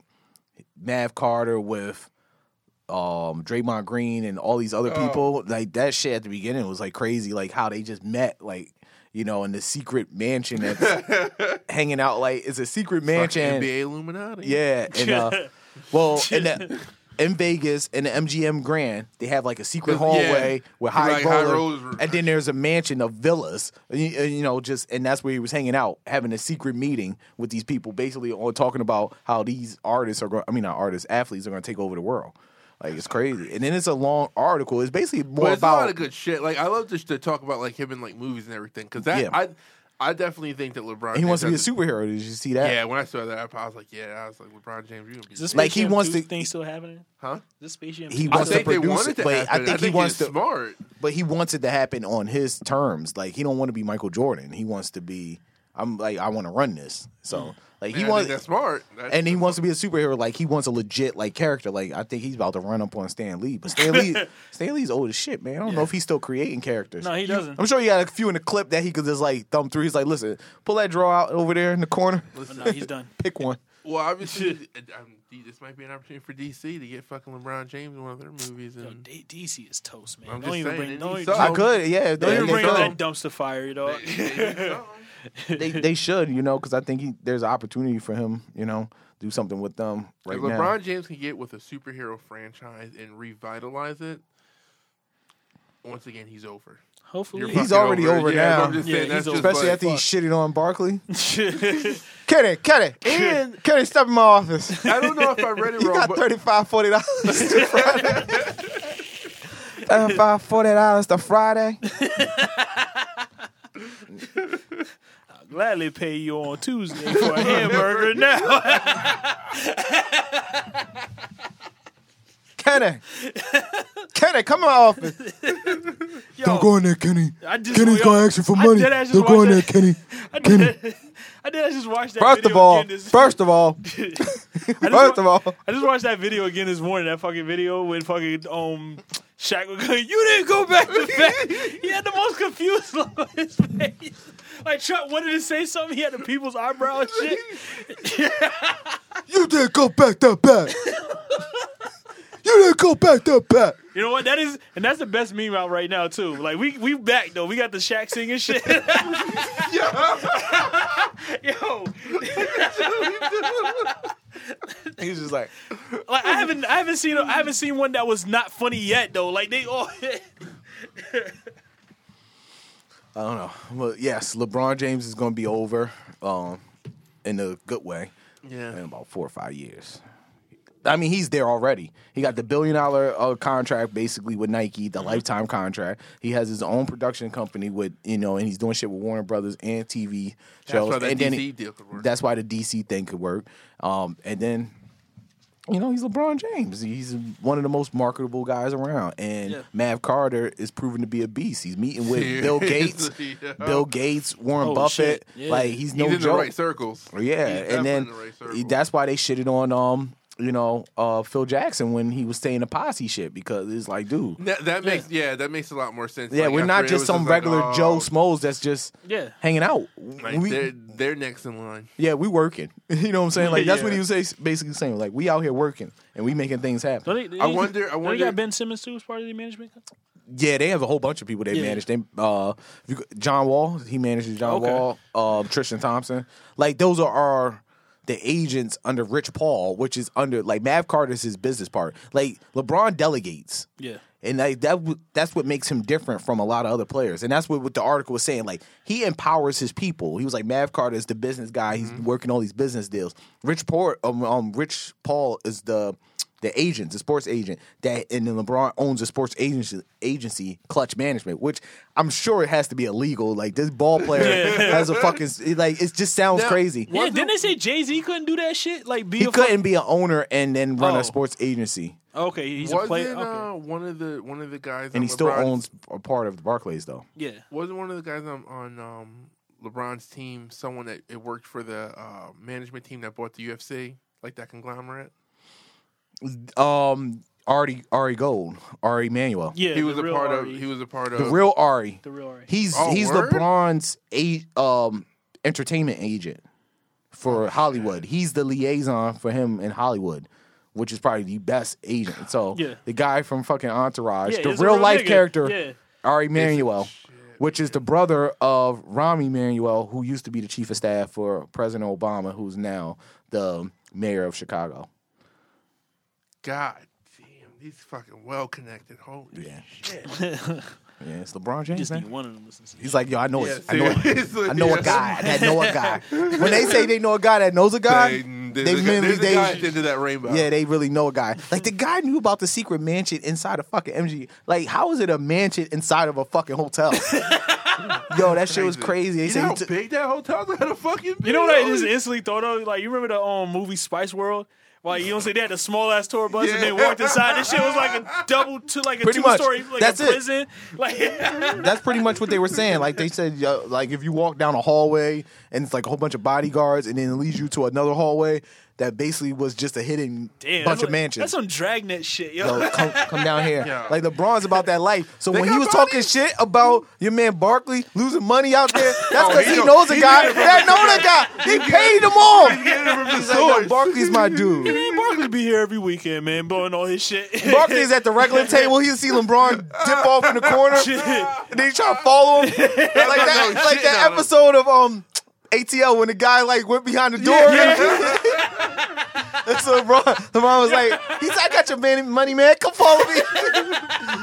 Speaker 2: Mav Carter with um Draymond Green and all these other people, like that shit at the beginning was like crazy, like how they just met, like you know, in the secret mansion that's hanging out. Like it's a secret
Speaker 4: Fucking
Speaker 2: mansion.
Speaker 4: NBA Illuminati.
Speaker 2: Yeah, and uh, well, in, the, in Vegas in the MGM Grand, they have like a secret
Speaker 4: Yeah.
Speaker 2: hallway with high,
Speaker 4: Like high
Speaker 2: roller,
Speaker 4: rollers.
Speaker 2: and then there's a mansion of villas. You, you know, just and that's where he was hanging out, having a secret meeting with these people, basically on talking about how these artists are. going I mean, not artists, athletes are going to take over the world. Like it's crazy, and then it's a long article. It's basically more
Speaker 4: But it's
Speaker 2: about
Speaker 4: a lot of good shit. Like I love just to talk about like him and like movies and everything because that
Speaker 2: Yeah.
Speaker 4: I, I definitely think that LeBron.
Speaker 2: he wants to be a
Speaker 4: James has-
Speaker 2: superhero. Did you see that?
Speaker 4: Yeah, when I saw that, I was like, yeah, I was like LeBron James, you gonna be
Speaker 1: Is this
Speaker 2: Like,
Speaker 1: Space
Speaker 2: he
Speaker 1: Jam
Speaker 2: wants
Speaker 1: 2
Speaker 2: to-
Speaker 1: thing still happening?
Speaker 4: huh?
Speaker 1: Is this Space Jam?
Speaker 2: He
Speaker 1: 2
Speaker 4: I
Speaker 2: wants
Speaker 1: still-
Speaker 2: to
Speaker 4: think they
Speaker 2: produce
Speaker 4: wanted
Speaker 2: it,
Speaker 4: to
Speaker 2: but I
Speaker 4: happen.
Speaker 2: think he wants
Speaker 4: it's
Speaker 2: to-
Speaker 4: smart.
Speaker 2: but he wants it to happen on his terms. Like he don't want to be Michael Jordan. He wants to be. I'm like I want to run this. So like he
Speaker 4: Yeah, Mm. I think
Speaker 2: wants,
Speaker 4: that's smart. That's-
Speaker 2: and he wants to be a superhero. Like he wants a legit like character. Like I think he's about to run up on Stan Lee. But Stan Lee, Stan Lee's old as shit, man. I don't know if he's still creating characters.
Speaker 1: No, he doesn't.
Speaker 2: I'm sure he had a few in the clip that he could just like thumb through. He's like, listen, pull that draw out over there in the corner.
Speaker 1: But no, he's done.
Speaker 2: Pick one.
Speaker 4: Well, obviously, um, D- this might be an opportunity for DC to get fucking LeBron James in one of their movies.
Speaker 1: Yo,
Speaker 4: And
Speaker 1: D- DC is toast, man.
Speaker 4: I'm
Speaker 1: don't
Speaker 4: just
Speaker 1: even
Speaker 4: saying,
Speaker 1: bring
Speaker 4: it
Speaker 1: don't,
Speaker 4: needs
Speaker 1: even-
Speaker 2: I
Speaker 4: Um,
Speaker 2: could, yeah.
Speaker 1: don't
Speaker 2: They,
Speaker 1: even
Speaker 4: they
Speaker 1: bring up
Speaker 4: don't.
Speaker 1: that dumpster fire, dog.
Speaker 2: they, they should, you know, because I think he, there's an opportunity for him, you know, do something with them right
Speaker 4: if
Speaker 2: now.
Speaker 4: LeBron James can get with a superhero franchise and revitalize it, once again, he's over. You're
Speaker 1: Hopefully,
Speaker 2: He's
Speaker 4: fucking
Speaker 2: already over
Speaker 4: Yeah,
Speaker 2: now.
Speaker 4: I'm just
Speaker 1: Yeah,
Speaker 4: saying,
Speaker 1: he's
Speaker 4: that's just
Speaker 1: over.
Speaker 2: Especially
Speaker 4: like-
Speaker 2: after he shitted on Barkley.
Speaker 1: He's
Speaker 2: Kenny, Kenny,
Speaker 4: And-
Speaker 2: Kenny, step in my office.
Speaker 4: I don't know if I read it
Speaker 2: You
Speaker 4: wrong,
Speaker 2: got
Speaker 4: but
Speaker 2: $35, $40. $35, $40 to Friday.
Speaker 1: gladly pay you on Tuesday for a hamburger now.
Speaker 2: Kenny, Kenny, come in my office.
Speaker 1: Yo,
Speaker 2: in there, Kenny.
Speaker 1: I just Kenny's gonna ask you for money. I just watched that-
Speaker 2: Kenny.
Speaker 1: I did, I did. I just watched that.
Speaker 2: First
Speaker 1: video
Speaker 2: of all,
Speaker 1: again this,
Speaker 2: first of all,
Speaker 1: I just
Speaker 2: first
Speaker 1: wa-
Speaker 2: of all,
Speaker 1: I just watched that video again this morning. That fucking video with fucking um Shaq was going, "You didn't go back to back." he had the most confused look on his face. Like Chuck wanted to say something. He had the people's eyebrow and shit.
Speaker 2: you didn't go back that back. you didn't go back that back.
Speaker 1: You know what? That is, and that's the best meme out right now too. Like we we back though. We got the Shaq singing shit. Yo,
Speaker 2: He's just like,
Speaker 1: like I haven't I haven't seen I haven't seen one that was not funny yet though. Like they all.
Speaker 2: I don't know. But yes, LeBron James is going to be over um, in a good way in
Speaker 4: yeah,
Speaker 2: about four or five years. I mean, he's there already. He got the billion dollar uh, contract basically with Nike,
Speaker 4: Mm-hmm.
Speaker 2: the lifetime contract. He has his own production company with, you know, and he's doing shit with Warner Brothers and TV
Speaker 4: that's
Speaker 2: shows.
Speaker 4: why that
Speaker 2: and then he-
Speaker 4: DC deal could work.
Speaker 2: that's why the DC thing could work. Um, and then, you know, he's LeBron James. He's one of the most marketable guys around. And
Speaker 1: Yeah.
Speaker 2: Mav Carter is proven to be a beast. He's meeting with Bill Gates,
Speaker 4: Seriously, yo.
Speaker 2: Bill Gates, Warren
Speaker 1: Oh,
Speaker 2: Buffett.
Speaker 1: shit. Yeah.
Speaker 2: Like he's no
Speaker 4: he's in
Speaker 2: joke.
Speaker 4: the right circles.
Speaker 2: yeah,
Speaker 4: He's
Speaker 2: and
Speaker 4: definitely
Speaker 2: then
Speaker 4: in the right
Speaker 2: he-
Speaker 4: circles.
Speaker 2: that's why they shitted on um you know, uh, Phil Jackson when he was saying the posse shit because it's like, dude,
Speaker 4: That, that makes yeah. that makes a lot more sense.
Speaker 2: yeah,
Speaker 4: Like,
Speaker 2: we're not
Speaker 4: after it
Speaker 2: just
Speaker 4: was
Speaker 2: some
Speaker 4: like,
Speaker 2: regular
Speaker 4: oh,
Speaker 2: Joe Smoles that's just
Speaker 1: Yeah.
Speaker 2: hanging out.
Speaker 4: Like
Speaker 2: we,
Speaker 4: they're they're next in line.
Speaker 2: yeah, we working. You know what I'm saying? Like that's what he
Speaker 1: Yeah.
Speaker 2: was say, basically saying. Like we out here working and we making things happen.
Speaker 1: Don't they-
Speaker 4: I
Speaker 1: they-
Speaker 4: wonder- I
Speaker 1: don't
Speaker 4: wonder-
Speaker 1: They got Ben Simmons too as part of the management.
Speaker 2: Yeah, they have a whole bunch of people they
Speaker 1: Yeah.
Speaker 2: manage. They uh, if you- John Wall, he manages John
Speaker 1: Okay.
Speaker 2: Wall. Um, Tristan Thompson, like those are our the agents under Rich Paul, which is under like Mav Carter's his business part. Like LeBron delegates.
Speaker 1: Yeah.
Speaker 2: And like that, w- that's what makes him different from a lot of other players, and that's what, what the article was saying. Like he empowers his people. He was like Mav Carter is the business guy.
Speaker 4: Mm-hmm.
Speaker 2: He's working all these business deals. Rich Paul, um, um, Rich Paul is the the agent, the sports agent that, and then LeBron owns a sports agency, agency, Clutch Management, which I'm sure it has to be illegal. Like this ball player has a fucking s- it, like it just sounds
Speaker 4: Now-
Speaker 2: crazy.
Speaker 1: Yeah, didn't they say Jay Z couldn't do that shit? Like, be
Speaker 2: He
Speaker 1: a
Speaker 2: couldn't be an owner and then run
Speaker 1: Oh.
Speaker 2: a sports agency,
Speaker 1: Fuck, okay, he's a
Speaker 4: wasn't
Speaker 1: player.
Speaker 4: uh,
Speaker 1: Okay.
Speaker 4: one of the one of the guys on
Speaker 2: and he still
Speaker 4: LeBron's-
Speaker 2: owns a part of the Barclays though.
Speaker 1: Yeah,
Speaker 4: wasn't one of the guys on, on um, LeBron's team someone that it worked for the uh, management team that bought the UFC, like that conglomerate.
Speaker 2: um Ari Ari Gold, Ari Manuel.
Speaker 1: yeah.
Speaker 4: he was
Speaker 1: the
Speaker 4: a
Speaker 1: real E.
Speaker 4: part
Speaker 1: RE.
Speaker 4: of. He was a part of.
Speaker 2: The real Ari.
Speaker 1: the real. E. RE.
Speaker 2: He's
Speaker 4: Oh,
Speaker 2: he's
Speaker 4: word?
Speaker 2: LeBron's a, um entertainment agent for Hollywood. He's the liaison for him in Hollywood, which is probably the best agent. So
Speaker 1: Yeah.
Speaker 2: the guy from fucking Entourage,
Speaker 1: Yeah,
Speaker 2: the
Speaker 1: he's a
Speaker 2: real,
Speaker 1: real
Speaker 2: life
Speaker 1: nigga.
Speaker 2: character
Speaker 1: Yeah.
Speaker 2: Ari Manuel, which is the brother of Rami Manuel, who used to be the chief of staff for President Obama, who's now the mayor of Chicago.
Speaker 4: God damn, these fucking well connected. Holy
Speaker 2: Yeah.
Speaker 4: shit!
Speaker 2: Yeah, it's LeBron James.
Speaker 1: just
Speaker 2: man.
Speaker 1: need one of them. to listen to
Speaker 2: He's like, yo, I know it.
Speaker 4: Yeah,
Speaker 2: I know it.
Speaker 4: seriously.
Speaker 2: I know a
Speaker 4: Yeah.
Speaker 2: guy that know a guy. When they say they know a guy that knows a guy,
Speaker 4: They,
Speaker 2: they,
Speaker 4: there's a guy-
Speaker 2: mainly
Speaker 4: there's a
Speaker 2: they
Speaker 4: guy at the end of that rainbow.
Speaker 2: yeah they really know a guy. Like the guy knew about the secret mansion inside of fucking MG. Like how is it a mansion inside of a fucking hotel? yo, that shit was crazy. They
Speaker 4: You
Speaker 2: say
Speaker 4: know
Speaker 2: he
Speaker 4: how
Speaker 2: took-
Speaker 4: big that hotel's gonna fucking be.
Speaker 1: You know what I just
Speaker 4: Holy
Speaker 1: instantly thought of? Like you remember the um movie Spice World? Like you don't say they had a small ass tour bus and they
Speaker 4: Yeah.
Speaker 1: walked inside. This shit was like a double to like a
Speaker 2: Pretty
Speaker 1: two
Speaker 2: much.
Speaker 1: story like
Speaker 2: That's
Speaker 1: a
Speaker 2: it.
Speaker 1: prison. Like
Speaker 2: that's pretty much what they were saying. Like they said, yo, like if you walk down a hallway and it's like a whole bunch of bodyguards, and then it leads you to another hallway that basically was just a hidden
Speaker 1: damn,
Speaker 2: bunch
Speaker 1: that's
Speaker 2: of
Speaker 1: like-
Speaker 2: mansions.
Speaker 1: That's some dragnet shit, yo.
Speaker 2: Yo, come, come down here.
Speaker 4: Yeah.
Speaker 2: Like LeBron's about that life. So when he
Speaker 4: got
Speaker 2: was
Speaker 4: bodies.
Speaker 2: talking shit about your man Barkley losing money out there, that's
Speaker 4: Oh,
Speaker 2: because
Speaker 4: he
Speaker 2: he,
Speaker 4: know-
Speaker 2: knows a
Speaker 4: he
Speaker 2: guy
Speaker 4: knew it from
Speaker 2: that know that guy. He paid him off.
Speaker 4: Get it from the
Speaker 2: He's like, yo,
Speaker 4: source.
Speaker 2: Barkley's my dude.
Speaker 1: Man, Barkley be here every weekend, man, blowing all his shit.
Speaker 2: Barkley's at the regular table. He'll see LeBron dip off in the corner.
Speaker 1: Shit.
Speaker 2: And then he try to follow him. Like that,
Speaker 4: No
Speaker 2: like
Speaker 4: shit,
Speaker 2: that
Speaker 4: no.
Speaker 2: episode of um ATL when the guy like went behind the door. so LeBron, LeBron was like, he's like, I got your man, money, man. Come follow me.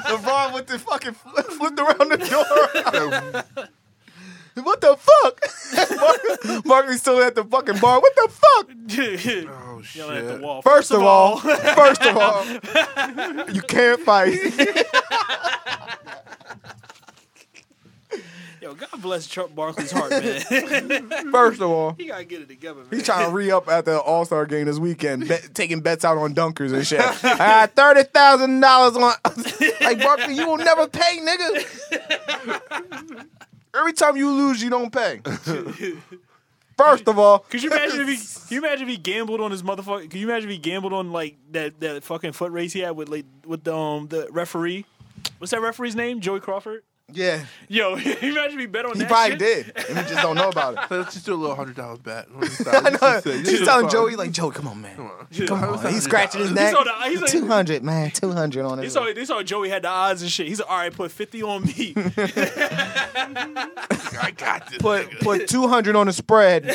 Speaker 2: LeBron with the fucking fl- flipped around the door. what the fuck? Mark- Markley's still at the fucking bar. What the fuck?
Speaker 4: Oh
Speaker 1: Yelling at the
Speaker 4: shit!
Speaker 1: wall.
Speaker 2: First of all, first of all, you can't fight.
Speaker 1: yo, God bless Chuck Barkley's heart, man.
Speaker 2: First of all.
Speaker 1: he gotta get it together, man.
Speaker 2: He's trying to re up at the All Star game this weekend, bet, taking bets out on dunkers and shit. I got thirty thousand dollars on. like Barkley, you will never pay, nigga. Every time you lose, you don't pay. First of all,
Speaker 1: Could you imagine if he? Can you imagine if he gambled on his motherfucker? Can you imagine if he gambled on like that that fucking foot race he had with like with the, um the referee? What's that referee's name? Joey Crawford.
Speaker 2: yeah,
Speaker 1: Yo, can you imagine if he bet on
Speaker 2: he
Speaker 1: that?
Speaker 2: probably
Speaker 1: shit?
Speaker 2: did, and we just don't know about it.
Speaker 4: So let's just do a little hundred dollar bet.
Speaker 2: I know. He's telling Joey like, Joey, come on, man. Come on. He's scratching his neck.
Speaker 1: on the- he's like-
Speaker 2: Two hundred, man. Two hundred on
Speaker 1: They
Speaker 2: it.
Speaker 1: saw, they saw Joey had the odds and shit. He's like, all right, put fifty on me.
Speaker 4: I got this.
Speaker 2: put
Speaker 4: nigga.
Speaker 2: put 200 on the spread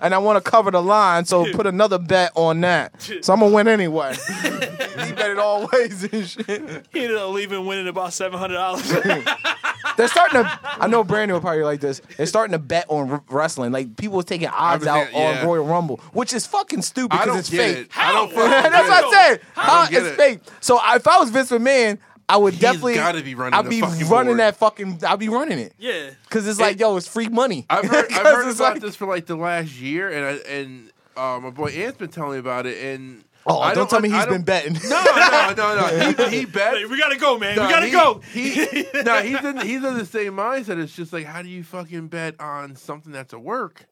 Speaker 2: and i want to cover the line so put another bet on that so i'm gonna win anyway he bet it all ways and shit
Speaker 1: he ended up leaving, winning about seven hundred dollars.
Speaker 2: they're starting to i know brandon will probably like this they're starting to bet on r- wrestling like people are taking odds out
Speaker 4: I've been- yeah.
Speaker 2: on royal rumble which is fucking stupid
Speaker 4: I
Speaker 2: because
Speaker 4: don't
Speaker 2: it's
Speaker 4: get
Speaker 2: fake
Speaker 4: it. I don't. fucking
Speaker 1: How?
Speaker 4: get
Speaker 2: That's
Speaker 4: it.
Speaker 2: what I'm saying. How-
Speaker 4: get
Speaker 2: it's
Speaker 4: it.
Speaker 2: fake. So I- if I was Vince McMahon, I would definitely.
Speaker 4: gotta be running
Speaker 2: I'd
Speaker 4: the
Speaker 2: be
Speaker 4: fucking
Speaker 2: running
Speaker 4: board.
Speaker 2: that fucking. I'd be running it.
Speaker 1: yeah,
Speaker 2: Cause it's like, yo, it's free money.
Speaker 4: I've heard, I've
Speaker 2: 'Cause
Speaker 4: heard
Speaker 2: it's
Speaker 4: about
Speaker 2: like-
Speaker 4: this for like the last year, and I, and uh, my boy Ant's been telling me about it. And
Speaker 2: Oh,
Speaker 4: I
Speaker 2: don't, tell me
Speaker 4: he's
Speaker 2: he's been betting.
Speaker 4: No, no, no, no. He, he bet.
Speaker 1: Hey, we gotta go, man.
Speaker 4: Nah,
Speaker 1: we gotta
Speaker 4: he-
Speaker 1: go.
Speaker 4: He, no, he's in, he's in the same mindset. It's just like, how do you fucking bet on something that's a work?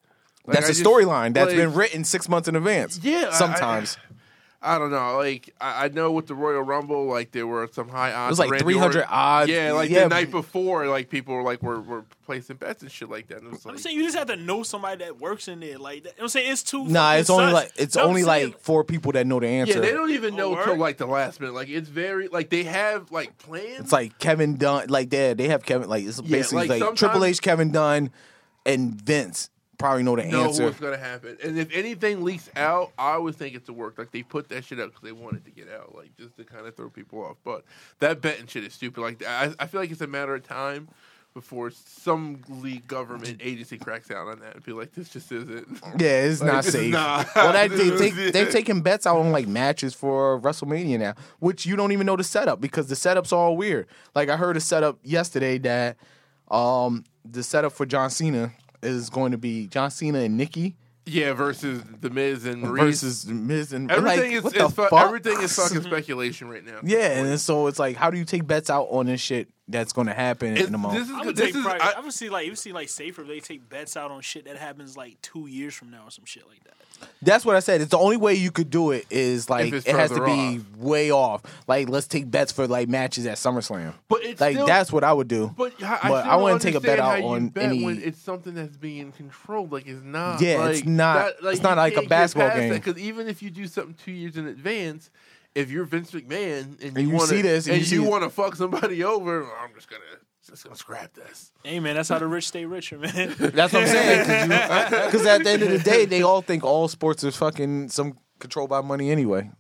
Speaker 4: Like,
Speaker 2: that's
Speaker 4: I
Speaker 2: a
Speaker 4: just-
Speaker 2: storyline that's
Speaker 4: like,
Speaker 2: been written six months in advance.
Speaker 4: Yeah, I- I-
Speaker 2: sometimes
Speaker 4: I don't know. Like I, I know with the Royal Rumble, like there were some high odds.
Speaker 2: was like
Speaker 4: Randy
Speaker 2: 300
Speaker 4: Orton-
Speaker 2: odds.
Speaker 4: Yeah, like
Speaker 2: Yeah.
Speaker 4: the night before, like people were like were, were placing bets and shit like that. And it was
Speaker 1: I'm
Speaker 4: like,
Speaker 1: saying you just have to know somebody that works in there. Like that. You know what I'm saying it's too.
Speaker 2: nah,
Speaker 1: fucking
Speaker 2: it's only
Speaker 1: sus.
Speaker 2: like it's
Speaker 1: No, I'm
Speaker 2: only
Speaker 1: saying,
Speaker 2: like four people that know the answer.
Speaker 4: yeah, they don't even know
Speaker 1: word?
Speaker 4: till like the last minute. Like it's very like they have like plans.
Speaker 2: It's like Kevin Dunn, like they they have Kevin, like it's basically
Speaker 4: like,
Speaker 2: like,
Speaker 4: sometimes-
Speaker 2: Triple H, Kevin Dunn, and Vince probably know the
Speaker 4: know
Speaker 2: answer.
Speaker 4: what's gonna happen. And if anything leaks out, I always think it's a work. Like they put that shit out because they wanted to get out, like just to kind of throw people off. But that betting shit is stupid. Like I, I feel like it's a matter of time before some league government agency cracks out on that and be like, this just isn't.
Speaker 2: Yeah, it's
Speaker 4: Like,
Speaker 2: not
Speaker 4: this is
Speaker 2: safe.
Speaker 4: not-
Speaker 2: well, that,
Speaker 4: this
Speaker 2: they,
Speaker 4: is-
Speaker 2: take, they're taking bets out on like matches for WrestleMania now, which you don't even know the setup because the setup's all weird. Like I heard a setup yesterday that um the setup for John Cena is going to be John Cena and Nikki
Speaker 4: Yeah, versus the Miz and Reese.
Speaker 2: versus Miz and
Speaker 4: everything
Speaker 2: like,
Speaker 4: is,
Speaker 2: what
Speaker 4: is
Speaker 2: the
Speaker 4: fu-
Speaker 2: fuck?
Speaker 4: everything is fucking speculation right now.
Speaker 2: yeah, and so it's like, how do you take bets out on this shit that's going to happen
Speaker 4: It's-
Speaker 2: in a moment?
Speaker 4: this is
Speaker 1: I would
Speaker 4: this
Speaker 1: take.
Speaker 4: is-
Speaker 1: probably,
Speaker 4: I-
Speaker 1: I, would see like you see like safer. if They take bets out on shit that happens like two years from now or some shit like that.
Speaker 2: That's what I said. It's the only way you could do it is like
Speaker 4: it's
Speaker 2: it has to
Speaker 4: further
Speaker 2: be way off. Like let's take bets for like matches at SummerSlam.
Speaker 4: But it's
Speaker 2: like
Speaker 4: still-
Speaker 2: that's what I would do.
Speaker 4: But I, I,
Speaker 2: But
Speaker 4: still
Speaker 2: I
Speaker 4: don't
Speaker 2: wouldn't take a bet
Speaker 4: understand
Speaker 2: out
Speaker 4: how you
Speaker 2: on
Speaker 4: bet
Speaker 2: any-
Speaker 4: when it's something that's being controlled. Like it's not.
Speaker 2: Yeah, it's
Speaker 4: like,
Speaker 2: not-
Speaker 4: That, like,
Speaker 2: it's not like a basketball game.
Speaker 4: Because even if you do something two years in advance, if you're Vince McMahon and,
Speaker 2: you
Speaker 4: wanna,
Speaker 2: see this, and
Speaker 4: and,
Speaker 2: you see
Speaker 4: you
Speaker 2: it-
Speaker 4: want to fuck somebody over, "Oh, I'm just gonna just gonna scrap this.
Speaker 1: Hey man, that's how the rich stay richer, man.
Speaker 2: that's what I'm saying. Because at the end of the day, they all think all sports is fucking some control by money anyway.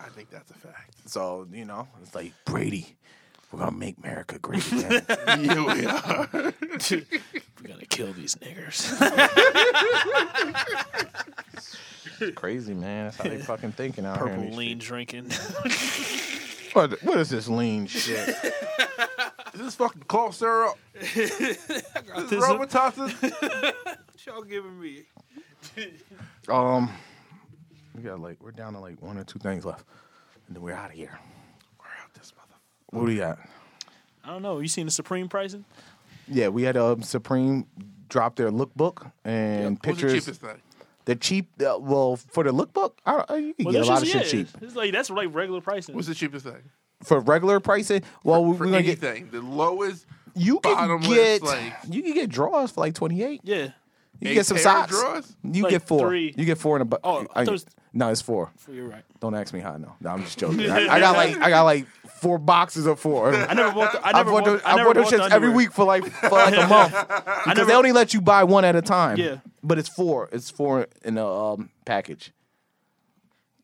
Speaker 4: I think that's a fact.
Speaker 2: So you know, it's like Brady. We're gonna make America great again.
Speaker 4: yeah, we are.
Speaker 1: We're gonna kill these niggers.
Speaker 2: Crazy man, that's how they fucking thinking out here. in
Speaker 1: Purple
Speaker 2: these
Speaker 1: lean drinking.
Speaker 2: streets. What, what is this lean shit?
Speaker 4: Is this fucking cough syrup? Is this
Speaker 1: this up.
Speaker 4: Robitussin?
Speaker 1: Y'all giving me.
Speaker 2: Um, we got like we're down to like one or two things left, and then we're out of here.
Speaker 4: We're out this motherfucker.
Speaker 2: What do we got?
Speaker 1: I don't know. You seen the Supreme pricing?
Speaker 2: Yeah, we had um, Supreme drop their lookbook and
Speaker 4: What's the
Speaker 2: pictures.
Speaker 4: cheapest thing?
Speaker 2: the cheap, uh, well, for the lookbook, I don't, uh, you can
Speaker 1: Well,
Speaker 2: get a
Speaker 1: that's
Speaker 2: lot of
Speaker 1: just-
Speaker 2: shit
Speaker 1: yeah,
Speaker 2: cheap
Speaker 1: It's like that's like regular pricing.
Speaker 4: What's the cheapest thing
Speaker 2: for regular pricing. Well, we're
Speaker 4: for
Speaker 2: gonna get
Speaker 4: anything? The lowest.
Speaker 2: you can
Speaker 4: bottomless,
Speaker 2: get
Speaker 4: like-
Speaker 2: you can get draws for like twenty eight.
Speaker 1: yeah.
Speaker 2: You
Speaker 4: Eight
Speaker 2: can get some
Speaker 4: pair
Speaker 2: socks.
Speaker 4: drawers?
Speaker 2: You
Speaker 1: Like
Speaker 2: get four.
Speaker 1: three.
Speaker 2: You get four in a buck.
Speaker 1: Oh, I thought it was-
Speaker 2: no, it's four.
Speaker 1: You're right.
Speaker 2: Don't ask me how. No, no, I'm just joking. I, I got like I got like four boxes of four.
Speaker 1: I never bought. The, I
Speaker 2: I've
Speaker 1: never bought.
Speaker 2: bought, those,
Speaker 1: the- I
Speaker 2: I've
Speaker 1: never
Speaker 2: bought
Speaker 1: bought
Speaker 2: those
Speaker 1: the
Speaker 2: shits every
Speaker 1: underwear.
Speaker 2: week for like for like a month because
Speaker 1: never-
Speaker 2: they only let you buy one at a time.
Speaker 1: Yeah.
Speaker 2: but it's four. It's four in a um, package.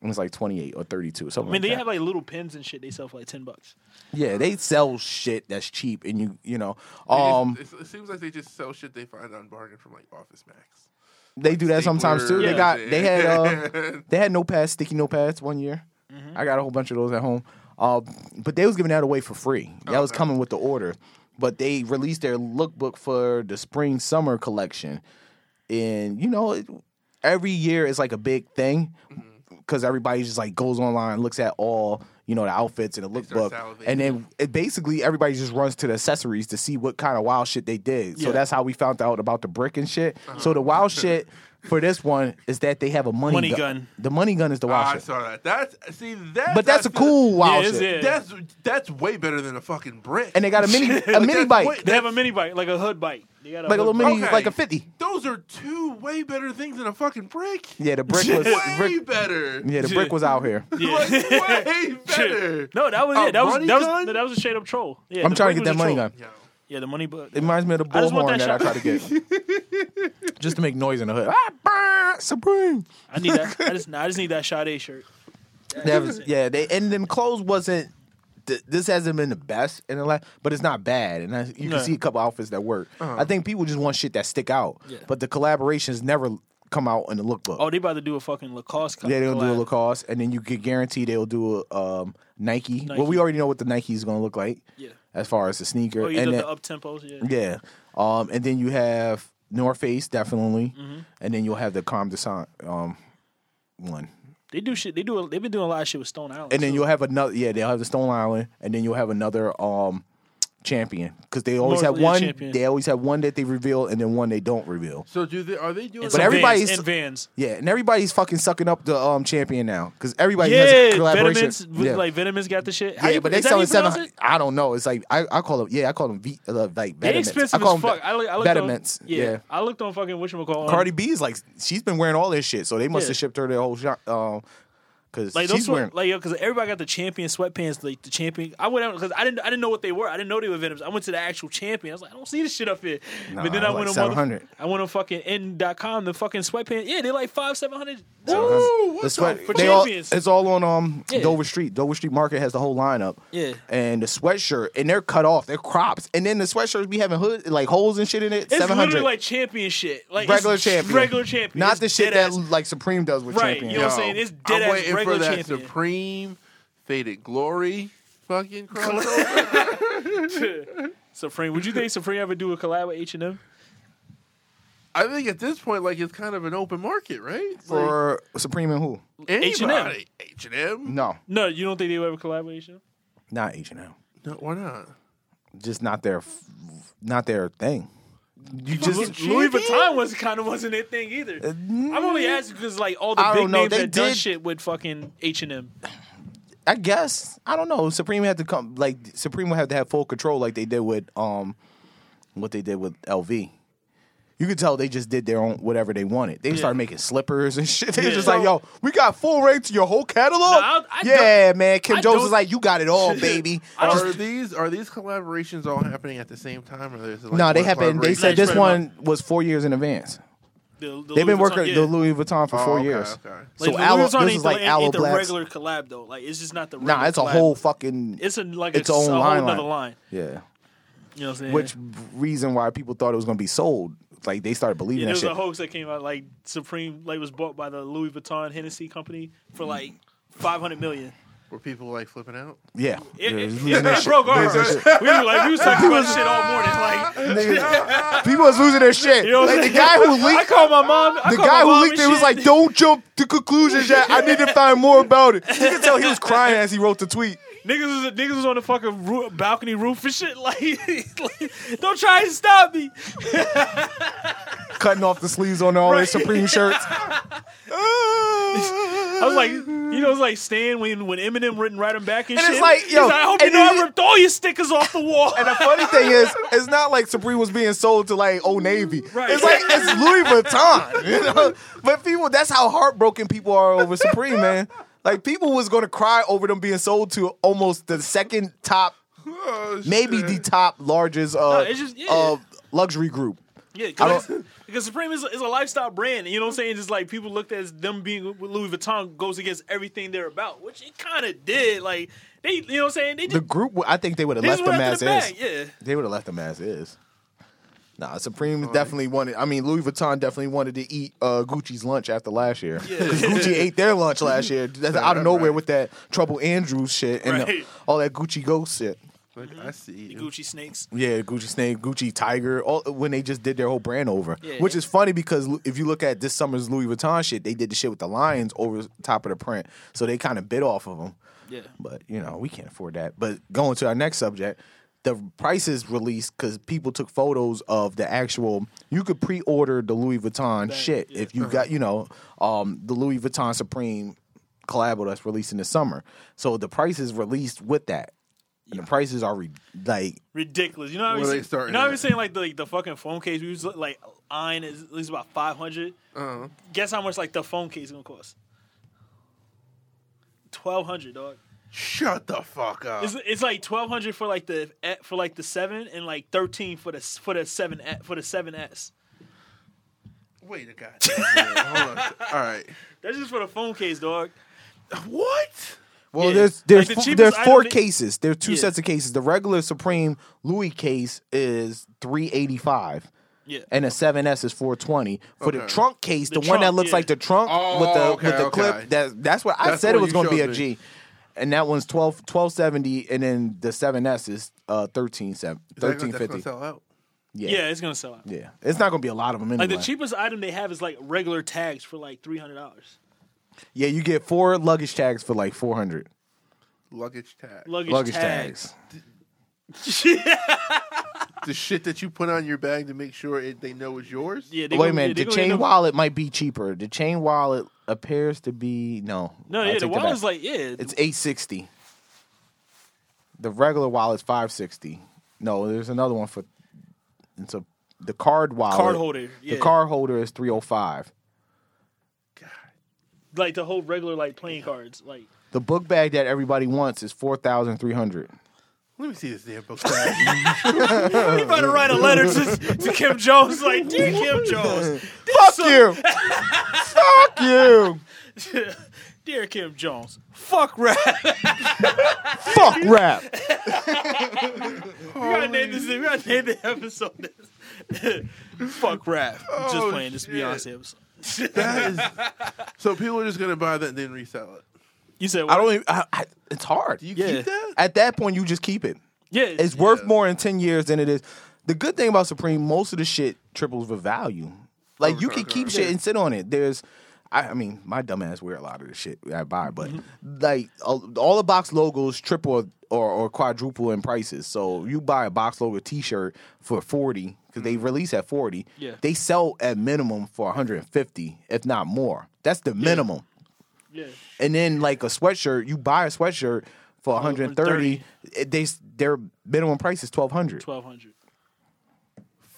Speaker 2: And it's like twenty eight or thirty two. Something.
Speaker 1: I mean,
Speaker 2: like
Speaker 1: they
Speaker 2: that.
Speaker 1: have like little pins and shit. They sell for like ten bucks.
Speaker 2: yeah, they sell shit that's cheap, and you you know
Speaker 4: Um,
Speaker 2: um
Speaker 4: it, seems like they just sell shit they find on bargain from like Office Max.
Speaker 2: they do that sometimes too. They
Speaker 1: Yeah.
Speaker 2: got they had uh, they had notepads, sticky notepads one year. I got a whole bunch of those at home. Uh, but they was giving that away for free. That was coming with the order. But they released their lookbook for the spring summer collection, and you know, it, every year is like a big thing because everybody just like goes online, looks at all you know the outfits and the
Speaker 4: start
Speaker 2: lookbook,
Speaker 4: salivating.
Speaker 2: and then it basically everybody just runs to the accessories to see what kind of wild shit they did. So
Speaker 1: Yeah.
Speaker 2: that's how we found out about the brick and shit. So the wild shit for this one is that they have a money,
Speaker 1: Money
Speaker 2: gu-
Speaker 1: gun.
Speaker 2: The money gun is the wild
Speaker 4: Ah, I
Speaker 2: shit,
Speaker 4: saw that. That's see that.
Speaker 2: but that's a cool wild
Speaker 1: Yeah, it's-
Speaker 2: shit.
Speaker 1: yeah.
Speaker 4: That's that's way better than a fucking brick.
Speaker 2: And they got a mini a mini
Speaker 4: that's
Speaker 2: bike,
Speaker 4: way-
Speaker 1: They have a mini bike, like a hood bike. They got a
Speaker 2: like a
Speaker 1: hood
Speaker 2: little
Speaker 1: bike.
Speaker 2: mini,
Speaker 4: Okay.
Speaker 2: like a fifty.
Speaker 4: those are two way better things than a fucking brick.
Speaker 2: Yeah, the brick was
Speaker 4: Way
Speaker 2: brick,
Speaker 4: better.
Speaker 2: yeah the brick was out here.
Speaker 4: Like,
Speaker 1: Yeah.
Speaker 4: way better.
Speaker 1: No, that was
Speaker 4: A
Speaker 1: it. That was
Speaker 4: money
Speaker 1: that was,
Speaker 4: gun?
Speaker 1: that was a straight up troll. Yeah,
Speaker 2: I'm
Speaker 1: the
Speaker 2: trying
Speaker 1: break
Speaker 2: to get
Speaker 1: was
Speaker 2: that
Speaker 1: a
Speaker 2: money
Speaker 1: troll.
Speaker 2: gun.
Speaker 4: Yo,
Speaker 1: Yeah, the money book.
Speaker 2: It reminds me of the
Speaker 1: I just want
Speaker 2: bullhorn that,
Speaker 1: that
Speaker 2: I try to
Speaker 1: shot.
Speaker 2: get, just to make noise in the hood. Ah, bah, Supreme.
Speaker 1: I need that. I just, nah, I just need that Sade shirt.
Speaker 2: That was- yeah, they and them clothes wasn't. th- This hasn't been the best in the last, but it's not bad, and I, you
Speaker 1: No.
Speaker 2: can see a couple outfits that work.
Speaker 1: Uh-huh.
Speaker 2: I think people just want shit that stick out,
Speaker 1: Yeah.
Speaker 2: but the collaborations never come out in the lookbook.
Speaker 1: Oh, they about to do a fucking Lacoste.
Speaker 2: yeah, they'll do a
Speaker 1: collab.
Speaker 2: Lacoste, and then you could guarantee they'll do a um, Nike.
Speaker 1: Nike.
Speaker 2: Well, we already know what the Nike is going to look like,
Speaker 1: Yeah.
Speaker 2: as far as the sneaker,
Speaker 1: Oh, you
Speaker 2: and
Speaker 1: did
Speaker 2: then,
Speaker 1: the up tempos. Yeah.
Speaker 2: yeah, um, and then you have North Face definitely,
Speaker 1: Mm-hmm.
Speaker 2: and then you'll have the Calm Design um, one.
Speaker 1: They do shit. They do. a- They've been doing a lot of shit with Stone Island.
Speaker 2: and then
Speaker 1: too.
Speaker 2: you'll have another yeah they'll have the stone island and then you'll have another um champion because they always
Speaker 1: More-
Speaker 2: have
Speaker 1: yeah,
Speaker 2: one.
Speaker 1: champion.
Speaker 2: They always have one that they reveal and then one they don't reveal.
Speaker 4: So do they? Are they doing?
Speaker 1: And
Speaker 2: But
Speaker 1: some
Speaker 4: like-
Speaker 2: every- everybody's-
Speaker 1: Vans, and Vans.
Speaker 2: Yeah, and everybody's fucking sucking up the um champion now because everybody has
Speaker 1: Yeah,
Speaker 2: a collaboration.
Speaker 1: Venomins,
Speaker 2: yeah.
Speaker 1: like Venomins got the shit. How
Speaker 2: Yeah,
Speaker 1: you-
Speaker 2: but they
Speaker 1: is that
Speaker 2: selling
Speaker 1: how you
Speaker 2: seven.
Speaker 1: pronounce
Speaker 2: hun-
Speaker 1: it?
Speaker 2: I don't know. It's like I, I call them. Yeah, I call them v, uh, like
Speaker 1: They
Speaker 2: Venomins.
Speaker 1: expensive
Speaker 2: I call
Speaker 1: as
Speaker 2: them
Speaker 1: fuck. I look, I looked
Speaker 2: Venomins,
Speaker 1: On, yeah,
Speaker 2: yeah.
Speaker 1: I looked on fucking whatchamacallit.
Speaker 2: Cardi B's like she's been wearing all this shit, so they must
Speaker 1: Yeah.
Speaker 2: have shipped her the whole shot. Um, because
Speaker 1: Like those,
Speaker 2: she's wearing.
Speaker 1: sweat, like yo, because everybody got the champion sweatpants, like the champion. I went out because I didn't, I didn't know what they were. I didn't know they were venoms. I went to the actual champion. I was like, I don't see this shit up here. but then
Speaker 2: it
Speaker 1: I
Speaker 2: was
Speaker 1: went
Speaker 2: like
Speaker 1: on
Speaker 2: 700.
Speaker 1: mother, I went on fucking n.com, the fucking sweatpants. Yeah, they're like five, seven hundred.
Speaker 4: Ooh, what
Speaker 2: the sweat,
Speaker 4: the
Speaker 1: For
Speaker 2: they all,
Speaker 1: champions.
Speaker 2: it's all on um
Speaker 1: Yeah.
Speaker 2: Dover Street. Dover Street Market has the whole lineup.
Speaker 1: Yeah.
Speaker 2: And the sweatshirt, and they're cut off. They're crops, and then the sweatshirts be having hood like holes and shit in it.
Speaker 1: It's
Speaker 2: Seven
Speaker 1: literally
Speaker 2: hundred
Speaker 1: like champion shit, like
Speaker 2: regular
Speaker 1: it's
Speaker 2: champion,
Speaker 1: regulon champion,
Speaker 2: not
Speaker 1: It's
Speaker 2: the shit
Speaker 1: dead
Speaker 2: that
Speaker 1: ass-
Speaker 2: like Supreme does with
Speaker 1: Right,
Speaker 2: champion.
Speaker 1: you know what I'm
Speaker 4: Yo,
Speaker 1: saying? It's dead
Speaker 4: I'm
Speaker 1: ass
Speaker 4: waiting for
Speaker 1: regular
Speaker 4: that
Speaker 1: champion.
Speaker 4: Supreme Faded Glory fucking crossover.
Speaker 1: Supreme. Would you think Supreme ever do a collab with H and M?
Speaker 4: I think at this point, like it's kind of an open market, right? It's like,
Speaker 2: For Supreme and who?
Speaker 1: H&M.
Speaker 4: anybody, H and M.
Speaker 2: No,
Speaker 1: No, you don't think they would ever collab with H and M?
Speaker 2: not H and M.
Speaker 4: No, why not?
Speaker 2: Just not their, f- not their thing. You
Speaker 1: Just
Speaker 2: just
Speaker 1: Louis Vuitton was kind of wasn't their thing either. I'm only asking because like all the
Speaker 2: Uh, I
Speaker 1: big
Speaker 2: don't know.
Speaker 1: names
Speaker 2: They
Speaker 1: that done
Speaker 2: did-
Speaker 1: shit with fucking H and M.
Speaker 2: I guess I don't know. Supreme had to come like Supreme would have to have full control like they did with um what they did with LV. You could tell they just did their own whatever they wanted. They started making slippers and shit. They was
Speaker 1: Yeah.
Speaker 2: just like, "Yo, we got full rate to your whole catalog."
Speaker 1: I- I
Speaker 2: yeah, man. Kim
Speaker 1: I
Speaker 2: Jones
Speaker 1: don't-
Speaker 2: is like, "You got it all, baby."
Speaker 4: Are these are these collaborations all happening at the same time, or there's like
Speaker 2: no, they
Speaker 4: one
Speaker 2: happened. They
Speaker 4: collaboration?
Speaker 2: said this
Speaker 1: Pretty
Speaker 2: one was four years in advance.
Speaker 1: The, the
Speaker 2: They've
Speaker 1: Louis
Speaker 2: been working
Speaker 1: Vuitton, yeah.
Speaker 2: at the Louis Vuitton for
Speaker 4: Oh,
Speaker 2: four
Speaker 4: okay,
Speaker 2: years.
Speaker 4: okay.
Speaker 1: Like,
Speaker 2: So
Speaker 1: the
Speaker 2: Aloe-
Speaker 1: Louis Vuitton
Speaker 2: this
Speaker 1: ain't
Speaker 2: is
Speaker 1: the-
Speaker 2: like
Speaker 1: ain't
Speaker 2: Aloe
Speaker 1: the
Speaker 2: Blacks.
Speaker 1: regular collab though. Like it's just not the regular
Speaker 2: Nah, it's a
Speaker 1: collab.
Speaker 2: whole fucking.
Speaker 1: It's a like
Speaker 2: its
Speaker 1: a,
Speaker 2: own
Speaker 1: a whole
Speaker 2: lineup.
Speaker 1: another line.
Speaker 2: yeah.
Speaker 1: You know what I'm saying?
Speaker 2: which reason why people thought it was going to be sold. Like they started believing
Speaker 1: yeah, there
Speaker 2: that
Speaker 1: was
Speaker 2: shit.
Speaker 1: a hoax that came out like Supreme like was bought by the Louis Vuitton Hennessy company for
Speaker 2: Mm.
Speaker 1: like 500 million.
Speaker 4: Were people like flipping out?
Speaker 2: yeah,
Speaker 1: It,
Speaker 2: Yeah,
Speaker 1: it,
Speaker 2: was
Speaker 1: it,
Speaker 2: losing their shit.
Speaker 1: broke our
Speaker 2: Losing their
Speaker 1: hearts.
Speaker 2: shit.
Speaker 1: We were like we was talking about shit all morning. Like
Speaker 2: Nigga, people was losing their shit.
Speaker 1: You know what I'm
Speaker 2: like the
Speaker 1: saying?
Speaker 2: guy who
Speaker 1: I
Speaker 2: leaked,
Speaker 1: called my mom. I
Speaker 2: the
Speaker 1: called my
Speaker 2: guy who
Speaker 1: mom
Speaker 2: leaked
Speaker 1: and
Speaker 2: it was
Speaker 1: shit.
Speaker 2: like, "Don't jump to conclusions yet. I need to find more about it." You can tell he was crying as he wrote the tweet.
Speaker 1: niggas was niggas was on the fucking roo- balcony roof and shit. Like, like, don't try and stop me.
Speaker 2: cutting off the sleeves on all their
Speaker 1: Right.
Speaker 2: Supreme shirts.
Speaker 1: I was like, you know, it's like Stan when when Eminem written right him back and,
Speaker 2: And
Speaker 1: shit.
Speaker 2: it's like, yo,
Speaker 1: He's I hope you
Speaker 2: and
Speaker 1: know
Speaker 2: it-
Speaker 1: I ripped all your stickers off the wall.
Speaker 2: And the funny thing is, it's not like Supreme was being sold to like Old Navy.
Speaker 1: Right.
Speaker 2: It's like it's Louis Vuitton. You know? But people, that's how heartbroken people are over Supreme, man. Like people was gonna cry over them being sold to almost the second top,
Speaker 4: Oh,
Speaker 2: maybe the
Speaker 4: shit.
Speaker 2: top largest uh,
Speaker 1: it's just- yeah.
Speaker 2: uh luxury group.
Speaker 1: yeah,
Speaker 2: I
Speaker 1: cause,
Speaker 2: don't-
Speaker 1: because Supreme is, is a lifestyle brand. You know what I'm saying? Just like people looked at them being with Louis Vuitton goes against everything they're about, which it kind of did. Like they, you know what I'm saying? They
Speaker 2: The
Speaker 1: just,
Speaker 2: group, I think they would have
Speaker 1: they
Speaker 2: left
Speaker 1: just
Speaker 2: them
Speaker 1: went
Speaker 2: as
Speaker 1: after the
Speaker 2: is.
Speaker 1: bag. Yeah.
Speaker 2: They would have left them as is. Nah, Supreme definitely wanted. I mean, Louis Vuitton definitely wanted to eat uh, Gucci's lunch after last year. 'Cause Gucci ate their lunch last year That's out of nowhere with that Trouble Andrews shit and the-
Speaker 1: Right.
Speaker 2: all that Gucci Ghost shit.
Speaker 1: Mm-hmm.
Speaker 4: Like, I see. You.
Speaker 1: Gucci snakes.
Speaker 2: Yeah, Gucci Snake, Gucci Tiger, all when they just did their whole brand over.
Speaker 1: Yeah.
Speaker 2: Which is funny because l- if you look at this summer's Louis Vuitton shit, they did the shit with the lions over the top of the print, so they kind of bit off of them.
Speaker 1: Yeah.
Speaker 2: But you know, we can't afford that. But going to our next subject, the prices released because people took photos of the actual. You could pre-order the Louis Vuitton shit if
Speaker 1: uh-huh.
Speaker 2: you got you know um, the Louis Vuitton Supreme collab with us releasing this summer. So the prices released with that. And the prices are re- like
Speaker 1: ridiculous. You know what
Speaker 4: Where
Speaker 1: I'm
Speaker 4: they
Speaker 1: saying?
Speaker 4: starting
Speaker 1: You know what
Speaker 4: at?
Speaker 1: I'm saying? Like the, like the fucking phone case, we was like eyeing is at least about five hundred.
Speaker 4: Uh-huh.
Speaker 1: Guess how much like the phone case is gonna cost? Twelve hundred, dog.
Speaker 4: Shut the fuck up.
Speaker 1: It's, it's like twelve hundred for like the eh, for like the seven and like thirteen for the for the seven eh, for the seven S.
Speaker 4: Wait a goddamn minute. Hold on. All right.
Speaker 1: That's just for the phone case, dog.
Speaker 4: What?
Speaker 2: Well,
Speaker 1: Yeah.
Speaker 2: there's there's
Speaker 1: Like, the
Speaker 2: fo-
Speaker 1: cheapest
Speaker 2: there's
Speaker 1: item
Speaker 2: four
Speaker 1: that-
Speaker 2: cases. There's two
Speaker 1: Yeah.
Speaker 2: sets of cases. The regular Supreme Louis case is three eighty five.
Speaker 1: Yeah.
Speaker 2: And a 7S is 420. For the
Speaker 4: Okay.
Speaker 2: trunk case, the,
Speaker 1: The
Speaker 2: one that
Speaker 1: trunk,
Speaker 2: looks
Speaker 1: yeah.
Speaker 2: like the trunk with the
Speaker 4: Oh, okay,
Speaker 2: with the
Speaker 4: okay.
Speaker 2: clip, that that's what I
Speaker 4: That's
Speaker 2: said it
Speaker 4: the one
Speaker 2: was
Speaker 4: you
Speaker 2: going to be a
Speaker 4: showed me.
Speaker 2: G. And that one's 12 1270 and then the 7S is uh 13
Speaker 4: Is that gonna- that's gonna
Speaker 2: 1350.
Speaker 4: sell out?
Speaker 2: Yeah.
Speaker 1: Yeah,
Speaker 2: yeah.
Speaker 1: it's gonna sell out.
Speaker 2: It's not going to be a lot of them anyway.
Speaker 1: Like the cheapest item they have is like regular tags for like three hundred dollars.
Speaker 2: yeah, you get four luggage tags for like 400.
Speaker 4: Luggage tag.
Speaker 1: Luggage,
Speaker 2: Luggage
Speaker 1: tags.
Speaker 2: tags.
Speaker 4: the shit that you put on your bag to make sure it, they know is yours.
Speaker 1: Yeah, they
Speaker 5: Wait a
Speaker 1: gonna-
Speaker 5: minute,
Speaker 1: they
Speaker 5: the
Speaker 1: gonna
Speaker 5: chain
Speaker 1: end up-
Speaker 5: wallet might be cheaper. The chain wallet appears to be no.
Speaker 1: No,
Speaker 5: I
Speaker 1: yeah,
Speaker 5: take
Speaker 1: the
Speaker 5: that back.
Speaker 1: wallet's like yeah.
Speaker 5: it's eight sixty. The regular wallet's five sixty. No, there's another one for. It's a the card wallet.
Speaker 1: Card holder, yeah.
Speaker 5: The card holder is three oh five.
Speaker 1: like the whole regular like playing cards. Like
Speaker 5: The book bag that everybody wants is four thousand three hundred.
Speaker 4: Let me see this damn book bag.
Speaker 1: you about to write a letter to, to Kim Jones. Like dear Kim Jones,
Speaker 5: Fuck you! Fuck you!
Speaker 1: dear Kim Jones, fuck rap. we
Speaker 5: Fuck rap!
Speaker 1: gotta name this. We gotta name the episode. this. fuck rap.
Speaker 5: Oh,
Speaker 1: Just playing this
Speaker 4: shit.
Speaker 1: Beyonce episode.
Speaker 4: That is- so people are just gonna buy that and then resell it.
Speaker 1: You said
Speaker 5: I
Speaker 1: what?
Speaker 5: don't. Even, I, I, it's hard.
Speaker 4: Do you
Speaker 1: Yeah.
Speaker 4: keep that?
Speaker 5: At that point, you just keep it.
Speaker 1: yeah.
Speaker 5: It's worth more in ten years than it is. The good thing about Supreme, most of the shit triples with value.
Speaker 1: Oh,
Speaker 5: Like you can keep shit and sit on it. There's, I, I mean, my dumb ass wear a lot of the shit I buy, but
Speaker 1: Mm-hmm.
Speaker 5: like all all the box logos triple or, or quadruple in prices. So you buy a box logo T-shirt for forty because they release at forty.
Speaker 1: Mm-hmm. Yeah.
Speaker 5: they sell at minimum for one hundred and fifty, if not more. That's the minimum.
Speaker 1: yeah.
Speaker 5: And then like a sweatshirt, you buy a sweatshirt for 130, it- they s- their minimum price is 1200
Speaker 1: twelve hundred.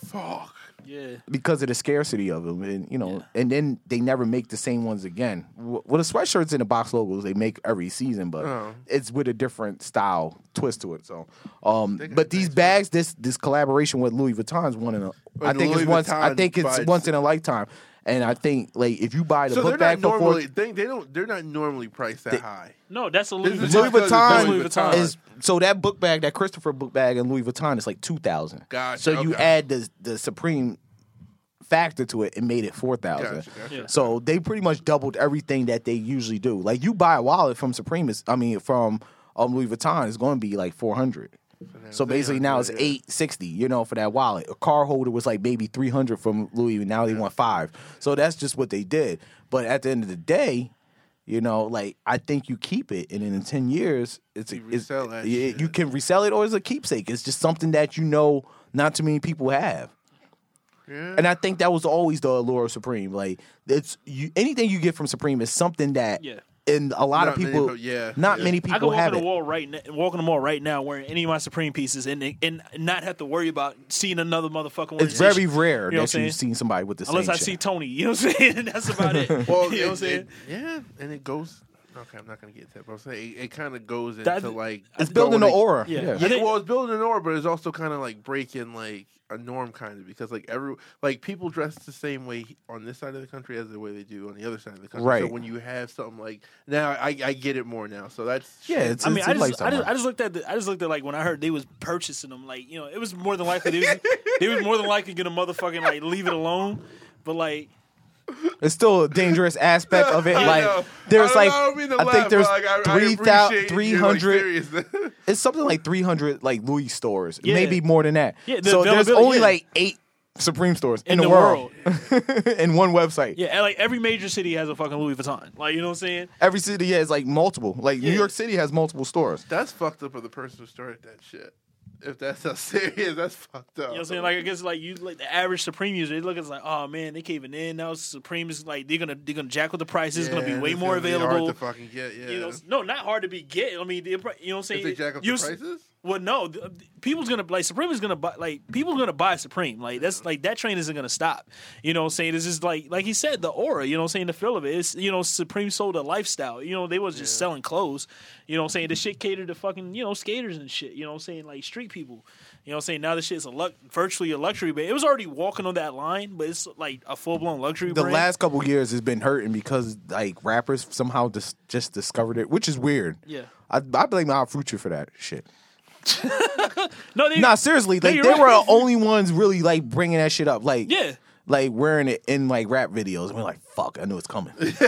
Speaker 4: Fuck.
Speaker 1: Yeah.
Speaker 5: because of the scarcity of them and you know and then they never make the same ones again. Wh- Well the sweatshirts and the box logos they make every season but
Speaker 4: Oh.
Speaker 5: it's with a different style twist to it. So um but these bags this this collaboration with Louis Vuitton's one in a I
Speaker 4: And
Speaker 5: think
Speaker 4: Louis
Speaker 5: it's once I
Speaker 4: Vuitton
Speaker 5: think it's
Speaker 4: buys-
Speaker 5: once in a lifetime. And I think like if you buy the
Speaker 4: So they're
Speaker 5: book
Speaker 4: not
Speaker 5: bag for four-
Speaker 4: normally they, they don't they're not normally priced that high.
Speaker 1: No, that's a Louis
Speaker 4: This is
Speaker 1: Vuitton.
Speaker 5: Louis Vuitton,
Speaker 4: Louis Vuitton.
Speaker 5: is so that book bag, that Christopher book bag in Louis Vuitton is like two thousand.
Speaker 4: Gotcha,
Speaker 5: So you
Speaker 4: okay.
Speaker 5: add the the Supreme factor to it and made it four thousand.
Speaker 4: Gotcha, gotcha.
Speaker 1: Yeah.
Speaker 5: So they pretty much doubled everything that they usually do. Like you buy a wallet from Supreme, is I mean from um, Louis Vuitton, it's going to be like four hundred. So basically now it's
Speaker 4: yeah.
Speaker 5: eight sixty, you know, for that wallet. A car holder was like maybe three hundred from Louis, and now they want five. So that's just what they did. But at the end of the day, you know, like I think you keep it, and then in ten years, it's, a,
Speaker 4: You
Speaker 5: it's
Speaker 4: resell that
Speaker 5: yeah, you
Speaker 4: shit.
Speaker 5: can resell it, or it's a keepsake. It's just something that you know not too many people have.
Speaker 4: Yeah.
Speaker 5: And I think that was always the allure of Supreme. Like it's you, anything you get from Supreme is something that,
Speaker 1: Yeah.
Speaker 5: and a lot of
Speaker 4: Not many
Speaker 5: people,
Speaker 4: people- yeah,
Speaker 5: not
Speaker 4: yeah.
Speaker 5: many
Speaker 1: I could
Speaker 5: people
Speaker 1: walk
Speaker 5: have
Speaker 1: in
Speaker 5: it.
Speaker 1: the wall right now, walk in the mall right now wearing any of my Supreme pieces and and not have to worry about seeing another motherfucking.
Speaker 5: It's
Speaker 1: organization.
Speaker 5: very rare
Speaker 1: You know what
Speaker 5: that
Speaker 1: I'm
Speaker 5: you've
Speaker 1: saying?
Speaker 5: seen somebody with the same.
Speaker 1: Unless I
Speaker 5: shit.
Speaker 1: see Tony, you know what I'm saying? That's about it.
Speaker 4: Well,
Speaker 1: you know what I'm
Speaker 4: it-
Speaker 1: saying?
Speaker 4: it- yeah, and it goes. Okay, I'm not gonna get that, but I'm saying it, it kind of goes into
Speaker 1: That-
Speaker 4: like
Speaker 5: it's building an
Speaker 4: going-
Speaker 5: aura.
Speaker 1: Yeah.
Speaker 5: yeah.
Speaker 4: Yeah,
Speaker 1: I think-
Speaker 4: well, it's building an aura, but it's also kind of like breaking like a norm, kind of because like every like people dress the same way on this side of the country as the way they do on the other side of the country. So
Speaker 5: Right.
Speaker 4: when you have something like now, I, I get it more now. So that's
Speaker 5: Yeah, it's,
Speaker 1: I mean,
Speaker 5: it's
Speaker 1: I
Speaker 5: a
Speaker 1: just,
Speaker 5: lifestyle.
Speaker 1: I just, I just looked at, the, I just looked at like when I heard they was purchasing them, like you know, it was more than likely they was, they was more than likely gonna motherfucking like leave it alone, but like
Speaker 5: it's still a dangerous aspect of it.
Speaker 4: I
Speaker 5: Like
Speaker 4: know.
Speaker 5: there's
Speaker 4: I
Speaker 5: like
Speaker 4: don't mean to
Speaker 5: I
Speaker 4: laugh,
Speaker 5: think
Speaker 4: but,
Speaker 5: there's
Speaker 4: like, I- I
Speaker 5: three
Speaker 4: appreciate
Speaker 5: thousand
Speaker 4: you,
Speaker 5: three
Speaker 4: like,
Speaker 5: hundred.
Speaker 4: serious.
Speaker 5: It's something like three hundred like Louis stores,
Speaker 1: Yeah.
Speaker 5: maybe more than that.
Speaker 1: Yeah, the
Speaker 5: so there's
Speaker 1: availability,
Speaker 5: only
Speaker 1: yeah.
Speaker 5: like eight Supreme stores in,
Speaker 1: in the, world.
Speaker 5: in one website.
Speaker 1: yeah, and, like every major city has a fucking Louis Vuitton, like you know what I'm saying?
Speaker 5: Every city has like multiple. Like
Speaker 1: Yeah.
Speaker 5: New York City has multiple stores.
Speaker 4: that's fucked up for the person who started that shit. If that's how serious, that's fucked up.
Speaker 1: You know what I'm saying? Like I guess like you like the average Supreme user, they look at it like, oh man, they caving in now. Supreme is like they're gonna they're gonna jack with the prices. it's gonna
Speaker 4: Yeah,
Speaker 1: be way
Speaker 4: it's
Speaker 1: more
Speaker 4: gonna be
Speaker 1: available.
Speaker 4: Hard to fucking get, yeah.
Speaker 1: You know, no, not hard to be get. I mean, they, pro- you know what I'm saying?
Speaker 4: if they jack up
Speaker 1: You
Speaker 4: the
Speaker 1: s-
Speaker 4: prices,
Speaker 1: Well, no, th- th- people's gonna like Supreme is gonna buy like people's gonna buy Supreme. Like that's like that train isn't gonna stop. You know, what I'm saying this is like like he said the aura. You know, what I'm saying the feel of it. It's you know Supreme sold a lifestyle. You know, they was just selling clothes. You know, what I'm saying this shit catered to fucking you know skaters and shit. You know, what I'm saying like street people. You know, what I'm saying now this shit's a luck virtually a luxury, but it was already walking on that line. But it's like a full blown luxury.
Speaker 5: The
Speaker 1: brand.
Speaker 5: last couple years has been hurting because like rappers somehow dis- just discovered it, which is weird.
Speaker 1: Yeah.
Speaker 5: I, I blame Al Future for that shit.
Speaker 1: no, they,
Speaker 5: Nah, seriously, like
Speaker 1: you're
Speaker 5: they
Speaker 1: right.
Speaker 5: were the only ones really like bringing that shit up, like
Speaker 1: Yeah.
Speaker 5: like wearing it in like rap videos. And we're like, fuck, I knew it's coming.
Speaker 1: but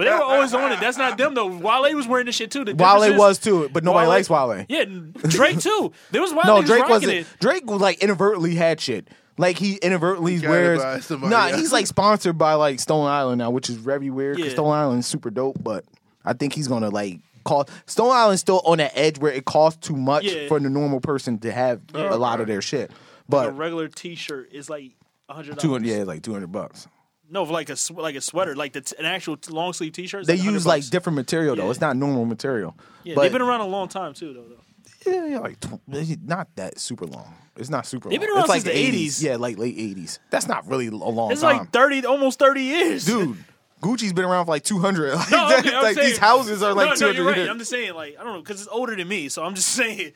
Speaker 1: they were always on it. That's not them though. Wale was wearing this shit too. The difference
Speaker 5: Wale
Speaker 1: is-
Speaker 5: was too, but nobody likes Wale.
Speaker 1: Yeah, and Drake too. There was Wale.
Speaker 5: No,
Speaker 1: was
Speaker 5: Drake
Speaker 1: rocking
Speaker 5: wasn't.
Speaker 1: It.
Speaker 5: Drake was like inadvertently had shit. Like he inadvertently
Speaker 4: got it by
Speaker 5: wears.
Speaker 4: somebody
Speaker 5: Nah,
Speaker 4: else.
Speaker 5: he's like sponsored by like Stone Island now, which is very weird. 'cause
Speaker 1: Yeah.
Speaker 5: Stone Island's super dope, but I think he's gonna like cost. Stone Island's still on that edge where it costs too much
Speaker 1: Yeah. Oh,
Speaker 5: for the normal person to have a lot of their shit. But
Speaker 1: a regular T-shirt is like hundred
Speaker 5: two hundred,
Speaker 1: dollars.
Speaker 5: yeah, like two hundred bucks.
Speaker 1: No, like a sw- like a sweater, like the t- an actual t- long sleeve T-shirt. is
Speaker 5: They
Speaker 1: 100
Speaker 5: use like
Speaker 1: bucks.
Speaker 5: different material though.
Speaker 1: Yeah.
Speaker 5: It's not normal material.
Speaker 1: Yeah,
Speaker 5: but
Speaker 1: they've been around a long time too, though. though.
Speaker 5: Yeah, yeah, like tw- it's not that super long. It's not super.
Speaker 1: They've been
Speaker 5: long.
Speaker 1: around
Speaker 5: it's like
Speaker 1: since the 80s.
Speaker 5: Yeah, like late eighties. That's not really a long
Speaker 1: It's
Speaker 5: time,
Speaker 1: like thirty, almost thirty years,
Speaker 5: dude. Gucci's been around for like two hundred. Like,
Speaker 1: No,
Speaker 5: that-
Speaker 1: okay, I'm
Speaker 5: like
Speaker 1: saying-
Speaker 5: these houses are like
Speaker 1: no,
Speaker 5: two
Speaker 1: no, you're
Speaker 5: hundred.
Speaker 1: right. I'm just saying, like, I don't know, because it's older than me, so I'm just saying.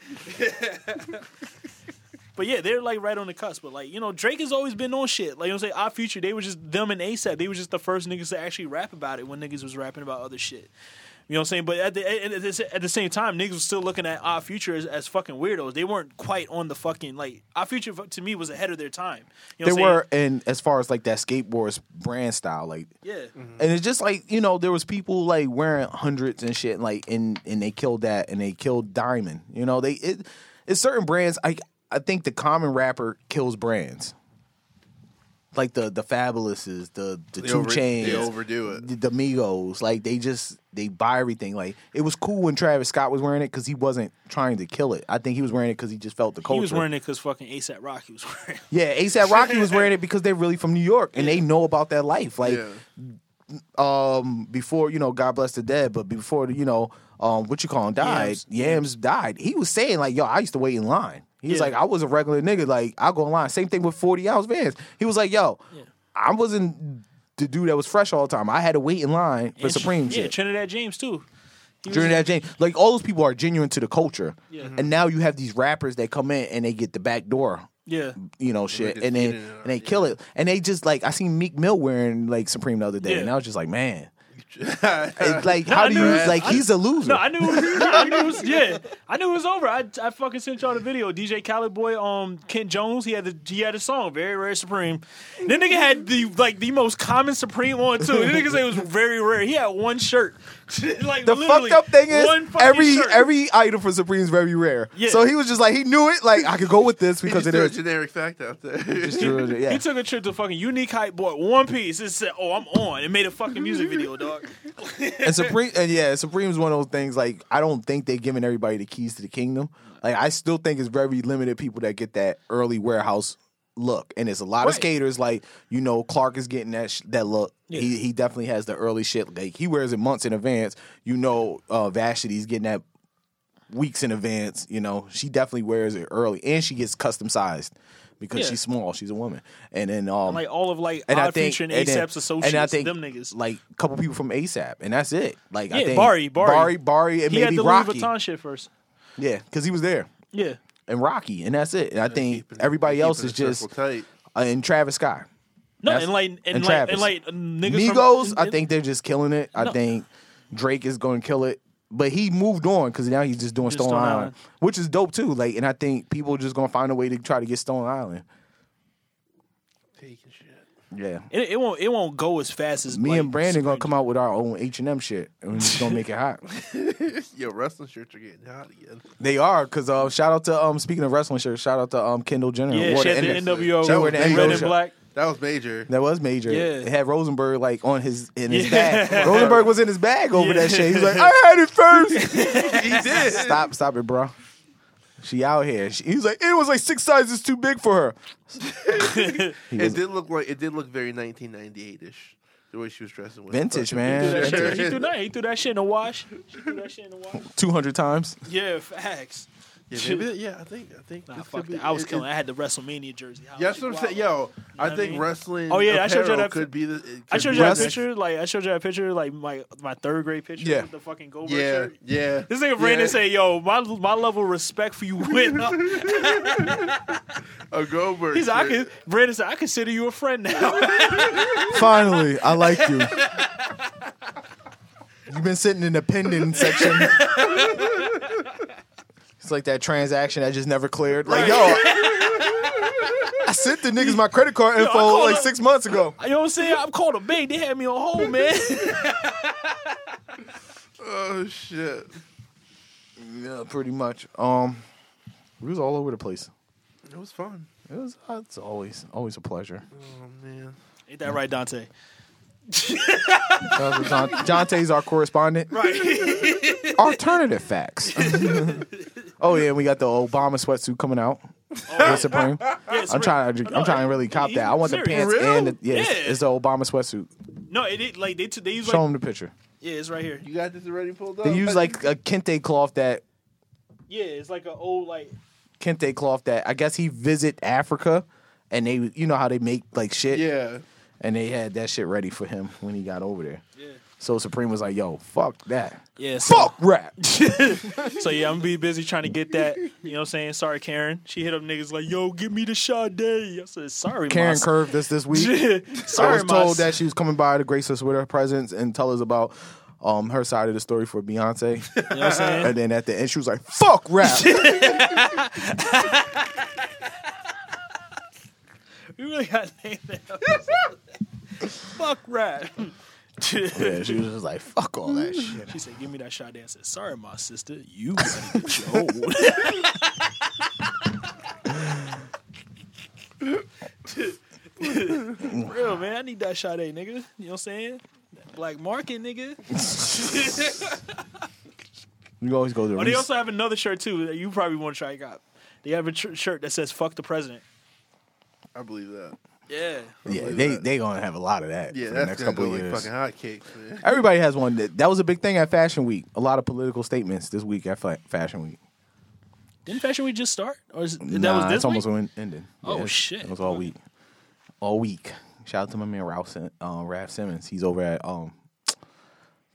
Speaker 1: but yeah, they're like right on the cusp. But like, you know, Drake has always been on shit. Like, you know, say our future, they were just them and ASAP. They were just the first niggas to actually rap about it when niggas was rapping about other shit. You know what I'm saying? But at the at the, at the same time, niggas was still looking at our future as, as fucking weirdos. They weren't quite on the fucking like our future to me was ahead of their time. You
Speaker 5: they
Speaker 1: know what I'm saying?
Speaker 5: were, and as far as like that skateboards brand style, like
Speaker 1: Yeah.
Speaker 5: And it's just like you know, there was people like wearing hundreds and shit, like and and they killed that, and they killed Diamond. You know, they it, it's certain brands. I I think the common rapper kills brands, like the the Fabulouses, the the
Speaker 4: They
Speaker 5: Two
Speaker 4: over-
Speaker 5: Chains,
Speaker 4: they overdo it.
Speaker 5: the, the Migos. Like they just they buy everything. Like it was cool when Travis Scott was wearing it because he wasn't trying to kill it. I think he was wearing it because he just felt the culture.
Speaker 1: He was wearing it because fucking ASAP Rocky was wearing it.
Speaker 5: Yeah, ASAP Rocky was wearing it because they're really from New York and they know about that life. Like
Speaker 4: yeah.
Speaker 5: um before you know god bless the dead but before you know um what you call him died
Speaker 1: Yams.
Speaker 5: yams, died he was saying like yo i used to wait in line he was
Speaker 1: Yeah.
Speaker 5: like i was a regular nigga like i'll go in line same thing with 40 ounce vans he was like yo i wasn't the dude that was fresh all the time i had to wait in line for
Speaker 1: And Tr-
Speaker 5: supreme
Speaker 1: Yeah,
Speaker 5: shit
Speaker 1: Trinidad James too. He was-
Speaker 5: during that James, like all those people are genuine to the culture,
Speaker 1: Yeah. Mm-hmm.
Speaker 5: and now you have these rappers that come in and they get the back door
Speaker 1: Yeah.
Speaker 5: you know, shit,
Speaker 4: just
Speaker 5: and
Speaker 4: get
Speaker 5: then
Speaker 4: it out,
Speaker 5: and they kill it, and they just like I seen Meek Mill wearing like Supreme the other day,
Speaker 1: Yeah.
Speaker 5: and I was just like, man, It's like how
Speaker 1: I
Speaker 5: do you
Speaker 1: knew it.
Speaker 5: like he's a loser?
Speaker 1: No, I knew. It was, I knew it was, yeah, I knew it was over. I, I fucking sent y'all the video. DJ Khaled boy, um, Kent Jones. He had the he had a song, very rare Supreme. Then nigga had the like the most common Supreme one too. The nigga said it was very rare. He had one shirt. like
Speaker 5: the
Speaker 1: literally,
Speaker 5: fucked up thing is
Speaker 1: one fucking
Speaker 5: every
Speaker 1: shirt.
Speaker 5: every item for Supreme is very rare.
Speaker 1: Yeah.
Speaker 5: So he was just like he knew it. Like I could go with this because
Speaker 4: Because
Speaker 5: it
Speaker 4: it's a
Speaker 5: is.
Speaker 4: generic fact out there.
Speaker 1: He
Speaker 5: Yeah.
Speaker 1: took a trip to fucking Unique Hype, bought one piece and said, "Oh, I'm on," and made a fucking music video, dog.
Speaker 5: And Supreme and yeah, Supreme is one of those things like I don't think they're giving everybody the keys to the kingdom. Like I still think it's very limited people that get that early warehouse look. And it's a lot of
Speaker 1: Right.
Speaker 5: skaters like, you know, Clark is getting that sh- that look. He he definitely has the early shit. Like he wears it months in advance. You know, uh Vashity's getting that weeks in advance. You know, she definitely wears it early, and she gets custom sized because
Speaker 1: Yeah.
Speaker 5: she's small. She's a woman, and then um,
Speaker 1: Like all of like
Speaker 5: and I
Speaker 1: Odd
Speaker 5: think
Speaker 1: Future and
Speaker 5: and then-
Speaker 1: ASAP's associates,
Speaker 5: and I think
Speaker 1: them niggas.
Speaker 5: like a couple people from ASAP, and that's it. Like I
Speaker 1: Yeah,
Speaker 5: think
Speaker 1: Barry, Barry.
Speaker 5: Barry, Barry, and
Speaker 1: he had
Speaker 5: maybe
Speaker 1: the
Speaker 5: Rocky.
Speaker 1: Louis Vuitton shit first.
Speaker 5: Yeah, because he was there.
Speaker 1: Yeah.
Speaker 5: And Rocky, and that's it. And I think everybody else is just
Speaker 4: tight.
Speaker 5: uh, and Travis Scott,
Speaker 1: No,
Speaker 5: That's-
Speaker 1: and like and,
Speaker 5: and
Speaker 1: like and
Speaker 5: Travis.
Speaker 1: like niggas
Speaker 5: Migos.
Speaker 1: From,
Speaker 5: I think they're just killing it. I
Speaker 1: No.
Speaker 5: think Drake is going to kill it, but he moved on because now he's just doing
Speaker 1: Just
Speaker 5: Stone,
Speaker 1: Stone
Speaker 5: Island,
Speaker 1: Island.
Speaker 5: which is dope too. Like, and I think people are just going to find a way to try to get Stone Island.
Speaker 4: Taking shit.
Speaker 5: Yeah.
Speaker 1: it, it won't it won't go as fast as
Speaker 5: Me
Speaker 1: like,
Speaker 5: and Brandon gonna come out with our own H and M shit, and we're just gonna make it hot.
Speaker 4: Yo, wrestling shirts are getting hot again.
Speaker 5: They are, cause uh, shout out to um. Speaking of wrestling shirts, shout out to um Kendall Jenner.
Speaker 1: Yeah,
Speaker 5: who wore
Speaker 1: she had
Speaker 5: the
Speaker 1: the
Speaker 5: N-
Speaker 1: NWO
Speaker 5: She wore the
Speaker 1: red and
Speaker 5: NWO.
Speaker 1: black.
Speaker 4: That was major.
Speaker 5: That was major.
Speaker 1: Yeah.
Speaker 5: It had Rosenberg like on his in his
Speaker 1: Yeah.
Speaker 5: bag. Rosenberg was in his bag over
Speaker 1: Yeah.
Speaker 5: that shit. He was like, I had it first.
Speaker 4: he did.
Speaker 5: stop, stop it, bro. She out here. She, he was like, it was like six sizes too big for her. He
Speaker 4: It
Speaker 5: was
Speaker 4: did look like it did look very 1998ish the way she was dressing with
Speaker 5: vintage,
Speaker 4: fucking-
Speaker 1: He threw
Speaker 5: man.
Speaker 1: that shit- He threw that. He threw that shit in the wash. She threw that shit in the wash.
Speaker 5: Two hundred times.
Speaker 1: Yeah, facts.
Speaker 4: Yeah, maybe that- yeah, I think I think
Speaker 1: Nah,
Speaker 4: this
Speaker 1: fuck
Speaker 4: could be-
Speaker 1: that. I was
Speaker 4: it-
Speaker 1: killing.
Speaker 4: it-
Speaker 1: I had the WrestleMania jersey. I
Speaker 4: Yeah,
Speaker 1: was
Speaker 4: that's what I'm
Speaker 1: wild.
Speaker 4: saying. Yo, I
Speaker 1: what I
Speaker 4: think
Speaker 1: mean?
Speaker 4: wrestling.
Speaker 1: Oh, yeah, I showed you
Speaker 4: apparel
Speaker 1: that-
Speaker 4: could be the. it
Speaker 1: I
Speaker 4: could
Speaker 1: showed
Speaker 4: be
Speaker 1: you that
Speaker 5: Rest-
Speaker 1: picture. Like I showed you that picture. Like my my third grade picture
Speaker 5: Yeah.
Speaker 1: with the fucking Goldberg
Speaker 4: Yeah,
Speaker 1: shirt.
Speaker 4: yeah.
Speaker 1: This nigga Brandon
Speaker 4: yeah.
Speaker 1: said, "Yo, my my level of respect for you went up."
Speaker 4: a Goldberg.
Speaker 1: He's like, I
Speaker 4: shirt.
Speaker 1: can, Brandon said, "I consider you a friend now."
Speaker 5: Finally, I like you. You've been sitting in the pending section. It's like that transaction that just never cleared. Like, yo, I sent the niggas my credit card info
Speaker 1: called
Speaker 5: like
Speaker 1: up-
Speaker 5: six months ago.
Speaker 1: You know what I'm saying? I'm called a big. They had me on hold, man.
Speaker 4: Oh shit.
Speaker 5: Yeah, pretty much. Um, we was all over the place. uh,
Speaker 4: It was fun.
Speaker 5: It was. It's always always a pleasure.
Speaker 4: Oh man.
Speaker 1: Ain't that right, Dante?
Speaker 5: Jonte's our correspondent.
Speaker 1: Right.
Speaker 5: Alternative facts. oh yeah, and we got the Obama sweatsuit coming out.
Speaker 1: Oh.
Speaker 5: With Supreme. I'm trying. To, I'm trying to really cop that. I want the
Speaker 1: serious.
Speaker 5: pants
Speaker 4: Real?
Speaker 5: and the, yeah, It's,
Speaker 1: Yeah.
Speaker 5: it's the Obama sweatsuit.
Speaker 1: no, it, it like they t- they use
Speaker 5: Show
Speaker 1: like
Speaker 5: them the picture.
Speaker 1: yeah, it's right here.
Speaker 4: You got this already pulled up.
Speaker 5: They use like a kente cloth that
Speaker 1: Yeah, it's like an old like
Speaker 5: kente cloth that I guess he visit Africa, and they you know how they make like shit.
Speaker 4: yeah.
Speaker 5: And they had that shit ready for him when he got over there.
Speaker 1: yeah.
Speaker 5: So Supreme was like, "Yo, fuck that,
Speaker 1: Yeah, so,
Speaker 5: fuck rap."
Speaker 1: so yeah, I'm gonna be busy trying to get that. You know what I'm saying? Sorry, Karen. She hit up niggas like, yo, give me the Sade. I said, sorry,
Speaker 5: Karen
Speaker 1: my son."
Speaker 5: curved us this week. I
Speaker 1: sorry,
Speaker 5: was
Speaker 1: my
Speaker 5: told
Speaker 1: son.
Speaker 5: that she was coming by to grace us with her presence and tell us about um, her side of the story for Beyonce.
Speaker 1: You know what I'm saying?
Speaker 5: and then at the end, she was like, "Fuck rap."
Speaker 1: We really got named that. Fuck rap.
Speaker 5: yeah, she was just like, "Fuck all that shit."
Speaker 1: She said, give me that Sade. I said, sorry, my sister. You gotta get your own." Real man, I need that Sade, nigga. You know what I'm saying? That black market, nigga.
Speaker 5: You always go to.
Speaker 1: But Oh, they
Speaker 5: Reese-
Speaker 1: also have another shirt too that you probably want to try out. They have a tr- shirt that says "Fuck the President."
Speaker 4: I believe that.
Speaker 1: Yeah,
Speaker 5: yeah, they they gonna have a lot of that.
Speaker 4: Yeah,
Speaker 5: for the
Speaker 4: that's
Speaker 5: next
Speaker 4: gonna
Speaker 5: couple
Speaker 4: go
Speaker 5: of
Speaker 4: like
Speaker 5: years.
Speaker 4: fucking hotcakes, man.
Speaker 5: Everybody has one. That, that was a big thing at Fashion Week. A lot of political statements this week at fa- Fashion Week.
Speaker 1: didn't Fashion Week just start? Or is, that
Speaker 5: Nah,
Speaker 1: was this
Speaker 5: it's almost
Speaker 1: week?
Speaker 5: when ended.
Speaker 1: Oh,
Speaker 5: it's-
Speaker 1: shit.
Speaker 5: It was all week. All week. Shout out to my man Ralph Sim- um, Raph Simmons. He's over at um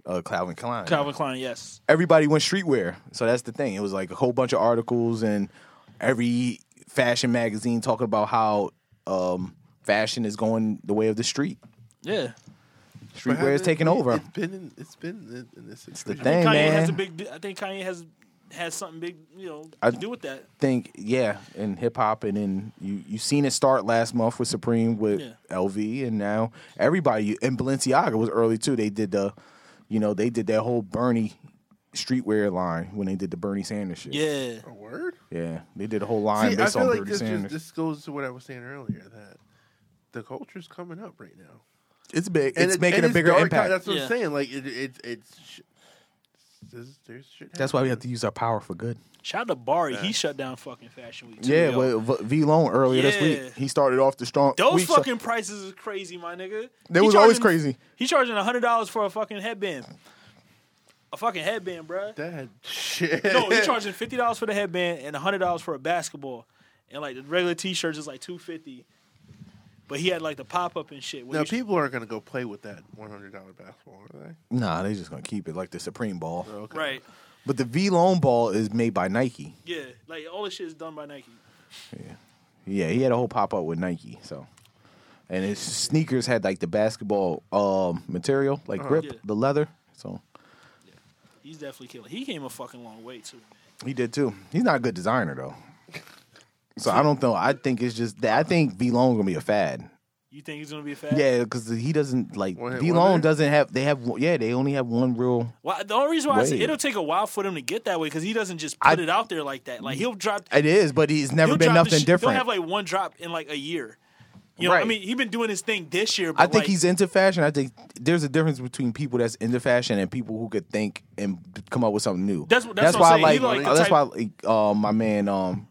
Speaker 5: uh, Calvin Klein.
Speaker 1: Calvin Klein, yes.
Speaker 5: Everybody went streetwear, so that's the thing. It was like a whole bunch of articles and every fashion magazine talking about how um, fashion is going the way of the street.
Speaker 1: Yeah,
Speaker 4: But
Speaker 5: Streetwear is
Speaker 4: haven't
Speaker 5: taking
Speaker 4: it-
Speaker 5: over.
Speaker 4: It's been in, it's been in, in this
Speaker 5: The
Speaker 4: situation.
Speaker 5: thing,
Speaker 1: Kanye
Speaker 5: man.
Speaker 1: has a big. I think Kanye has has something big, you know, to
Speaker 5: I-
Speaker 1: do with that.
Speaker 5: think yeah in hip hop and in you you seen it start last month with Supreme with
Speaker 1: Yeah.
Speaker 5: LV and now everybody and Balenciaga was early too. They did the you know they did that whole Bernie streetwear line when they did the Bernie Sanders shit.
Speaker 1: Yeah,
Speaker 4: A word?
Speaker 5: Yeah, they did a whole line
Speaker 4: See, I
Speaker 5: based
Speaker 4: feel
Speaker 5: on
Speaker 4: like
Speaker 5: Bernie
Speaker 4: this, just,
Speaker 5: Sanders.
Speaker 4: this goes to what I was saying earlier that the culture's coming up right now.
Speaker 5: it's big. It's
Speaker 4: it-
Speaker 5: making a bigger
Speaker 4: dark,
Speaker 5: impact.
Speaker 4: That's what
Speaker 1: Yeah.
Speaker 4: I'm saying. Like it, it, it's sh- there's, there's shit.
Speaker 5: That's why we have to use our power for good.
Speaker 1: shout out to Bari. He shut down fucking Fashion Week. Too,
Speaker 5: Yeah,
Speaker 1: yo.
Speaker 5: well, V- V Lone earlier this
Speaker 1: Yeah.
Speaker 5: week he started off the strong.
Speaker 1: Those
Speaker 5: week, so-
Speaker 1: fucking prices is crazy, my nigga.
Speaker 5: They
Speaker 1: He
Speaker 5: was always
Speaker 1: charging-
Speaker 5: crazy.
Speaker 1: He charging hundred dollars for a fucking headband. A fucking headband, bruh.
Speaker 4: that shit.
Speaker 1: No, he charging fifty dollars for the headband and hundred dollars for a basketball, and like the regular T-shirts is like two fifty. But he had like the pop up and shit. where
Speaker 4: Now
Speaker 1: you-
Speaker 4: people aren't gonna go play with that one hundred dollar basketball, are
Speaker 5: Nah, they just gonna keep it like the Supreme ball,
Speaker 4: they? Okay.
Speaker 1: right?
Speaker 5: but the V Lone ball is made by Nike.
Speaker 1: Yeah, like all this shit is done by Nike.
Speaker 5: Yeah, he had a whole pop up with Nike. So, and his sneakers had like the basketball um, material, like
Speaker 4: Oh,
Speaker 5: grip,
Speaker 1: Yeah.
Speaker 5: the leather. So
Speaker 1: He's definitely killing. He came a fucking long way too.
Speaker 5: he did too. He's not a good designer though. So I don't know. I think it's just that I think V Lone gonna be a fad.
Speaker 1: You think he's gonna be a fat?
Speaker 5: Yeah, because he doesn't like
Speaker 4: One hit
Speaker 5: V Lone
Speaker 4: wonder?
Speaker 5: doesn't have. They have yeah. They only have one real.
Speaker 1: Why, the only reason why I say
Speaker 5: Wait.
Speaker 1: it'll take a while for them to get that way because he doesn't just
Speaker 5: I-
Speaker 1: put it out there like that. Like he'll drop.
Speaker 5: It is, but he's never
Speaker 1: he'll
Speaker 5: been
Speaker 1: drop the
Speaker 5: nothing
Speaker 1: shit-
Speaker 5: different.
Speaker 1: He'll have like one drop in like a year. You know, I
Speaker 5: Right.
Speaker 1: mean, he's been doing his thing this year. But
Speaker 5: I think
Speaker 1: like,
Speaker 5: he's into fashion. I think there's a difference between people that's into fashion and people who could think and come up with something new.
Speaker 1: That's what- that's what
Speaker 5: why
Speaker 1: I'm
Speaker 5: I
Speaker 1: saying. He
Speaker 5: like,
Speaker 1: like the
Speaker 5: that's
Speaker 1: type-
Speaker 5: why I like, um, my man um,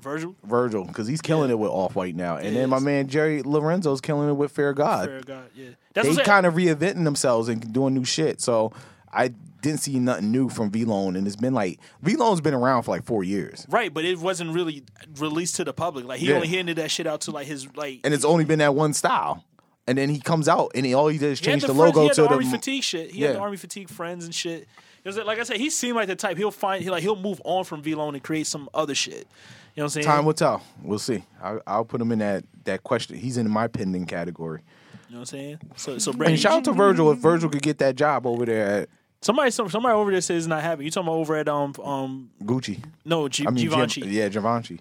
Speaker 1: Virgil.
Speaker 5: Virgil because he's killing it with Off White now, and
Speaker 1: Yeah,
Speaker 5: then my
Speaker 1: he's-
Speaker 5: man Jerry Lorenzo's killing it with Fair God.
Speaker 1: Fair God, yeah. That's what
Speaker 5: They
Speaker 1: I'm saying.
Speaker 5: kind of reinventing themselves and doing new shit. So I didn't see nothing new from V Lone, and it's been like V Lone's been around for like four years,
Speaker 1: Right, but it wasn't really released to the public. Like he
Speaker 5: Yeah.
Speaker 1: only handed that shit out to like his like.
Speaker 5: and it's only been that one style. And then he comes out, and he, all he did is
Speaker 1: he had
Speaker 5: change the,
Speaker 1: friends-
Speaker 5: logo
Speaker 1: he had
Speaker 5: to
Speaker 1: the E
Speaker 5: the
Speaker 1: army fatigue shit. He had
Speaker 5: Yeah.
Speaker 1: the army fatigue friends and shit. It was like, like I said, he seemed like the type. He'll find he like he'll move on from V Lone and create some other shit. You know what I'm saying?
Speaker 5: Time will tell. We'll see. I, I'll put him in that that question. He's in my pending category.
Speaker 1: you know what I'm saying? So so
Speaker 5: And
Speaker 1: Brandon,
Speaker 5: shout out to Virgil if Virgil could get that job over there at
Speaker 1: somebody some, somebody over there says it's not happy. You talking about over at um um
Speaker 5: Gucci.
Speaker 1: no G-
Speaker 5: I mean, Gim-
Speaker 1: Givenchy?
Speaker 5: yeah, Givenchy.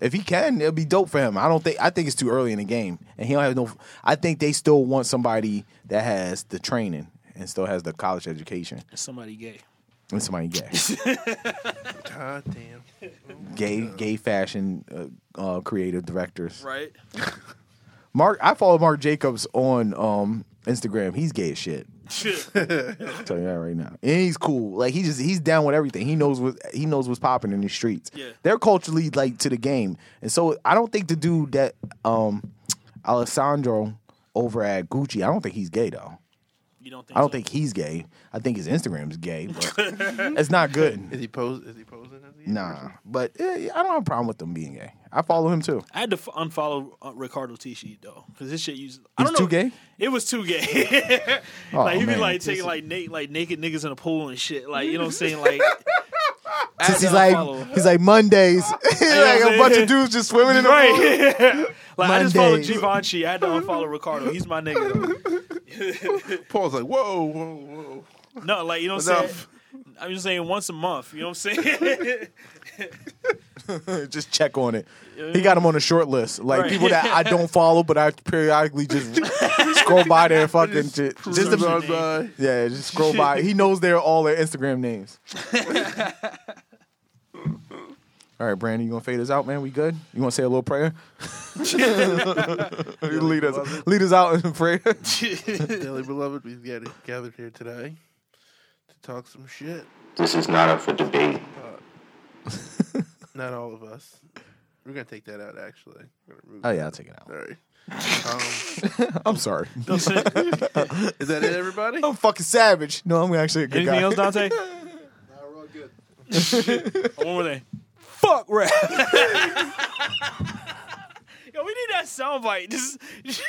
Speaker 5: If he can, it'll be dope for him. I don't think. I think it's too early in the game, and he don't have no. I think they still want somebody that has the training and still has the college education.
Speaker 1: Somebody gay.
Speaker 5: And somebody gay,
Speaker 4: God damn.
Speaker 5: gay, gay fashion uh, uh, creative directors.
Speaker 1: Right.
Speaker 5: Mark, I follow Mark Jacobs on um, Instagram, he's gay as shit.
Speaker 1: Shit.
Speaker 5: I'm telling you that right now. And he's cool. Like he just he's down with everything. He knows what he knows what's popping in the streets.
Speaker 1: Yeah.
Speaker 5: They're culturally like to the game. And so I don't think the dude that um Alessandro over at Gucci, I don't think he's gay though.
Speaker 1: You don't think?
Speaker 5: I don't
Speaker 1: so?
Speaker 5: think he's gay. I think his Instagram's gay, but it's not good.
Speaker 4: Is he pose? Is he posing? As he
Speaker 5: Nah. But eh, I don't have a problem with them being gay. I follow him too.
Speaker 1: I had to f- unfollow uh, Ricardo Tisci though, because this shit used. I
Speaker 5: He's
Speaker 1: don't know,
Speaker 5: too gay? Oh,
Speaker 1: It was too gay. like he be
Speaker 5: man.
Speaker 1: like taking like na- like naked niggas in the pool and shit. Like you know what I'm saying? Like I had
Speaker 5: Since
Speaker 1: to
Speaker 5: he's like
Speaker 1: unfollow.
Speaker 5: he's like Mondays. like a
Speaker 1: saying?
Speaker 5: bunch of dudes just swimming in the pool.
Speaker 1: right. like I just followed
Speaker 5: Mondays.
Speaker 1: Givenchy. I had to unfollow Ricardo. He's my nigga.
Speaker 4: is? Paul's like, whoa, whoa, whoa.
Speaker 1: though. No, like you know what I'm saying.
Speaker 4: Enough.
Speaker 1: I'm just saying once a month. You know what I'm saying?
Speaker 5: just check on it. He got him on a short list, like
Speaker 1: Right.
Speaker 5: people that I don't follow, but I periodically just scroll by their fucking just, shit. Just
Speaker 4: Just
Speaker 5: to-
Speaker 1: about-
Speaker 4: by.
Speaker 5: yeah, just scroll by. He knows their all their Instagram names. all right, Brandon, you gonna fade us out, man? We good? You wanna say a little prayer? lead us, lead us out in prayer.
Speaker 4: Dearly beloved, we've got gathered here today to talk some shit.
Speaker 6: This is not up for debate.
Speaker 4: Not all of us. We're gonna take that out. Actually, We're gonna remove
Speaker 5: oh
Speaker 4: that.
Speaker 5: yeah, I'll take it out.
Speaker 4: Sorry. Um,
Speaker 5: I'm sorry.
Speaker 4: is that it, everybody?
Speaker 5: I'm fucking savage. No, I'm actually a good
Speaker 1: Anything
Speaker 5: guy.
Speaker 1: else, Dante? Nah, we're all good. One more thing. Fuck rap. Yo, we need that soundbite. Just